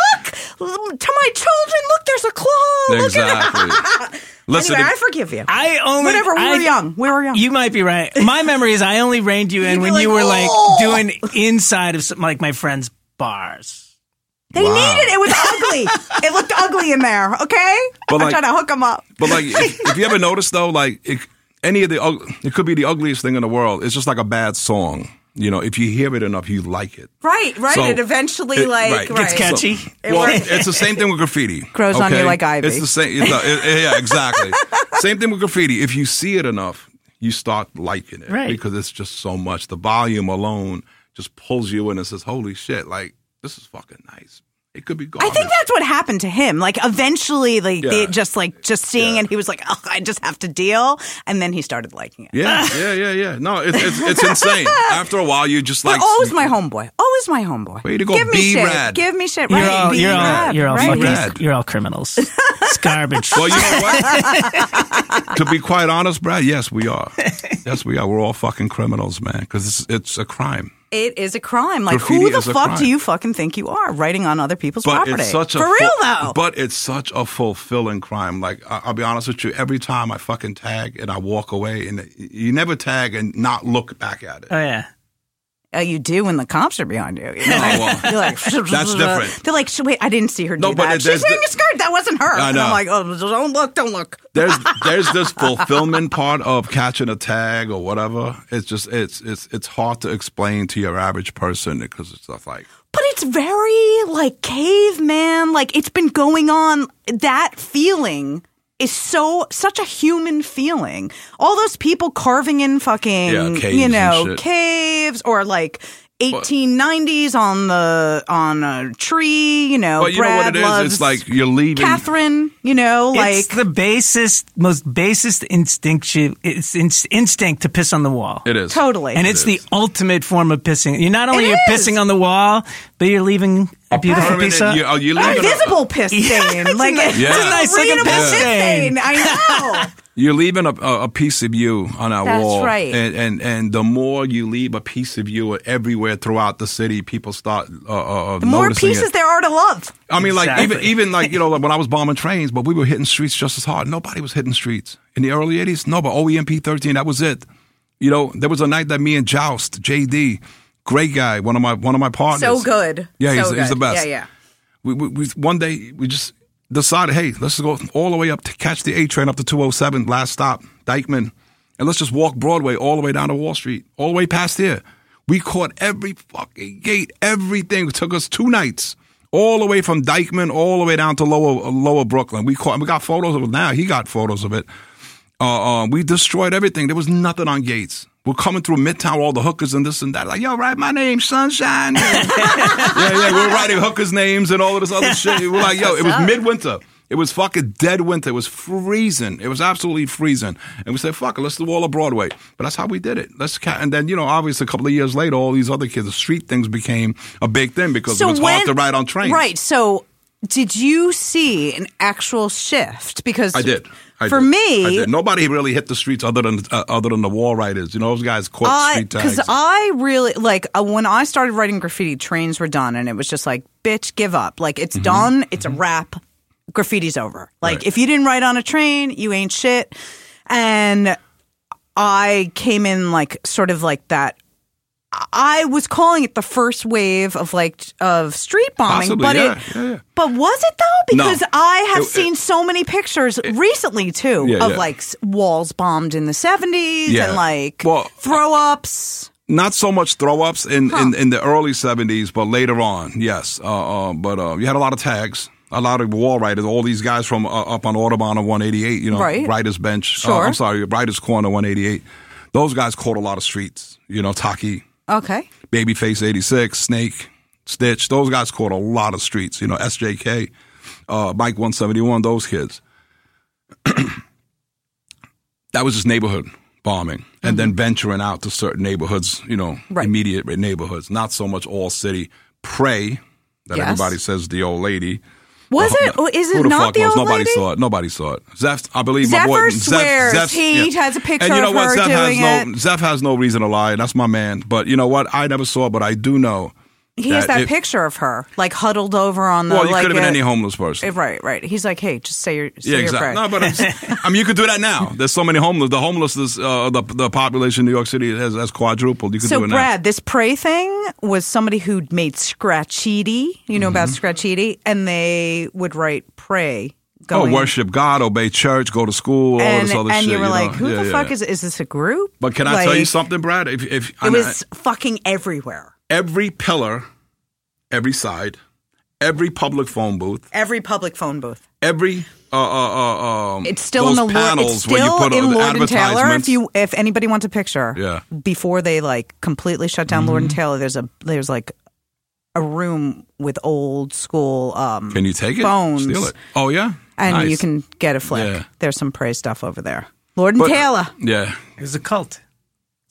Speaker 3: Look to my children. Look, there's a claw. Look at that."
Speaker 5: exactly. Listen,
Speaker 3: Anyway,
Speaker 5: to-
Speaker 3: I forgive you.
Speaker 2: I only
Speaker 3: Whatever, we
Speaker 2: I-
Speaker 3: were young. We were young.
Speaker 2: You might be right. My memory is I only reined you in
Speaker 3: were
Speaker 2: when
Speaker 3: like,
Speaker 2: you were like
Speaker 3: "Oh."
Speaker 2: doing inside of some, like my friend's bars.
Speaker 3: They needed it. It was ugly. it looked ugly in there. Okay,
Speaker 5: But,
Speaker 3: I'm
Speaker 5: like-
Speaker 3: trying to hook them up.
Speaker 5: but like, if, if you ever notice though, like it, any of the, ug- it could be the ugliest thing in the world. It's just like a bad song. You know, if you hear it enough, you like it.
Speaker 3: Right, right.
Speaker 5: So,
Speaker 3: it eventually
Speaker 5: it-
Speaker 3: like
Speaker 5: right.
Speaker 3: right.
Speaker 5: Gets
Speaker 2: It's catchy.
Speaker 5: well,
Speaker 3: works.
Speaker 5: it's the same thing with graffiti.
Speaker 3: Grows on you like ivy.
Speaker 5: It's the same. it's the- it- yeah, exactly. same thing with graffiti. If you see it enough, you start liking it
Speaker 2: Right.
Speaker 5: because it's just so much. The volume alone just pulls you in and says, "Holy shit! Like this is fucking nice. It could be
Speaker 3: I
Speaker 5: garbage."
Speaker 3: think that's what happened to him. Like eventually, like
Speaker 5: Yeah.
Speaker 3: they just like just seeing it, he was like, "Oh, I just have to deal," and then he started liking it.
Speaker 5: Yeah, yeah, yeah, yeah. No, it's it's, it's insane. After a while, you just
Speaker 3: But
Speaker 5: like
Speaker 3: always my homeboy. Always my homeboy.
Speaker 5: Way to go,
Speaker 3: Give me
Speaker 5: be
Speaker 3: shit.
Speaker 5: rad.
Speaker 3: Give me shit.
Speaker 2: You're
Speaker 3: right.
Speaker 2: all
Speaker 3: be
Speaker 2: you're all
Speaker 3: rad,
Speaker 2: you're all
Speaker 3: right?
Speaker 2: fucking
Speaker 5: Rad.
Speaker 2: you're all criminals. It's garbage.
Speaker 5: Well, you know what? to be quite honest, Brad, yes, we are. Yes, we are. We're all fucking criminals, man, because it's, it's a crime.
Speaker 3: It is a crime. Like who
Speaker 5: Graffiti
Speaker 3: the
Speaker 5: is a
Speaker 3: fuck do
Speaker 5: crime.
Speaker 3: you fucking think you are writing on other people's
Speaker 5: But
Speaker 3: property?
Speaker 5: it's such a
Speaker 3: For real
Speaker 5: fu-
Speaker 3: though.
Speaker 5: But it's such a fulfilling crime. Like I- I'll be honest with you, every time I fucking tag and I walk away, and you never tag and not look back at it.
Speaker 2: oh yeah.
Speaker 3: Uh, you do when the cops are behind you. you know?
Speaker 5: well,
Speaker 3: You're like,
Speaker 5: that's different.
Speaker 3: They're like, "Sh- wait, I didn't see her do
Speaker 5: No, but
Speaker 3: that.
Speaker 5: it-
Speaker 3: She's
Speaker 5: there's
Speaker 3: wearing
Speaker 5: the-
Speaker 3: a skirt. That wasn't her.
Speaker 5: I
Speaker 3: And I'm
Speaker 5: know.
Speaker 3: like, oh, don't look, don't look.
Speaker 5: there's there's this fulfillment part of catching a tag or whatever. It's just it's it's it's hard to explain to your average person because it's stuff like
Speaker 3: But it's very like caveman. Like it's been going on. That feeling is so such a human feeling. All those people carving in fucking
Speaker 5: Yeah, caves
Speaker 3: you
Speaker 5: and
Speaker 3: know
Speaker 5: shit.
Speaker 3: caves or like 1890s on the on a tree. You know,
Speaker 5: But you know
Speaker 3: Oh, Brad
Speaker 5: what it is?
Speaker 3: loves
Speaker 5: It's like you're leaving.
Speaker 3: Catherine. You know, like
Speaker 2: it's the basest, most basest instinct. It's inst- instinct to piss on the wall.
Speaker 5: It is.
Speaker 3: Totally.
Speaker 2: and it's the ultimate form of pissing. You're not only
Speaker 3: It
Speaker 2: you're
Speaker 3: is.
Speaker 2: pissing on the wall, but you're leaving a beautiful
Speaker 5: Permanent-
Speaker 2: piece of.
Speaker 5: you- oh, you're leaving a-
Speaker 3: invisible piss stain. like
Speaker 2: it's
Speaker 5: a
Speaker 3: it's
Speaker 5: nice
Speaker 2: looking
Speaker 3: readable
Speaker 2: piss stain.
Speaker 3: I know.
Speaker 5: You're leaving a, a, a piece of you on our
Speaker 3: That's
Speaker 5: wall.
Speaker 3: right.
Speaker 5: And, and and the more you leave a piece of you everywhere throughout the city, people start uh, uh, uh,
Speaker 3: The more
Speaker 5: noticing
Speaker 3: pieces
Speaker 5: it.
Speaker 3: there are to love.
Speaker 5: I mean, like even
Speaker 2: Exactly.
Speaker 5: even like you know like, when I was bombing trains, but we were hitting streets just as hard. Nobody was hitting streets in the early '80s. No, but E OEMP 13, that was it. You know, there was a night that me and Joust JD, great guy, one of my one of my partners,
Speaker 3: So good.
Speaker 5: Yeah, he's,
Speaker 3: So
Speaker 5: he's the
Speaker 3: good.
Speaker 5: best.
Speaker 3: Yeah, yeah.
Speaker 5: We, we, we one day we just decided, hey, let's go all the way up to catch the A train up to 207, last stop, Dykeman, and let's just walk Broadway all the way down to Wall Street, all the way past here. We caught every fucking gate, everything. It took us two nights, all the way from Dykeman all the way down to lower lower Brooklyn. We caught, we got photos of it now. He got photos of it. Uh, uh, we destroyed everything. There was nothing on gates. We're coming through Midtown, all the hookers and this and that. Like, yo, write my name, Sunshine. yeah, yeah, we're writing hookers' names and all of this other shit. We're like, yo, it was midwinter. It was fucking dead winter. It was freezing. It was absolutely freezing. And we said, fuck it, let's do all of Broadway. But that's how we did it. Let's ca- and then you know, obviously, a couple of years later, all these other kids, the street things became a big thing because it was hard to ride on trains.
Speaker 3: Right. So did you see an actual shift? Because
Speaker 5: I did. I
Speaker 3: for
Speaker 5: did.
Speaker 3: me,
Speaker 5: I did. nobody really hit the streets other than uh, other than the wall riders. You know, those guys caught
Speaker 3: Uh,
Speaker 5: street tags.
Speaker 3: because I really like uh, when I started writing graffiti, trains were done, and it was just like, bitch, give up. Like it's done, it's a wrap. Graffiti's over.
Speaker 5: Mm-hmm.
Speaker 3: Like
Speaker 5: Right.
Speaker 3: if you didn't write on a train, you ain't shit. And I came in like sort of like that. I was calling it the first wave of like of street bombing,
Speaker 5: Possibly,
Speaker 3: but
Speaker 5: yeah.
Speaker 3: it,
Speaker 5: Yeah, yeah.
Speaker 3: but was it though?
Speaker 5: No.
Speaker 3: Because I have
Speaker 5: It- it-
Speaker 3: seen so many pictures recently too
Speaker 5: Yeah,
Speaker 3: of
Speaker 5: yeah.
Speaker 3: like s- walls bombed in the seventies
Speaker 5: Yeah.
Speaker 3: and like
Speaker 5: Well,
Speaker 3: throw ups.
Speaker 5: Not so much throw ups in, in, in the early 70s, but later on, yes. Uh, uh, but uh, you had a lot of tags, a lot of wall riders, all these guys from uh, up on Audubon on 188, you know,
Speaker 3: Right.
Speaker 5: Writer's Bench.
Speaker 3: Sure.
Speaker 5: Uh, I'm sorry, Writer's Corner 188. Those guys caught a lot of streets, you know, Taki.
Speaker 3: Okay.
Speaker 5: Babyface 86, Snake, Stitch. Those guys caught a lot of streets, you know, SJK, uh, Mike 171, those kids. that was just neighborhood bombing and then venturing out to certain neighborhoods, you know,
Speaker 3: Mm-hmm. Right.
Speaker 5: immediate neighborhoods, not so much all city. Prey, that
Speaker 3: Yes.
Speaker 5: everybody says the old lady.
Speaker 3: Was
Speaker 5: Uh,
Speaker 3: it? Or is
Speaker 5: who
Speaker 3: it
Speaker 5: the
Speaker 3: not
Speaker 5: fuck
Speaker 3: the
Speaker 5: knows?
Speaker 3: old
Speaker 5: Nobody
Speaker 3: lady?
Speaker 5: saw it. Nobody saw it. Zeph, I believe my
Speaker 3: Zephyr
Speaker 5: boy.
Speaker 3: swears. He has a picture
Speaker 5: and you know
Speaker 3: of
Speaker 5: what?
Speaker 3: her
Speaker 5: Zeph
Speaker 3: doing
Speaker 5: has no,
Speaker 3: it.
Speaker 5: Zeph has no reason to lie. That's my man. But you know what? I never saw it, but I do know.
Speaker 3: He has that
Speaker 5: it-
Speaker 3: picture of her like huddled over on the.
Speaker 5: Well, you
Speaker 3: like,
Speaker 5: could have been any
Speaker 3: a-
Speaker 5: homeless person.
Speaker 3: eh, Right, right. He's like, hey, just say your say
Speaker 5: yeah,
Speaker 3: your
Speaker 5: exactly.
Speaker 3: prayer.
Speaker 5: No, but I'm just- I mean, you could do that now. There's so many homeless. The homeless, is, uh, the the population in New York City has, has quadrupled. You could do
Speaker 3: so
Speaker 5: it
Speaker 3: Brad, this prey thing was somebody who made scratchiti. You know about
Speaker 5: Mm-hmm.
Speaker 3: scratchiti, and they would write pray.
Speaker 5: now.
Speaker 3: Going
Speaker 5: Oh, worship God, obey church, go to school, all
Speaker 3: and,
Speaker 5: this other
Speaker 3: and
Speaker 5: shit.
Speaker 3: you were
Speaker 5: know?
Speaker 3: like, who
Speaker 5: Yeah,
Speaker 3: the
Speaker 5: yeah.
Speaker 3: fuck is? Is this a group?
Speaker 5: But can I tell you
Speaker 3: Like,
Speaker 5: something, Brad? If, if
Speaker 3: It was fucking everywhere.
Speaker 5: every pillar, every side, every public phone booth,
Speaker 3: Every public phone booth.
Speaker 5: every uh, uh, uh, um,
Speaker 3: It's still
Speaker 5: those
Speaker 3: in the Lord.
Speaker 5: panels
Speaker 3: It's
Speaker 5: where you
Speaker 3: still
Speaker 5: put
Speaker 3: in
Speaker 5: all the
Speaker 3: Lord and Taylor. If
Speaker 5: advertisements.
Speaker 3: you, if anybody wants a picture,
Speaker 5: Yeah. Mm-hmm.
Speaker 3: before they like completely shut down Lord and Taylor, there's a there's like a room with old school. Um,
Speaker 5: can you take it?
Speaker 3: phones?
Speaker 5: Steal it? Oh yeah,
Speaker 3: And
Speaker 5: Nice.
Speaker 3: you can get a flick.
Speaker 5: Yeah.
Speaker 3: There's some praise stuff over there. Lord and
Speaker 5: But-
Speaker 3: Taylor.
Speaker 5: Yeah,
Speaker 2: It was a cult.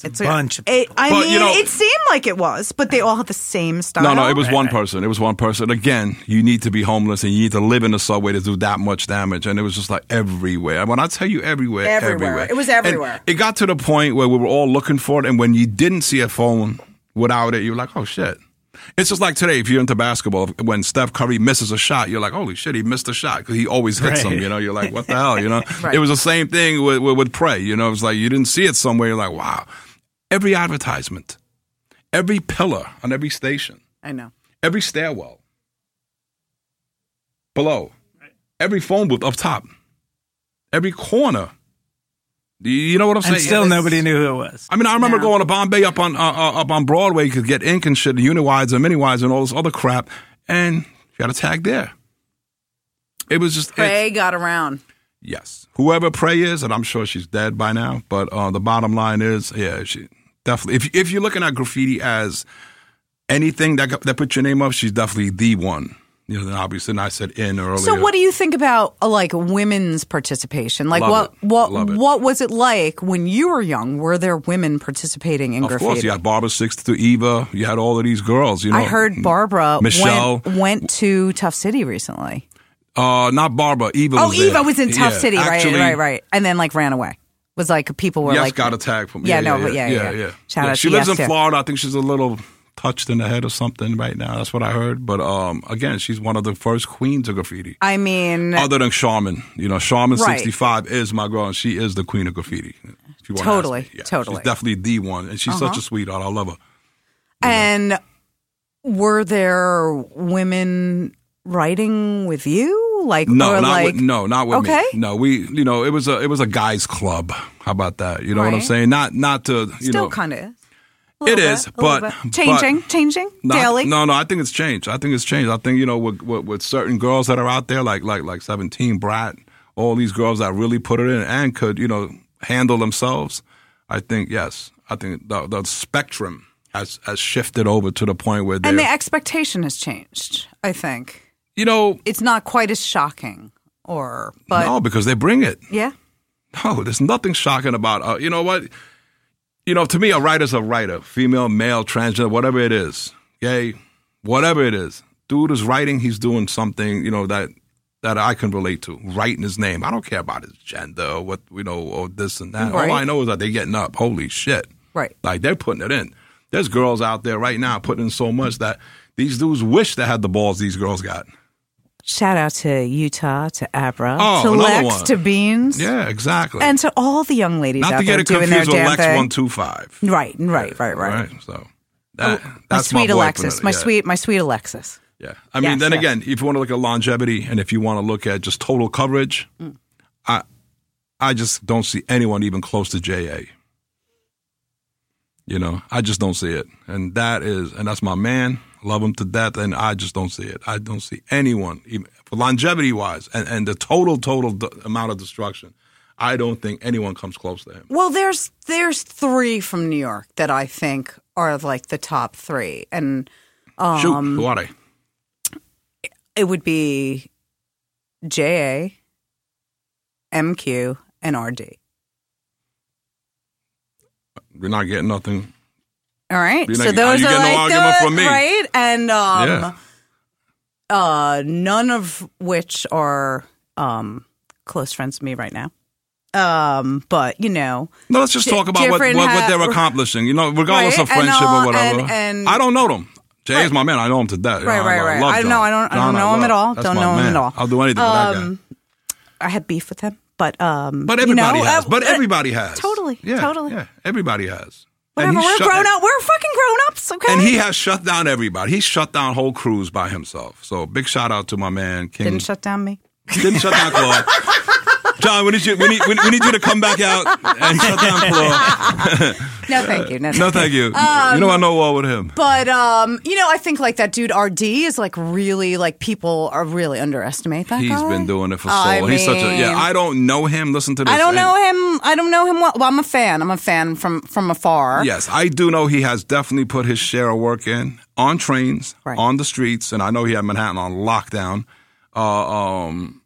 Speaker 3: It's
Speaker 2: a bunch of
Speaker 3: It,
Speaker 5: But,
Speaker 3: I mean,
Speaker 5: you know-
Speaker 3: it seemed like it was, but they all had the same style.
Speaker 5: no, no, it was one person. It was one person. Again, you need to be homeless and you need to live in the subway to do that much damage. And it was just like everywhere. When I tell you everywhere,
Speaker 3: Everywhere.
Speaker 5: everywhere,
Speaker 3: It was
Speaker 5: And
Speaker 3: everywhere.
Speaker 5: it got to the point where we were all looking for it, and when you didn't see a phone without it, you were like, oh shit. It's just like today, if you're into basketball, when Steph Curry misses a shot, you're like, holy shit, he missed a shot because he always hits them. You know, you're like, what the hell? You know,
Speaker 3: Right.
Speaker 5: it was the same thing with, with, with Prey. You know, it was like you didn't see it somewhere. You're like, wow. Every advertisement, every pillar on every station,
Speaker 3: I know.
Speaker 5: every stairwell, below, every phone booth up top, every corner. You- You know what I'm saying?
Speaker 2: And still nobody knew who it was.
Speaker 5: I mean, I remember going to Bombay up on uh, uh, up on Broadway. You could get ink and shit, uniwides and miniwides and all this other crap, and you got a tag there. It was just it-
Speaker 3: Pray got around.
Speaker 5: yes. Whoever Prey is, and I'm sure she's dead by now. But uh, the bottom line is, yeah, she definitely. If if you're looking at graffiti as anything that got- that put your name up, she's definitely the one. You know, then obviously, and I said in earlier.
Speaker 3: So, what do you think about uh, like women's participation? Like,
Speaker 5: Love
Speaker 3: what
Speaker 5: it.
Speaker 3: what
Speaker 5: Love it.
Speaker 3: what was it like when you were young? Were there women participating in
Speaker 5: Of
Speaker 3: graffiti?
Speaker 5: course, you had Barbara Sixth to Eva. You had all of these girls. You know,
Speaker 3: I heard Barbara
Speaker 5: Michelle.
Speaker 3: went, went to Tough City recently.
Speaker 5: Uh, not Barbara. Eva.
Speaker 3: Oh,
Speaker 5: was there.
Speaker 3: Eva was in Tough
Speaker 5: Yeah,
Speaker 3: City,
Speaker 5: actually,
Speaker 3: right, right, right, and then like ran away. Was like people were
Speaker 5: yes,
Speaker 3: like
Speaker 5: got a tag from.
Speaker 3: Yeah, no, but yeah, yeah,
Speaker 5: yeah,
Speaker 3: yeah.
Speaker 5: yeah.
Speaker 3: Shout out
Speaker 5: she
Speaker 3: to
Speaker 5: lives
Speaker 3: Yes,
Speaker 5: in
Speaker 3: too.
Speaker 5: Florida. I think she's a little touched in the head or something right now. That's what I heard. But um, again, she's one of the first queens of graffiti.
Speaker 3: I mean,
Speaker 5: Other than Charmin, you know, Charmin
Speaker 3: Right.
Speaker 5: sixty five is my girl, and she is the queen of graffiti. If you wanna ask
Speaker 3: Totally,
Speaker 5: me. Yeah,
Speaker 3: totally. Uh-huh.
Speaker 5: She's definitely the one, and she's such a sweetheart. I love her.
Speaker 3: and were there women writing with you? Like,
Speaker 5: No, not
Speaker 3: or like,
Speaker 5: with, no, not with
Speaker 3: okay.
Speaker 5: me. No, we, you know, it was a it was a guys club. How about that? You know what I'm
Speaker 3: Right.
Speaker 5: saying? Not not to you
Speaker 3: Still
Speaker 5: know
Speaker 3: kind of.
Speaker 5: It is, but- but-
Speaker 3: changing, changing
Speaker 5: No, I-
Speaker 3: daily.
Speaker 5: No, no, I think it's changed. I think it's changed. I think you know with, with with certain girls that are out there, like like like seventeen brat, all these girls that really put it in and could you know handle themselves. I think yes. I think the, the spectrum has has shifted over to the point where
Speaker 3: and the
Speaker 5: they,
Speaker 3: expectation has changed. I think
Speaker 5: you know,
Speaker 3: it's not quite as shocking, or but
Speaker 5: no, because they bring it.
Speaker 3: yeah,
Speaker 5: No, there's nothing shocking about. Uh, you know what? You know, to me, a writer's a writer, female, male, transgender, whatever it is, gay, whatever it is. Dude is writing. He's doing something. You know that that I can relate to. Writing his name. I don't care about his gender or what you know or this and that.
Speaker 3: Right.
Speaker 5: All I know is that they're getting up. Holy shit!
Speaker 3: right.
Speaker 5: Like they're putting it in. There's girls out there right now putting in so much that these dudes wish they had the balls these girls got.
Speaker 3: Shout out to Utah, to Abra,
Speaker 5: Oh,
Speaker 3: to
Speaker 5: another
Speaker 3: Lex,
Speaker 5: one.
Speaker 3: to Beans,
Speaker 5: Yeah, exactly.
Speaker 3: and to all the young ladies
Speaker 5: not
Speaker 3: out
Speaker 5: to get
Speaker 3: there
Speaker 5: it
Speaker 3: doing their
Speaker 5: confused with
Speaker 3: damn
Speaker 5: Lex
Speaker 3: thing.
Speaker 5: One Two Five.
Speaker 3: Right, right, right, right.
Speaker 5: So that,
Speaker 3: My
Speaker 5: that's
Speaker 3: sweet
Speaker 5: boy
Speaker 3: Alexis,
Speaker 5: Pineda,
Speaker 3: my
Speaker 5: yeah,
Speaker 3: sweet, my sweet Alexis.
Speaker 5: Yeah, I mean,
Speaker 3: Yes,
Speaker 5: then
Speaker 3: yes.
Speaker 5: again, if you want to look at longevity and if you want to look at just total coverage,
Speaker 3: Mm.
Speaker 5: I, I just don't see anyone even close to JA. You know, I just don't see it, and that is, and that's my man. Love him to death, and I just don't see it. I don't see anyone, even for longevity wise, and, and the total total d- amount of destruction. I don't think anyone comes close to him.
Speaker 3: Well, there's there's three from New York that I think are like the top three, and Um,
Speaker 5: Shoot, who are they?
Speaker 3: it would be J A, M Q, and R D.
Speaker 5: We're not getting nothing.
Speaker 3: All right.
Speaker 5: You're not-
Speaker 3: so those
Speaker 5: you
Speaker 3: are
Speaker 5: get no
Speaker 3: like
Speaker 5: argument
Speaker 3: the-
Speaker 5: from me.
Speaker 3: right, and um,
Speaker 5: Yeah.
Speaker 3: uh, none of which are um close friends to me right now. Um, but you know,
Speaker 5: No, let's just
Speaker 3: Di-
Speaker 5: talk about what, what,
Speaker 3: different
Speaker 5: what
Speaker 3: ha-
Speaker 5: they're accomplishing. You know, regardless
Speaker 3: Right,
Speaker 5: of friendship
Speaker 3: and all-
Speaker 5: or whatever.
Speaker 3: and- and-
Speaker 5: I don't know them. Jay is my man. I know him to death. You
Speaker 3: Right,
Speaker 5: know,
Speaker 3: right,
Speaker 5: I,
Speaker 3: right.
Speaker 5: love
Speaker 3: I-
Speaker 5: John.
Speaker 3: no, I don't- I
Speaker 5: John,
Speaker 3: don't know him
Speaker 5: love.
Speaker 3: at all.
Speaker 5: That's
Speaker 3: Don't
Speaker 5: my
Speaker 3: know him
Speaker 5: man.
Speaker 3: at all.
Speaker 5: I'll do anything for that guy.
Speaker 3: Um, I had beef with him, but um,
Speaker 5: But
Speaker 3: you
Speaker 5: everybody
Speaker 3: know,
Speaker 5: has.
Speaker 3: uh,
Speaker 5: But everybody has.
Speaker 3: totally,
Speaker 5: Yeah,
Speaker 3: totally.
Speaker 5: Yeah, everybody has. And
Speaker 3: Whatever.
Speaker 5: he
Speaker 3: We're
Speaker 5: shut-
Speaker 3: grown up. We're fucking grown ups. Okay.
Speaker 5: And he has shut down everybody. He shut down whole crews by himself. So big shout out to my man King.
Speaker 3: didn't shut down me.
Speaker 5: Didn't shut down Claude. John, we need you. We need, we, we need you to come back out and shut down Claude.
Speaker 3: No, thank you. No,
Speaker 5: No, thank you.
Speaker 3: Um,
Speaker 5: you know I know war with him.
Speaker 3: But um, you know, I think like that dude RD is like really like people are really underestimate that
Speaker 5: He's
Speaker 3: guy.
Speaker 5: been doing it for so
Speaker 3: I
Speaker 5: long. He's such a yeah.
Speaker 3: mean-
Speaker 5: I don't know him. Listen to this.
Speaker 3: I
Speaker 5: and-
Speaker 3: don't know him. I don't know him well. Well, I'm a fan. I'm a fan from from afar.
Speaker 5: Yes, I do know he has definitely put his share of work in on trains,
Speaker 3: Right.
Speaker 5: on the streets, and I know he had Manhattan on lockdown. Uh, um,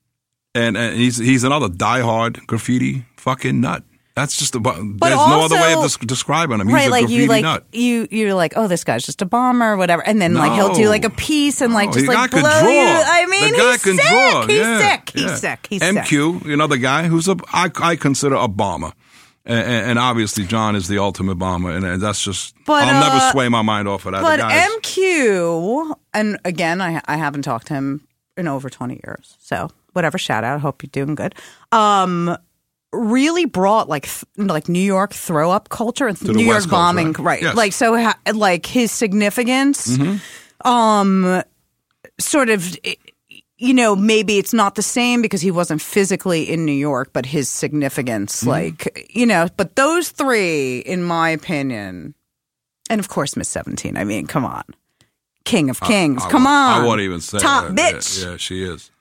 Speaker 5: and and he's he's another diehard graffiti fucking nut. That's just about. There's no other way of
Speaker 3: also-
Speaker 5: des- describing him. He's
Speaker 3: Right,
Speaker 5: a
Speaker 3: like
Speaker 5: graffiti
Speaker 3: you, like
Speaker 5: nut.
Speaker 3: you, you're like, oh, this guy's just a bomber, or whatever, and then like he'll do
Speaker 5: No.
Speaker 3: like a piece and like
Speaker 5: No,
Speaker 3: just
Speaker 5: the
Speaker 3: like
Speaker 5: guy
Speaker 3: blow
Speaker 5: can draw.
Speaker 3: you. I mean,
Speaker 5: the guy
Speaker 3: he's,
Speaker 5: can
Speaker 3: sick.
Speaker 5: draw.
Speaker 3: he's
Speaker 5: yeah,
Speaker 3: sick. He's
Speaker 5: yeah.
Speaker 3: sick. He's sick.
Speaker 5: MQ, another guy who's a I, I consider a bomber, and, and, and obviously John is the ultimate bomber, and, and that's just
Speaker 3: But,
Speaker 5: I'll
Speaker 3: uh,
Speaker 5: never sway my mind off of that. The
Speaker 3: But
Speaker 5: guy's-
Speaker 3: MQ, and again, I I haven't talked to him in over twenty years. So whatever, shout out. Hope you're doing good. Um, really brought like th- like New York throw up culture and
Speaker 5: the
Speaker 3: New York
Speaker 5: West Coast,
Speaker 3: bombing,
Speaker 5: right.
Speaker 3: right?
Speaker 5: Yes.
Speaker 3: Like so, ha- like his significance,
Speaker 5: Mm-hmm.
Speaker 3: um, sort of. You know, maybe it's not the same because he wasn't physically in New York, but his significance,
Speaker 5: Mm-hmm.
Speaker 3: like, you know, but those three, in my opinion, and of course, Miss 17. I mean, come on. King of Kings.
Speaker 5: I
Speaker 3: come
Speaker 5: won't-
Speaker 3: on.
Speaker 5: I won't even say
Speaker 3: Top
Speaker 5: that. Yeah,
Speaker 3: bitch.
Speaker 5: Yeah, she is.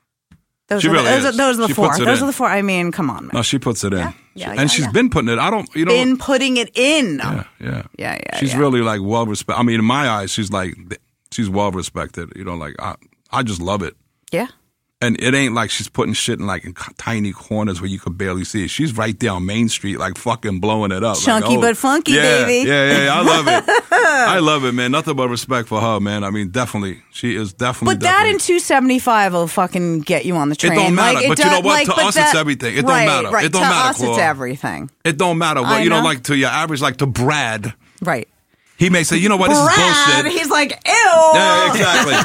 Speaker 3: Those
Speaker 5: She
Speaker 3: are
Speaker 5: really
Speaker 3: the,
Speaker 5: is.
Speaker 3: those, are- those are the
Speaker 5: She
Speaker 3: four.
Speaker 5: puts it
Speaker 3: Those
Speaker 5: in.
Speaker 3: are the four. I mean, come on, man.
Speaker 5: No, she puts it in.
Speaker 3: yeah,
Speaker 5: and
Speaker 3: yeah,
Speaker 5: she's
Speaker 3: yeah.
Speaker 5: been putting it. I don't, you know.
Speaker 3: been putting it in.
Speaker 5: yeah, yeah.
Speaker 3: Yeah, yeah,
Speaker 5: She's
Speaker 3: yeah.
Speaker 5: really like well respected. I mean, in my eyes, she's like, th- she's well respected. You know, like, I, I just love it.
Speaker 3: Yeah.
Speaker 5: And it ain't like she's putting shit in like in c- tiny corners where you could barely see it. She's right down Main Street, like fucking blowing it up. Like, oh,
Speaker 3: Chunky but funky,
Speaker 5: yeah,
Speaker 3: baby.
Speaker 5: Yeah, yeah, yeah. I love it. I love it, man. Nothing but respect for her, man. I mean, definitely, she is definitely.
Speaker 3: But that
Speaker 5: definitely-
Speaker 3: and 275 will fucking get you on the train.
Speaker 5: don't matter,
Speaker 3: Like, it
Speaker 5: but you
Speaker 3: do-
Speaker 5: know what?
Speaker 3: Like,
Speaker 5: To
Speaker 3: but
Speaker 5: us,
Speaker 3: that-
Speaker 5: it's everything. It don't
Speaker 3: right,
Speaker 5: matter.
Speaker 3: Right.
Speaker 5: It don't
Speaker 3: to
Speaker 5: matter,
Speaker 3: us,
Speaker 5: Claude.
Speaker 3: it's everything.
Speaker 5: It don't matter what
Speaker 3: I
Speaker 5: you don't
Speaker 3: know.
Speaker 5: like to your average, like to Brad.
Speaker 3: Right.
Speaker 5: He may say, you know what, this is
Speaker 3: Brad,
Speaker 5: bullshit.
Speaker 3: he's like, ew.
Speaker 5: Yeah, exactly.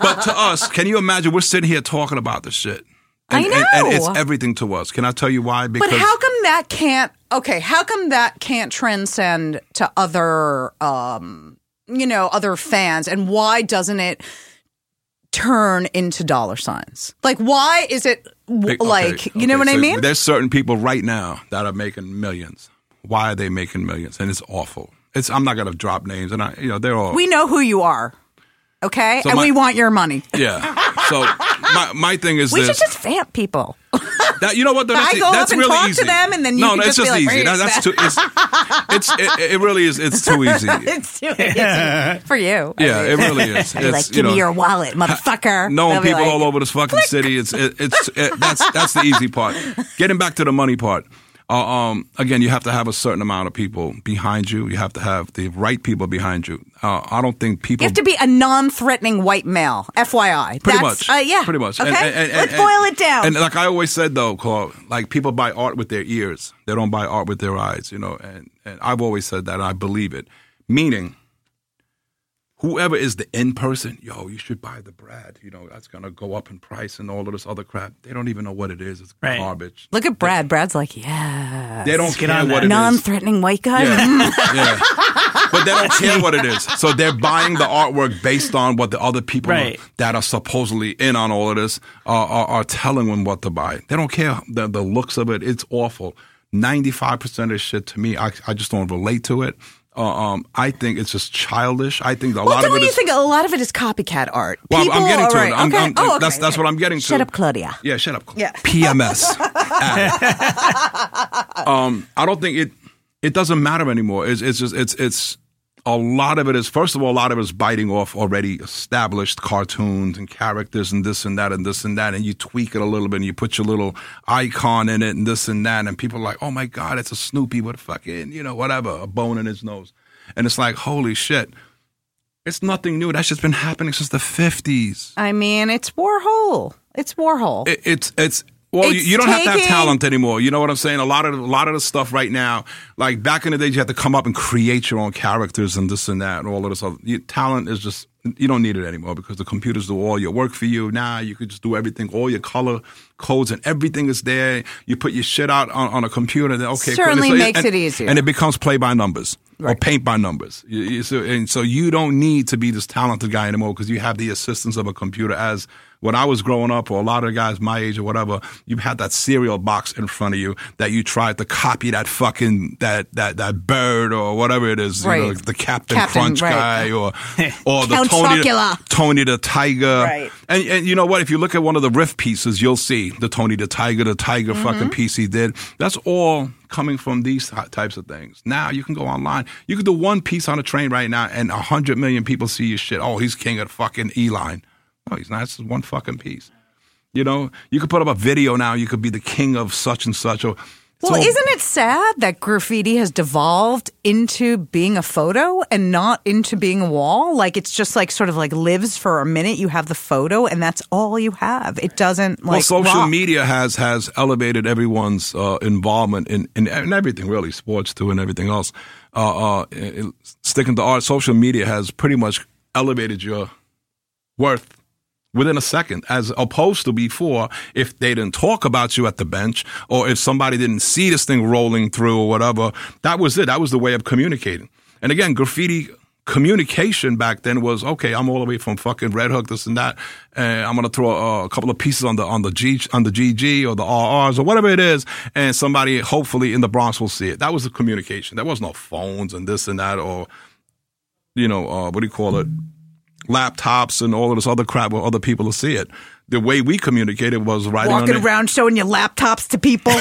Speaker 5: but to us, can you imagine? We're sitting here talking about this shit. And,
Speaker 3: I
Speaker 5: And, and
Speaker 3: know.
Speaker 5: it's everything to us. Can I tell you why? Because
Speaker 3: But how come that can't? Okay, how come that can't transcend to other, um, you know, other fans? And why doesn't it turn into dollar signs? Like, why is it w
Speaker 5: Big- okay,
Speaker 3: like you know
Speaker 5: okay,
Speaker 3: what I
Speaker 5: so
Speaker 3: mean?
Speaker 5: There's certain people right now that are making millions. Why are they making millions? And it's awful. It's I'm not gonna drop names, and I you know they're all
Speaker 3: We know who you are, okay,
Speaker 5: So
Speaker 3: and
Speaker 5: my-
Speaker 3: we want your money.
Speaker 5: yeah. So my, my thing is
Speaker 3: We
Speaker 5: this.
Speaker 3: should just vamp people.
Speaker 5: That- you know what? though,
Speaker 3: I
Speaker 5: That's,
Speaker 3: go up
Speaker 5: that's
Speaker 3: and
Speaker 5: really
Speaker 3: talk to
Speaker 5: easy.
Speaker 3: them, and then you
Speaker 5: no,
Speaker 3: can
Speaker 5: that's
Speaker 3: just be like,
Speaker 5: easy.
Speaker 3: "Where's
Speaker 5: that's
Speaker 3: that?"
Speaker 5: too. It's, it's it, it really is. It's too easy.
Speaker 3: it's too easy for you.
Speaker 5: Yeah, it really is.
Speaker 3: I'd be
Speaker 5: It's,
Speaker 3: like, give
Speaker 5: you know,
Speaker 3: me your wallet, motherfucker.
Speaker 5: knowing
Speaker 3: They'll be
Speaker 5: people
Speaker 3: like,
Speaker 5: all over this fucking city. It's it, it's it, that's that's the easy part. Getting back to the money part. Uh, um, again, you have to have a certain amount of people behind you. You have to have the right people behind you. Uh, I don't think people.
Speaker 3: You have to be a non-threatening white male, FYI.
Speaker 5: Pretty
Speaker 3: That's,
Speaker 5: much.
Speaker 3: Uh, yeah.
Speaker 5: Pretty much.
Speaker 3: Okay.
Speaker 5: And- and- and-
Speaker 3: Let's
Speaker 5: and-
Speaker 3: boil it down.
Speaker 5: And uh, like I always said though, Claude, like people buy art with their ears. They don't buy art with their eyes, you know, and, and I've always said that and I believe it. Meaning whoever is the in person, yo, you should buy the Brad, you know, that's gonna go up in price and all of this other crap. They don't even know what it is. It's
Speaker 2: Right.
Speaker 5: garbage.
Speaker 3: Look at Brad. Brad's like, yeah,
Speaker 5: They don't
Speaker 2: get
Speaker 5: care
Speaker 2: on
Speaker 5: what
Speaker 2: that.
Speaker 5: it is.
Speaker 3: non-threatening white guy.
Speaker 5: Yeah. yeah. But they don't care what it is. So they're buying the artwork based on what the other people
Speaker 2: Right.
Speaker 5: that are supposedly in on all of this are, are, are telling them what to buy. They don't care the, the looks of it. It's awful. 95% of shit to me, I, I just don't relate to it. Uh, um, I think it's just childish. I think a
Speaker 3: Well,
Speaker 5: lot of
Speaker 3: don't
Speaker 5: it
Speaker 3: you
Speaker 5: is.
Speaker 3: think a lot of it is copycat art?
Speaker 5: Well, I'm- I'm
Speaker 3: People-
Speaker 5: getting to
Speaker 3: all
Speaker 5: it.
Speaker 3: right,
Speaker 5: I'm-
Speaker 3: okay.
Speaker 5: I'm-
Speaker 3: oh, okay.
Speaker 5: that's- that's what I'm getting
Speaker 3: Shut
Speaker 5: to.
Speaker 3: up, Claudia.
Speaker 5: yeah, shut up.
Speaker 3: Yeah.
Speaker 5: PMS. um, I don't think it. It doesn't matter anymore. It's, it's just it's it's a lot of it is first of all a lot of it is biting off already established cartoons and characters and this and that and this and that and you tweak it a little bit and you put your little icon in it and this and that and people are like oh my god it's a Snoopy with a fucking you know whatever a bone in his nose and it's like holy shit it's nothing new that's just been happening since the fifties
Speaker 3: I mean, it's Warhol. It's Warhol.
Speaker 5: it, it's it's well, you,
Speaker 3: It's
Speaker 5: you don't have to have
Speaker 3: taking-
Speaker 5: talent anymore. You know what I'm saying? A lot of a lot of the stuff right now, like back in the day, you had to come up and create your own characters and this and that and all of this. Other. You, talent is just you don't need it anymore because the computers do all your work for you. Now you could just do everything, all your color codes and everything is there. You put your shit out on, on a computer. Then okay,
Speaker 3: Certainly
Speaker 5: cool.
Speaker 3: makes
Speaker 5: and-
Speaker 3: it easier.
Speaker 5: and it becomes play by numbers or paint by numbers. You- you- so- and so you don't need to be this talented guy anymore because you have the assistance of a computer. As when I was growing up, or a lot of guys my age or whatever, you had that cereal box in front of you that you tried to copy that fucking that that that bird or whatever it is, you know,
Speaker 3: Right.
Speaker 5: the Captain,
Speaker 3: Captain,
Speaker 5: Crunch
Speaker 3: right.
Speaker 5: guy or or the
Speaker 3: Count
Speaker 5: Tony
Speaker 3: Chocula.
Speaker 5: the, Tony the Tiger.
Speaker 3: Right.
Speaker 5: And and you know what? If you look at one of the riff pieces, you'll see the Tony the Tiger, the Tiger
Speaker 3: Mm-hmm.
Speaker 5: fucking piece he did. That's all coming from these ty- types of things. Now you can go online. You can do one piece on a train right now, and a hundred million people see your shit. Oh, he's king of the fucking E line. No, he's not. It's just one fucking piece. You know, you could put up a video now. You could be the king of such and such. Or
Speaker 3: Well,
Speaker 5: So-
Speaker 3: isn't it sad that graffiti has devolved into being a photo and not into being a wall? Like it's just like sort of like lives for a minute. You have the photo, and that's all you have. It doesn't like
Speaker 5: well, social
Speaker 3: rock.
Speaker 5: media has has elevated everyone's uh, involvement in, in in everything, really, sports too, and everything else. Uh, uh, it- sticking to art, social media has pretty much elevated your worth within a second, as opposed to before, if they didn't talk about you at the bench or if somebody didn't see this thing rolling through or whatever. That was it. That was the way of communicating. And again, graffiti communication back then was okay. I'm all the way from fucking Red Hook, this and that, and I'm gonna throw uh, a couple of pieces on the on the G on the GG or the RRs or whatever it is, and somebody hopefully in the Bronx will see it. That was the communication. There was no phones and this and that or you know uh, what do you call it? laptops and all of this other crap where other people will see it. the way we communicated was writing on
Speaker 3: Walking
Speaker 5: it.
Speaker 3: around showing your laptops to people.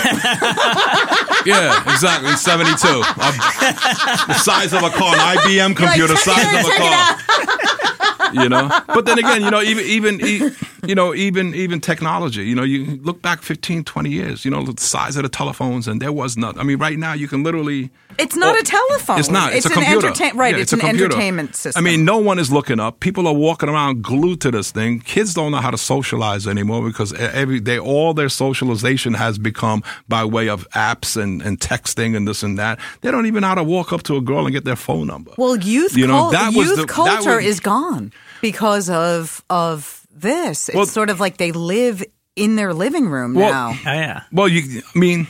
Speaker 5: Yeah, exactly. 72. A- the size of a car, an IBM computer, size of a car. You know, but then again, you know, even even e- you know, even even technology. You know, you look back 15, 20 years. You know, the size of the telephones, and there was none. I mean, right now you can literally.
Speaker 3: It's not
Speaker 5: Oh,
Speaker 3: a telephone.
Speaker 5: It's not. It's,
Speaker 3: It's
Speaker 5: a
Speaker 3: an
Speaker 5: computer.
Speaker 3: entertain- right,
Speaker 5: Yeah,
Speaker 3: it's
Speaker 5: a
Speaker 3: an
Speaker 5: computer.
Speaker 3: entertainment system.
Speaker 5: I mean, no one is looking up. People are walking around glued to this thing. Kids don't know how to socialize anymore because e- every they all their socialization has become by way of apps and, and texting and this and that. They don't even know how to walk up to a girl and get their phone number.
Speaker 3: Well, youth,
Speaker 5: You know,
Speaker 3: cul-
Speaker 5: that was
Speaker 3: youth
Speaker 5: the- that
Speaker 3: culture
Speaker 5: was-
Speaker 3: is gone because of of this. It's
Speaker 5: Well-
Speaker 3: sort of like they live in their living room
Speaker 5: Well-
Speaker 3: now.
Speaker 2: Oh, yeah.
Speaker 5: Well, you, I mean,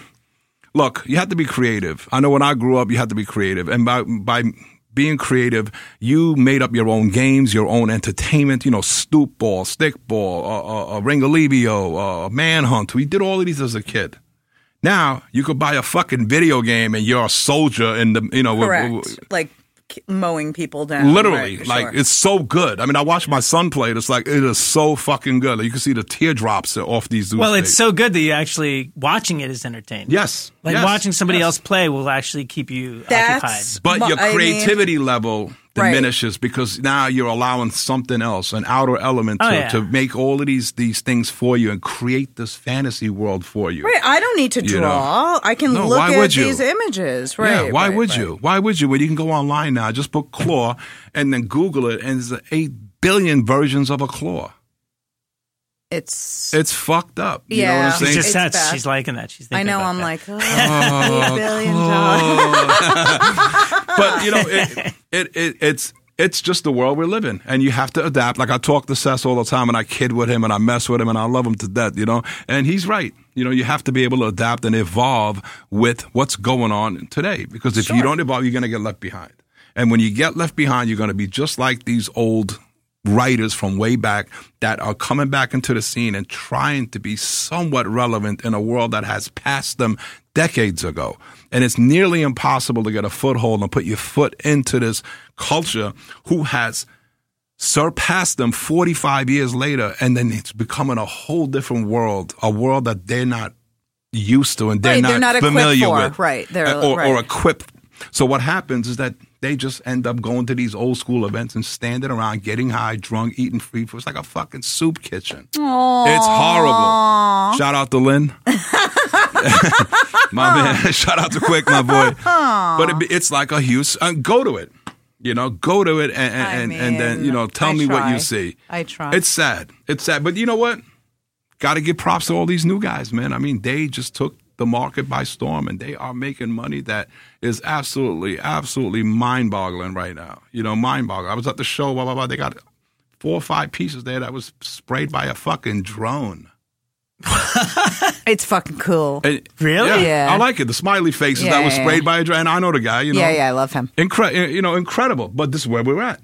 Speaker 5: look, you have to be creative. I know when I grew up, you had to be creative, and by by being creative, you made up your own games, your own entertainment. You know, stoop ball, stick ball, uh, uh, uh, ringolevio, uh, manhunt. We did all of these as a kid. Now you could buy a fucking video game and you're a soldier in the you know w- w-
Speaker 3: like k- mowing people down.
Speaker 5: Literally,
Speaker 3: Right,
Speaker 5: like
Speaker 3: sure.
Speaker 5: it's so good. I mean, I watched my son play it. It's like it is so fucking good. Like, you can see the teardrops off these. dudes'
Speaker 2: Well, it's
Speaker 5: face.
Speaker 2: so good that you actually watching it is entertaining.
Speaker 5: Yes.
Speaker 2: Like
Speaker 5: Yes.
Speaker 2: watching somebody
Speaker 5: Yes.
Speaker 2: else play will actually keep you
Speaker 3: That's-
Speaker 2: occupied.
Speaker 5: but
Speaker 3: Mo-
Speaker 5: your
Speaker 3: I mean-
Speaker 5: creativity level
Speaker 3: Right.
Speaker 5: diminishes because now you're allowing something else, an outer element to,
Speaker 2: Oh, yeah.
Speaker 5: to make all of these these things for you and create this fantasy world for you.
Speaker 3: Right, I don't need to
Speaker 5: You know.
Speaker 3: draw. I can
Speaker 5: No,
Speaker 3: look
Speaker 5: why
Speaker 3: at
Speaker 5: would you?
Speaker 3: these images.
Speaker 5: Yeah,
Speaker 3: Right.
Speaker 5: why
Speaker 3: right,
Speaker 5: would
Speaker 3: right.
Speaker 5: you? Why would you? When you can go online now, just put claw and then Google it, and there's eight billion versions of a claw.
Speaker 3: It's.
Speaker 5: It's fucked up. You know
Speaker 3: Yeah.
Speaker 5: what I'm
Speaker 3: It's
Speaker 5: saying?
Speaker 2: She's just
Speaker 3: It's
Speaker 2: that's
Speaker 3: bad.
Speaker 2: she's liking that. She's
Speaker 3: I
Speaker 2: thinking
Speaker 3: know.
Speaker 2: about
Speaker 3: I'm
Speaker 2: that.
Speaker 3: like oh, eight billion dollars.
Speaker 5: but you know, it, it, it it's it's just the world we live in, and you have to adapt. Like I talk to Seth all the time, and I kid with him, and I mess with him, and I love him to death. You know, and he's right. You know, you have to be able to adapt and evolve with what's going on today, because if you don't evolve, you're going to get left behind. And when you get left behind, you're going to be just like these old writers from way back that are coming back into the scene and trying to be somewhat relevant in a world that has passed them decades ago. And it's nearly impossible to get a foothold and put your foot into this culture who has surpassed them 45 years later and then it's becoming a whole different world, a world that they're not used to and they're,
Speaker 3: Right,
Speaker 5: not,
Speaker 3: they're not equipped
Speaker 5: familiar
Speaker 3: for,
Speaker 5: with
Speaker 3: right, they're-
Speaker 5: uh, or, or
Speaker 3: right.
Speaker 5: equipped. So what happens is that they just end up going to these old school events and standing around, getting high, drunk, eating free food. It's like a fucking soup kitchen. It's horrible. Shout out to Lynn. my man. Shout out to Quick, my boy. But it, be- it's like a huge. Uh, go to it. You know, go to it and and, and, and then you know, tell
Speaker 3: I
Speaker 5: me what
Speaker 3: try.
Speaker 5: you see.
Speaker 3: I try.
Speaker 5: It's sad. It's sad. But you know what? Got to give props to all these new guys, man. I mean, they just took the market by storm and they are making money that is absolutely, absolutely mind boggling right now. You know, mind boggling. I was at the show, blah, blah, blah. They got four or five pieces there that was sprayed by a fucking drone.
Speaker 3: It's fucking cool.
Speaker 5: And-
Speaker 2: Really?
Speaker 3: Yeah.
Speaker 5: I like it. The smiley faces
Speaker 3: Yeah,
Speaker 5: that was
Speaker 3: yeah,
Speaker 5: sprayed
Speaker 3: yeah.
Speaker 5: by a drone. And I know the guy, you know.
Speaker 3: yeah, yeah, I love him.
Speaker 5: Incre- eh, you know, incredible. But this is where we're at.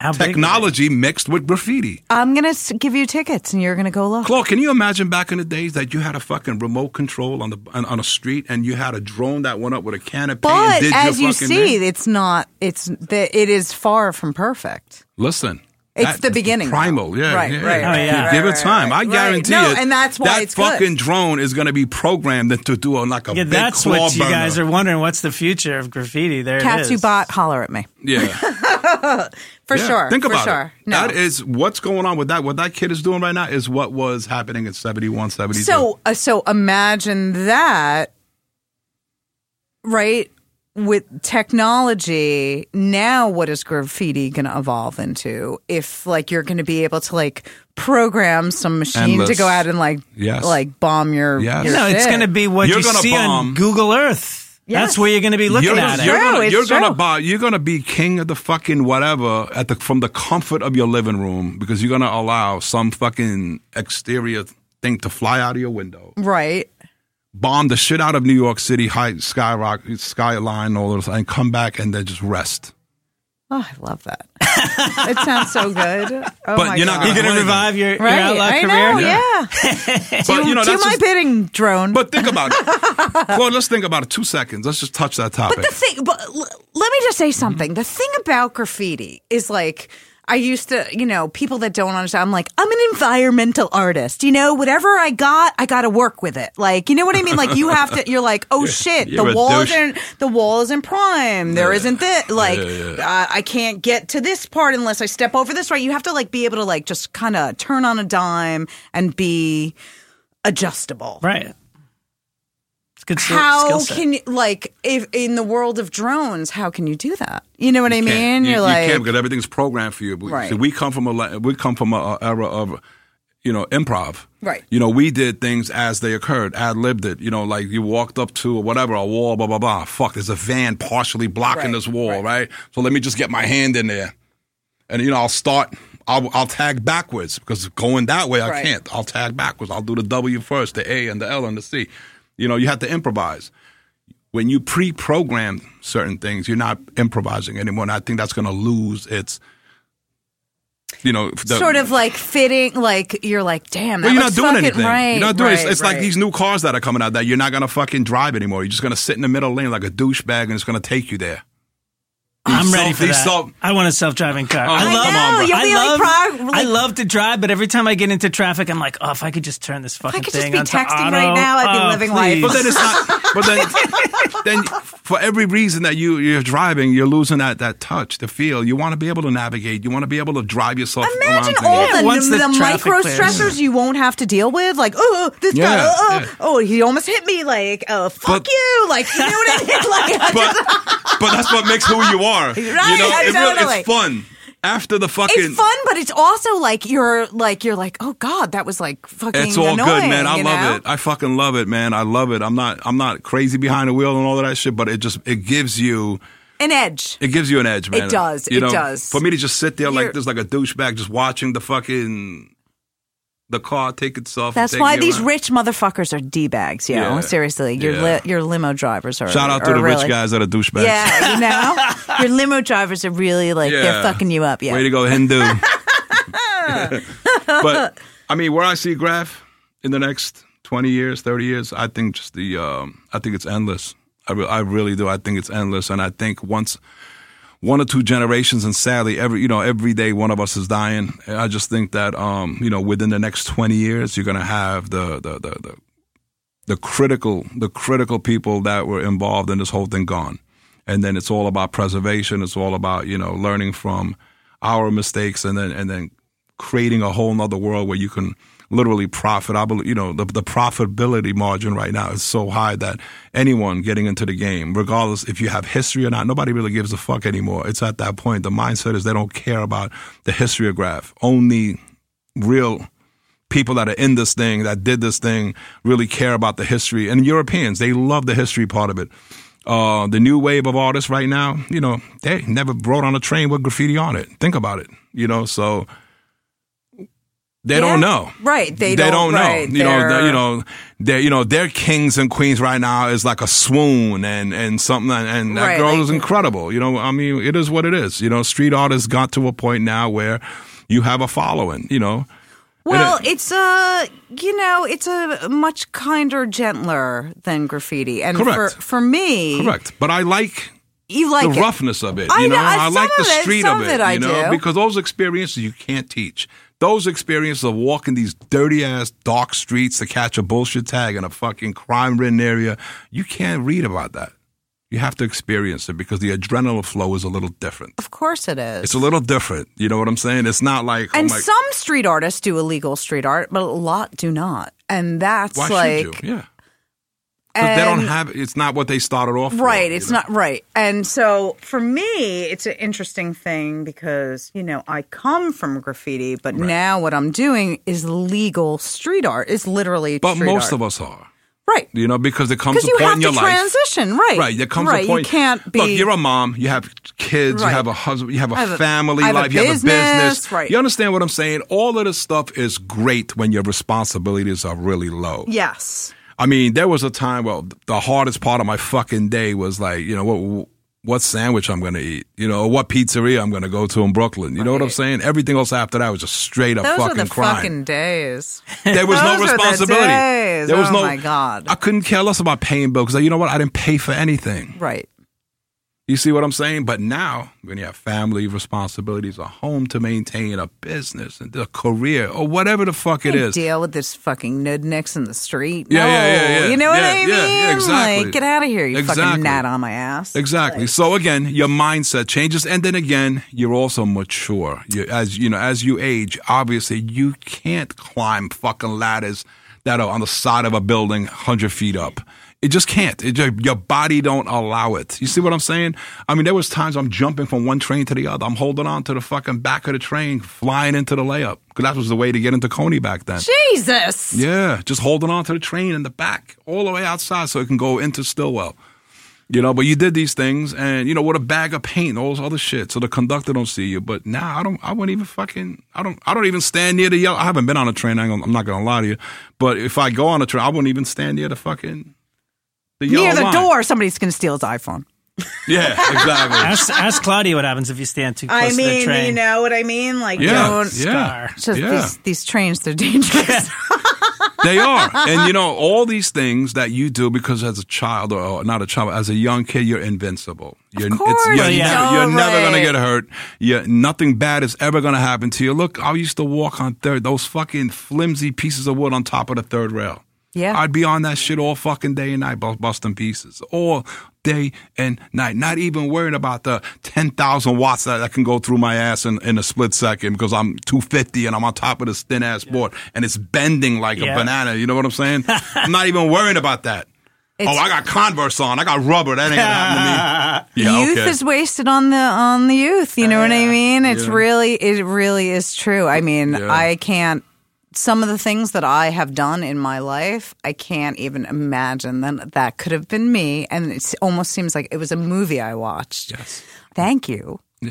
Speaker 2: How big is it?
Speaker 5: Technology mixed with graffiti.
Speaker 3: I'm gonna s- give you tickets, and you're gonna go look.
Speaker 5: Claude, can you imagine back in the days that you had a fucking remote control on the on, on a street and you had a drone that went up with a canopy and
Speaker 3: But
Speaker 5: did
Speaker 3: as
Speaker 5: your
Speaker 3: you
Speaker 5: fucking
Speaker 3: see,
Speaker 5: thing?
Speaker 3: it's not. It's the, it is far from perfect.
Speaker 5: listen.
Speaker 3: It's
Speaker 5: that
Speaker 3: the
Speaker 5: is
Speaker 3: beginning, though.
Speaker 5: Primal, yeah.
Speaker 3: Right,
Speaker 5: yeah.
Speaker 3: right,
Speaker 2: Oh, yeah. right,
Speaker 5: Give it
Speaker 3: right,
Speaker 5: time.
Speaker 3: right,
Speaker 5: I
Speaker 3: right.
Speaker 5: guarantee
Speaker 3: No,
Speaker 5: it.
Speaker 3: and that's why
Speaker 5: that
Speaker 3: it's good.
Speaker 5: fucking drone is going to be programmed to do a, like a
Speaker 2: Yeah,
Speaker 5: big
Speaker 2: that's
Speaker 5: claw
Speaker 2: what you
Speaker 5: burner.
Speaker 2: guys are wondering. What's the future of graffiti? There it
Speaker 3: Cats who
Speaker 2: is.
Speaker 3: bought, holler at me
Speaker 5: Yeah.
Speaker 3: for
Speaker 5: Yeah.
Speaker 3: sure.
Speaker 5: Think
Speaker 3: for
Speaker 5: about it.
Speaker 3: sure. No.
Speaker 5: That is what's going on with that. What that kid is doing right now is what was happening in 71, 72.
Speaker 3: So, uh, so imagine that, right? With technology, now what is graffiti going to evolve into? If like you're going to be able to like program some machine to
Speaker 5: Endless.
Speaker 3: go out and like
Speaker 5: Yes.
Speaker 3: like bomb your,
Speaker 5: Yes.
Speaker 3: your
Speaker 2: No, it's
Speaker 3: shit.
Speaker 2: going to be what
Speaker 5: You're
Speaker 2: you
Speaker 5: gonna
Speaker 2: see
Speaker 5: bomb.
Speaker 2: on Google Earth.
Speaker 3: Yes.
Speaker 2: That's where you're going to be looking
Speaker 5: you're,
Speaker 2: at it.
Speaker 5: you're
Speaker 3: true,
Speaker 5: gonna
Speaker 3: it's
Speaker 5: you're gonna
Speaker 3: true.
Speaker 5: buy you're gonna be king of the fucking whatever at the from the comfort of your living room because you're gonna allow some fucking exterior thing to fly out of your window,
Speaker 3: right.
Speaker 5: bomb the shit out of New York City high skyrock skyline all those and come back and then just rest.
Speaker 3: Oh, I love that. it sounds so good. Oh
Speaker 5: But
Speaker 3: my
Speaker 5: you're
Speaker 3: God.
Speaker 5: not
Speaker 2: You're going
Speaker 5: Right.
Speaker 2: to revive your, your
Speaker 3: right.
Speaker 2: outlaw
Speaker 3: I
Speaker 2: career.
Speaker 3: know. Yeah.
Speaker 5: But you know
Speaker 3: Do
Speaker 5: that's
Speaker 3: my
Speaker 5: just,
Speaker 3: bidding drone.
Speaker 5: but think about it. Claude, let's think about it. Two seconds. Let's just touch that topic. Mm-hmm.
Speaker 3: But the thing, but l- let me just say something. The thing about graffiti is like, I used to, you know, people that don't understand, I'm like, I'm an environmental artist. You know, whatever I got, I got to work with it. Like, you know what I mean? Like, you have to, you're like, oh shit,
Speaker 5: you're
Speaker 3: the
Speaker 5: a
Speaker 3: wall
Speaker 5: douche.
Speaker 3: isn't, the wall isn't prime. There not this. Like, Uh, I can't get to this part unless I step over this, right? You have to, like, be able to, like, just kind of turn on a dime and be adjustable.
Speaker 2: Right. It's good skill,
Speaker 3: How
Speaker 2: skill set.
Speaker 3: can you, like, if in the world of drones, how can you do that? You know what I mean?
Speaker 5: You,
Speaker 3: are
Speaker 5: you
Speaker 3: like,
Speaker 5: can't because everything's programmed for you. But
Speaker 3: Right.
Speaker 5: see, we come from a la- we come from a, a era of you know improv.
Speaker 3: Right.
Speaker 5: You know, we did things as they occurred, ad libbed it. You know, like you walked up to or whatever a wall, blah blah blah. Fuck, there's a van partially blocking
Speaker 3: Right,
Speaker 5: this wall, right.
Speaker 3: right.
Speaker 5: So let me just get my hand in there, and you know, I'll start. I'll, I'll tag backwards because going that way, I
Speaker 3: Right.
Speaker 5: can't. I'll tag backwards. I'll do the W first, the A and the L and the C. You know, you have to improvise when you pre-program certain things, you're not improvising anymore. And I think that's going to lose its, you know, the,
Speaker 3: sort of like fitting, like you're like, damn, that
Speaker 5: Well, you're not
Speaker 3: looks
Speaker 5: doing
Speaker 3: fucking
Speaker 5: anything.
Speaker 3: Right,
Speaker 5: you're not doing.
Speaker 3: right,
Speaker 5: it's it's like
Speaker 3: right.
Speaker 5: these new cars that are coming out that you're not going to fucking drive anymore. You're just going to sit in the middle lane like a douchebag, and it's going to take you there.
Speaker 2: I'm
Speaker 5: These
Speaker 2: ready
Speaker 5: self-
Speaker 2: for
Speaker 5: these
Speaker 2: that.
Speaker 5: self-
Speaker 2: I want a self-driving car.
Speaker 5: Oh,
Speaker 2: I
Speaker 5: I
Speaker 2: love.
Speaker 5: know,
Speaker 3: you'll
Speaker 2: I,
Speaker 3: be like
Speaker 2: love
Speaker 3: prog- like-
Speaker 2: I love to drive, but every time I get into traffic, I'm like, oh, if I could just turn this fucking
Speaker 3: could just
Speaker 2: thing
Speaker 3: be
Speaker 2: onto
Speaker 3: texting
Speaker 2: auto,
Speaker 3: right now, I'd be
Speaker 2: oh,
Speaker 3: living life.
Speaker 2: please.
Speaker 5: But then it's not. But then, then for every reason that you you're driving, you're losing that that touch, the feel. You want to be able to navigate. You want to be able to drive yourself.
Speaker 3: Imagine
Speaker 5: around
Speaker 3: all
Speaker 5: things.
Speaker 2: Yeah, once
Speaker 3: the, the,
Speaker 2: the traffic
Speaker 3: micro
Speaker 2: clears.
Speaker 3: stressors you won't have to deal with. Like, oh, this guy,
Speaker 5: Yeah,
Speaker 3: oh, oh,
Speaker 5: yeah.
Speaker 3: oh, he almost hit me. Like, oh, fuck
Speaker 5: But-
Speaker 3: you. Like, you know what I mean? Like, I
Speaker 5: but
Speaker 3: just-
Speaker 5: but that's what makes who you are. you know, it really-
Speaker 3: totally.
Speaker 5: it's fun. After the fucking,
Speaker 3: it's fun, but it's also like you're like you're like, oh god, that was like fucking.
Speaker 5: It's all
Speaker 3: annoying,
Speaker 5: good, man. I
Speaker 3: you
Speaker 5: love
Speaker 3: know?
Speaker 5: it. I fucking love it, man. I love it. I'm not I'm not crazy behind the wheel and all of that shit, but it just it gives you
Speaker 3: An edge.
Speaker 5: it gives you an edge, man.
Speaker 3: does.
Speaker 5: You
Speaker 3: It
Speaker 5: know,
Speaker 3: does.
Speaker 5: For me to just sit there
Speaker 3: You're-
Speaker 5: like this, like a douchebag, just watching the fucking the car take itself. and
Speaker 3: That's
Speaker 5: take
Speaker 3: why
Speaker 5: me
Speaker 3: these
Speaker 5: around.
Speaker 3: rich motherfuckers are d bags. Yo,
Speaker 5: Yeah.
Speaker 3: seriously, your
Speaker 5: Yeah.
Speaker 3: li- your limo drivers are.
Speaker 5: shout out to
Speaker 3: are
Speaker 5: the
Speaker 3: really-
Speaker 5: rich guys that are douchebags.
Speaker 3: Yeah, you know, your limo drivers are really like they're
Speaker 5: Yeah.
Speaker 3: fucking you up. Yeah,
Speaker 5: Way to go, Hindu. but I mean, where I see Graf in the next twenty years, thirty years, I think just the um, I think it's endless. I, re- I really do. I think it's endless, and I think once one or two generations, and sadly, every you know every day one of us is dying. And I just think that um, you know within the next twenty years, you're gonna have the the the, the the critical the critical people that were involved in this whole thing gone and then it's all about preservation it's all about you know learning from our mistakes and then and then creating a whole nother world where you can literally profit i believe you know the, the profitability margin right now is so high that anyone getting into the game regardless if you have history or not nobody really gives a fuck anymore it's at that point the mindset is they don't care about the historiograph only real people that are in this thing that did this thing really care about the history and europeans they love the history part of it uh, the new wave of artists right now you know they never rode on a train with graffiti on it think about it you know so they don't
Speaker 3: Yeah.
Speaker 5: know
Speaker 3: Right, they don't-
Speaker 5: don't, know
Speaker 3: right,
Speaker 5: you know
Speaker 3: they're-
Speaker 5: the- you know they you know their kings and queens right now is like a swoon and and something and, and that
Speaker 3: Right,
Speaker 5: girl
Speaker 3: like-
Speaker 5: is incredible you know i mean it is what it is you know street art has got to a point now where you have a following you know
Speaker 3: Well,
Speaker 5: And
Speaker 3: it's a you know, it's a much kinder, gentler than graffiti, and
Speaker 5: Correct.
Speaker 3: for for me,
Speaker 5: Correct. But I like
Speaker 3: you like
Speaker 5: the
Speaker 3: it.
Speaker 5: roughness of it.
Speaker 3: I
Speaker 5: You
Speaker 3: know-
Speaker 5: know, I
Speaker 3: some
Speaker 5: like the
Speaker 3: of it-
Speaker 5: street
Speaker 3: some
Speaker 5: of
Speaker 3: of
Speaker 5: it.
Speaker 3: it I
Speaker 5: you know,
Speaker 3: do.
Speaker 5: because those experiences you can't teach. Those experiences of walking these dirty ass dark streets to catch a bullshit tag in a fucking crime ridden area, you can't read about that. You have to experience it because the adrenaline flow is a little different.
Speaker 3: Of course, it is.
Speaker 5: It's a little different. You know what I'm saying? It's not like oh
Speaker 3: and
Speaker 5: my-
Speaker 3: some street artists do illegal street art, but a lot do not, and that's
Speaker 5: why
Speaker 3: like
Speaker 5: should you? Yeah, 'Cause they
Speaker 3: and-
Speaker 5: don't have. It's not what they started off. for,
Speaker 3: Right.
Speaker 5: you
Speaker 3: It's
Speaker 5: know?
Speaker 3: not right. And so for me, it's an interesting thing because, you know, I come from graffiti, but now what I'm doing is legal street art. It's literally
Speaker 5: But
Speaker 3: street
Speaker 5: most
Speaker 3: art.
Speaker 5: of us are.
Speaker 3: Right.
Speaker 5: You know, because there comes a
Speaker 3: Because you
Speaker 5: point
Speaker 3: have
Speaker 5: in your
Speaker 3: to
Speaker 5: life.
Speaker 3: transition, right.
Speaker 5: Right. There comes
Speaker 3: Right,
Speaker 5: a
Speaker 3: you
Speaker 5: point.
Speaker 3: can't be-
Speaker 5: Look, you're a mom. You have kids.
Speaker 3: Right.
Speaker 5: You have a husband. You have a
Speaker 3: I have a-
Speaker 5: family
Speaker 3: I have a
Speaker 5: life. you have a
Speaker 3: business,
Speaker 5: business.
Speaker 3: right.
Speaker 5: You understand what I'm saying? All of this stuff is great when your responsibilities are really low.
Speaker 3: Yes.
Speaker 5: I mean, there was a time. Well, the hardest part of my fucking day was like, you know, what what sandwich I'm going to eat, you know, or what pizzeria I'm going to go to in Brooklyn. You know what I'm saying? Everything else after that was just straight up
Speaker 3: Those were
Speaker 5: fucking
Speaker 3: the
Speaker 5: crime.
Speaker 3: fucking days.
Speaker 5: There was
Speaker 3: Those
Speaker 5: no
Speaker 3: were the
Speaker 5: responsibility.
Speaker 3: days.
Speaker 5: There was
Speaker 3: Oh,
Speaker 5: no.
Speaker 3: my God.
Speaker 5: I couldn't care less about paying bills. 'cause, Like, you know what? I didn't pay for anything.
Speaker 3: Right.
Speaker 5: You see what I'm saying? But now, when you have family responsibilities, a home to maintain, a business, and a career, or whatever the fuck it
Speaker 6: Can't
Speaker 5: is,
Speaker 6: Deal with this fucking nudnicks in the street.
Speaker 5: Yeah,
Speaker 6: no.
Speaker 5: yeah, yeah, yeah.
Speaker 6: You know what
Speaker 5: Yeah,
Speaker 6: I mean?
Speaker 5: yeah, yeah, exactly.
Speaker 6: Like, get out of here, you
Speaker 5: Exactly.
Speaker 6: fucking gnat on my ass.
Speaker 5: Exactly. so again, your mindset changes, and then again, you're also mature. You, as you know, as you age, obviously, you can't climb fucking ladders that are on the side of a building, hundred feet up. It just can't. It ju- your body don't allow it. You see what I'm saying? I mean, there was times I'm jumping from one train to the other. I'm holding on to the fucking back of the train, flying into the layup because that was the way to get into Coney back then.
Speaker 3: Jesus.
Speaker 5: Yeah, just holding on to the train in the back, all the way outside, so it can go into Stillwell. You know, but you did these things, and you know, with a bag of paint, all this other shit, so the conductor don't see you. But now I don't, I wouldn't even fucking, I don't, I don't even stand near the yellow. I haven't been on a train. I ain't gonna- I'm not gonna lie to you, but if I go on a train, I wouldn't even stand near the fucking the yellow
Speaker 3: Near the
Speaker 5: line.
Speaker 3: door, somebody's going to steal his iPhone.
Speaker 5: Yeah, exactly.
Speaker 2: Ask, ask Claudia what happens if you stand too close
Speaker 6: I
Speaker 2: to the
Speaker 6: mean,
Speaker 2: train.
Speaker 6: you know what I mean? Like,
Speaker 5: yeah,
Speaker 6: don't.
Speaker 5: yeah,
Speaker 2: scar.
Speaker 6: It's just
Speaker 5: yeah.
Speaker 3: These, these trains, they're dangerous.
Speaker 5: They are. And you know, all these things that you do because as a child or- or not a child, as a young kid, you're invincible. You're, of
Speaker 3: course,
Speaker 5: you're,
Speaker 2: yeah.
Speaker 5: never- you're never going to
Speaker 3: Totally.
Speaker 5: get hurt. you nothing bad is ever going to happen to you. Look, I used to walk on third, those fucking flimsy pieces of wood on top of the third rail.
Speaker 3: Yeah.
Speaker 5: I'd be on that shit all fucking day and night, bu- busting pieces all day and night. Not even worrying about the ten thousand watts that, that can go through my ass in, in a split second because I'm two fifty and I'm on top of this thin ass board and it's bending like
Speaker 2: Yeah.
Speaker 5: a banana. You know what I'm saying? I'm not even worrying about that. oh, I got Converse on. I got rubber. That ain't gonna happen to me. Yeah,
Speaker 3: youth
Speaker 5: okay.
Speaker 3: is wasted on the on the youth. You know what I mean? It's really it really is true. I mean,
Speaker 5: Yeah.
Speaker 3: I can't. Some of the things that I have done in my life, I can't even imagine that that could have been me. And it almost seems like it was a movie I watched.
Speaker 5: yes.
Speaker 3: Thank you
Speaker 5: Yeah.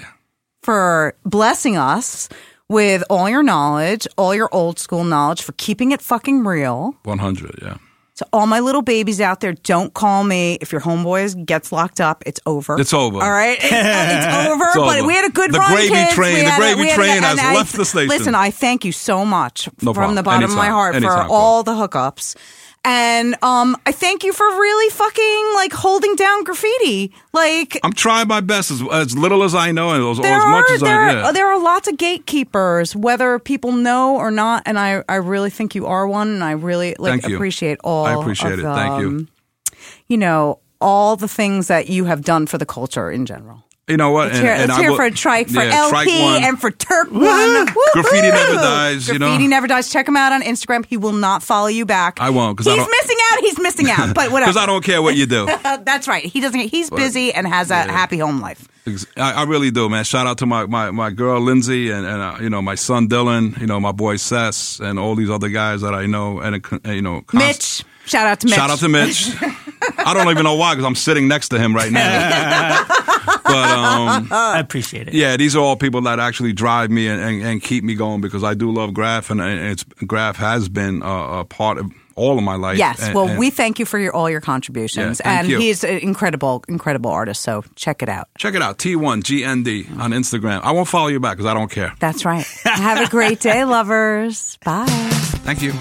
Speaker 3: for blessing us with all your knowledge, all your old school knowledge, for keeping it fucking real.
Speaker 5: One hundred. Yeah.
Speaker 3: To all my little babies out there, don't call me. If your homeboy is- gets locked up, it's over.
Speaker 5: It's over.
Speaker 3: All right, it's, uh, it's over.
Speaker 5: It's
Speaker 3: but
Speaker 5: over.
Speaker 3: we had a good
Speaker 5: The
Speaker 3: run,
Speaker 5: gravy
Speaker 3: kids.
Speaker 5: train-
Speaker 3: We
Speaker 5: the
Speaker 3: had a-
Speaker 5: gravy
Speaker 3: we had a-
Speaker 5: train
Speaker 3: and
Speaker 5: has
Speaker 3: I-
Speaker 5: left the station.
Speaker 3: Listen, I thank you so much
Speaker 5: No
Speaker 3: from the
Speaker 5: problem.
Speaker 3: bottom of my
Speaker 5: Anytime.
Speaker 3: heart
Speaker 5: Anytime,
Speaker 3: for all the hookups. And um, I thank you for really fucking like holding down graffiti. Like
Speaker 5: I'm trying my best as, as little as I know and Oh, as, or as much as
Speaker 3: there,
Speaker 5: I.
Speaker 3: are,
Speaker 5: Yeah.
Speaker 3: there are lots of gatekeepers, whether people know or not, and I, I really think you are one, and I really like
Speaker 5: Thank you.
Speaker 3: appreciate all.
Speaker 5: I appreciate
Speaker 3: of,
Speaker 5: it. Thank you.
Speaker 3: um, You know all the things that you have done for the culture in general.
Speaker 5: You know what?
Speaker 3: Let's hear, let's hear for Trike, for
Speaker 5: yeah,
Speaker 3: LP,
Speaker 5: Trike won.
Speaker 3: and for Turk One. Woo-hoo!
Speaker 5: Graffiti never dies, you know?
Speaker 3: Graffiti never dies. Check him out on Instagram. He will not follow you back.
Speaker 5: I won't, 'cause
Speaker 3: He's
Speaker 5: I don't-
Speaker 3: missing out. He's missing out. But whatever.
Speaker 5: because I don't care what you do.
Speaker 3: Uh, that's right. He doesn't. He's busy and has a happy home life.
Speaker 5: Ex- I, I really do, man. Shout out to my, my, my girl Lindsay and, and uh, you know my son Dylan, you know my boy Sess, and all these other guys that I know, and, uh, con- uh, you know const-
Speaker 3: Mitch. Shout out to Mitch.
Speaker 5: Shout out to Mitch. I don't even know why because I'm sitting next to him right now. but um,
Speaker 2: I appreciate it.
Speaker 5: yeah, these are all people that actually drive me and, and, and keep me going because I do love Graf, and, and it's Graf has been uh, a part of all of my life.
Speaker 3: Yes.
Speaker 5: And-
Speaker 3: well,
Speaker 5: and-
Speaker 3: we thank you for your, all your contributions,
Speaker 5: Yeah, thank
Speaker 3: and
Speaker 5: you.
Speaker 3: he's an incredible, incredible artist. So check it out.
Speaker 5: check it out. T1GND on Instagram. I won't follow you back because I don't care.
Speaker 3: That's right. Have a great day, lovers. Bye.
Speaker 5: Thank you.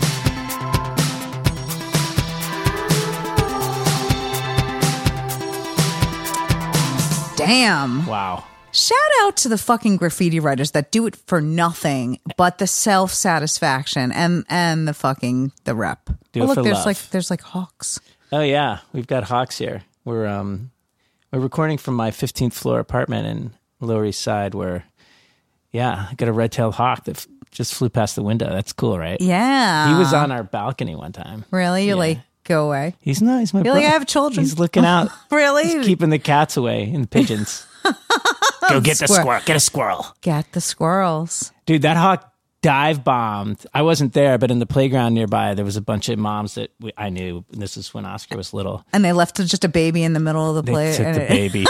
Speaker 3: Damn.
Speaker 2: Wow.
Speaker 3: Shout out to the fucking graffiti writers that do it for nothing but the self satisfaction and and the fucking the rep.
Speaker 2: Do
Speaker 3: oh,
Speaker 2: it
Speaker 3: look,
Speaker 2: for
Speaker 3: there's
Speaker 2: love.
Speaker 3: like there's like hawks.
Speaker 2: Oh yeah, we've got hawks here. We're um we're recording from my 15th floor apartment in Lower East Side where yeah, I got a red-tailed hawk that f- just flew past the window. That's cool, right?
Speaker 3: Yeah.
Speaker 2: He was on our balcony one time.
Speaker 3: Really? You're
Speaker 2: Yeah.
Speaker 3: like, go away.
Speaker 2: He's nice, my
Speaker 3: You're
Speaker 2: brother.
Speaker 3: like, I have children.
Speaker 2: He's looking out.
Speaker 3: Really?
Speaker 2: He's keeping the cats away and the pigeons. Go get the squirrel. Get a squirrel.
Speaker 3: Get the squirrels.
Speaker 2: Dude, that hawk dive bombed. I wasn't there, but in the playground nearby, there was a bunch of moms that we, I knew. And this is when Oscar was little.
Speaker 3: And they left just a baby in the middle of the
Speaker 2: They
Speaker 3: play.
Speaker 2: took
Speaker 3: and
Speaker 2: the
Speaker 3: it-
Speaker 2: baby.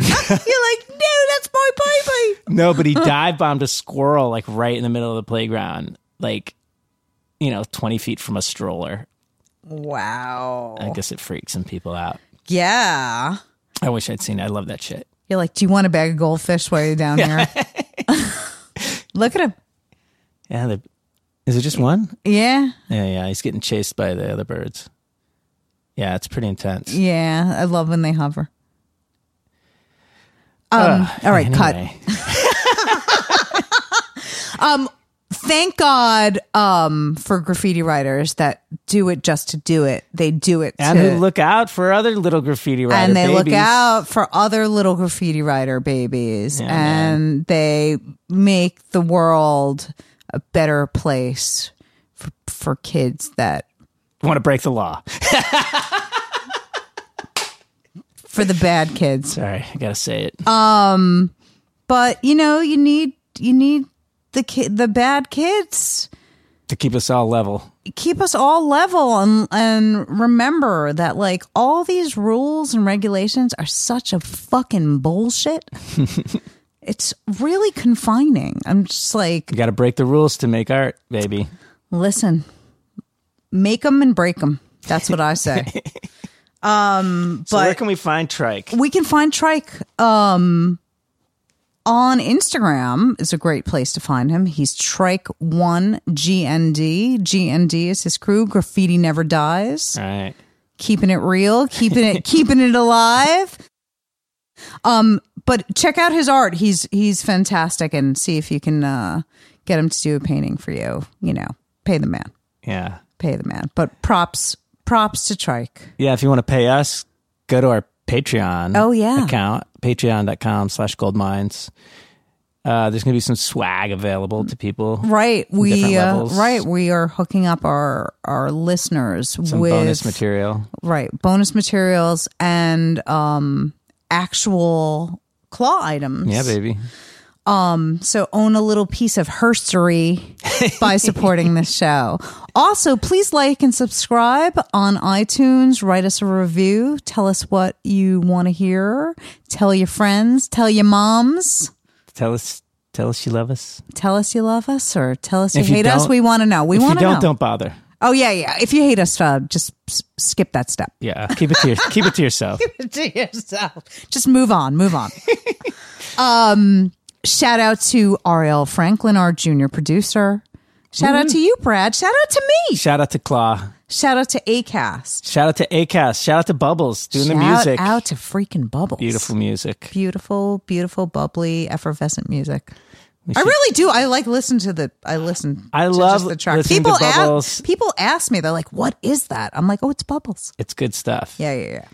Speaker 3: You're like, no, that's my baby.
Speaker 2: No, but he dive bombed a squirrel like right in the middle of the playground, like you know, twenty feet from a stroller.
Speaker 3: Wow.
Speaker 2: I guess it freaks some people out.
Speaker 3: Yeah.
Speaker 2: I wish I'd seen. It. I love that shit.
Speaker 3: You're like, do you want a bag of goldfish while you're down here? Look at him.
Speaker 2: Yeah, the, is it just one?
Speaker 3: Yeah.
Speaker 2: Yeah, yeah. He's getting chased by the other birds. Yeah, it's pretty intense.
Speaker 3: Yeah. I love when they hover.
Speaker 2: Um,
Speaker 10: all right, cut.
Speaker 3: thank God um, for graffiti writers that do it just to do it. They do it
Speaker 2: And
Speaker 3: to,
Speaker 2: who look out for other little graffiti writer
Speaker 3: and they look
Speaker 2: babies.
Speaker 3: out for other little graffiti writer babies, and they make the world a better place for, for kids that
Speaker 2: Want to break the law?
Speaker 3: for the bad kids.
Speaker 2: Sorry, I gotta say it.
Speaker 3: Um, But you know, you need you need the ki- the bad kids
Speaker 2: to keep us all level.
Speaker 3: keep us all level and and remember that like all these rules and regulations are such a fucking bullshit. it's really confining. I'm just like,
Speaker 2: You gotta break the rules to make art, baby.
Speaker 3: listen, make them and break them. That's what I say. um,
Speaker 2: So where
Speaker 3: but
Speaker 2: can we find Trike?
Speaker 3: we can find Trike um on Instagram is a great place to find him. He's Trike1GND. GND is his crew. Graffiti never dies
Speaker 2: All right.
Speaker 3: keeping it real, keeping it keeping it alive. Um, but check out his art. He's he's fantastic, and see if you can uh, get him to do a painting for you. You know, pay the man,
Speaker 2: Yeah.
Speaker 3: pay the man. But props props to Trike.
Speaker 2: Yeah, if you want to pay us, go to our Patreon.
Speaker 3: Oh, yeah.
Speaker 2: Account, patreon.com slash goldmines. Uh, there's going to be some swag available to people.
Speaker 3: Right,
Speaker 2: Different
Speaker 3: we uh,
Speaker 2: levels.
Speaker 3: right we are hooking up our our listeners
Speaker 2: Some
Speaker 3: with
Speaker 2: bonus material.
Speaker 3: right bonus materials and um actual claw items.
Speaker 2: Yeah, baby.
Speaker 3: So own a little piece of herstory by supporting this show. Also, please like and subscribe on iTunes. Write us a review. Tell us what you want to hear. Tell your friends. Tell your moms.
Speaker 2: Tell us tell us you love us.
Speaker 3: Tell us you love us or tell us you
Speaker 2: If you
Speaker 3: hate us.
Speaker 2: don't-
Speaker 3: We want to know. We
Speaker 2: if you
Speaker 3: want to
Speaker 2: don't,
Speaker 3: know.
Speaker 2: don't bother.
Speaker 3: Oh yeah, yeah. If you hate us, uh, just s- skip that step.
Speaker 2: Yeah, keep it to your, keep it to yourself.
Speaker 3: to yourself. Just move on, move on. um, shout out to R.L. Franklin, our junior producer. Shout
Speaker 2: Mm-hmm.
Speaker 3: out to you, Brad. Shout out to me.
Speaker 2: Shout out to Claw.
Speaker 3: Shout out to Acast.
Speaker 2: Shout out to Acast. Shout out to Bubbles doing
Speaker 3: Shout
Speaker 2: the music.
Speaker 3: out to freaking Bubbles.
Speaker 2: Beautiful music.
Speaker 3: beautiful, beautiful, bubbly, effervescent music. I really do. I like listen to the. I listen.
Speaker 2: I
Speaker 3: to
Speaker 2: love
Speaker 3: just the track.
Speaker 2: listening to
Speaker 3: People
Speaker 2: Bubbles.
Speaker 3: ask. People ask me. They're like, "What is that?" I'm like, "Oh, it's Bubbles."
Speaker 2: It's good stuff.
Speaker 3: Yeah, yeah, yeah.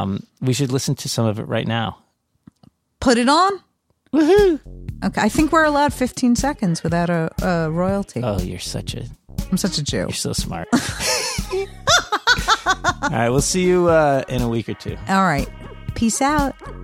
Speaker 2: Um, we should listen to some of it right now.
Speaker 3: Put it on. Woohoo! Okay, I think we're allowed 15 seconds without a, a royalty.
Speaker 2: Oh, you're such a
Speaker 3: I'm such a Jew.
Speaker 2: You're so smart. All right, we'll see you uh, in a week or two.
Speaker 3: All right, peace out.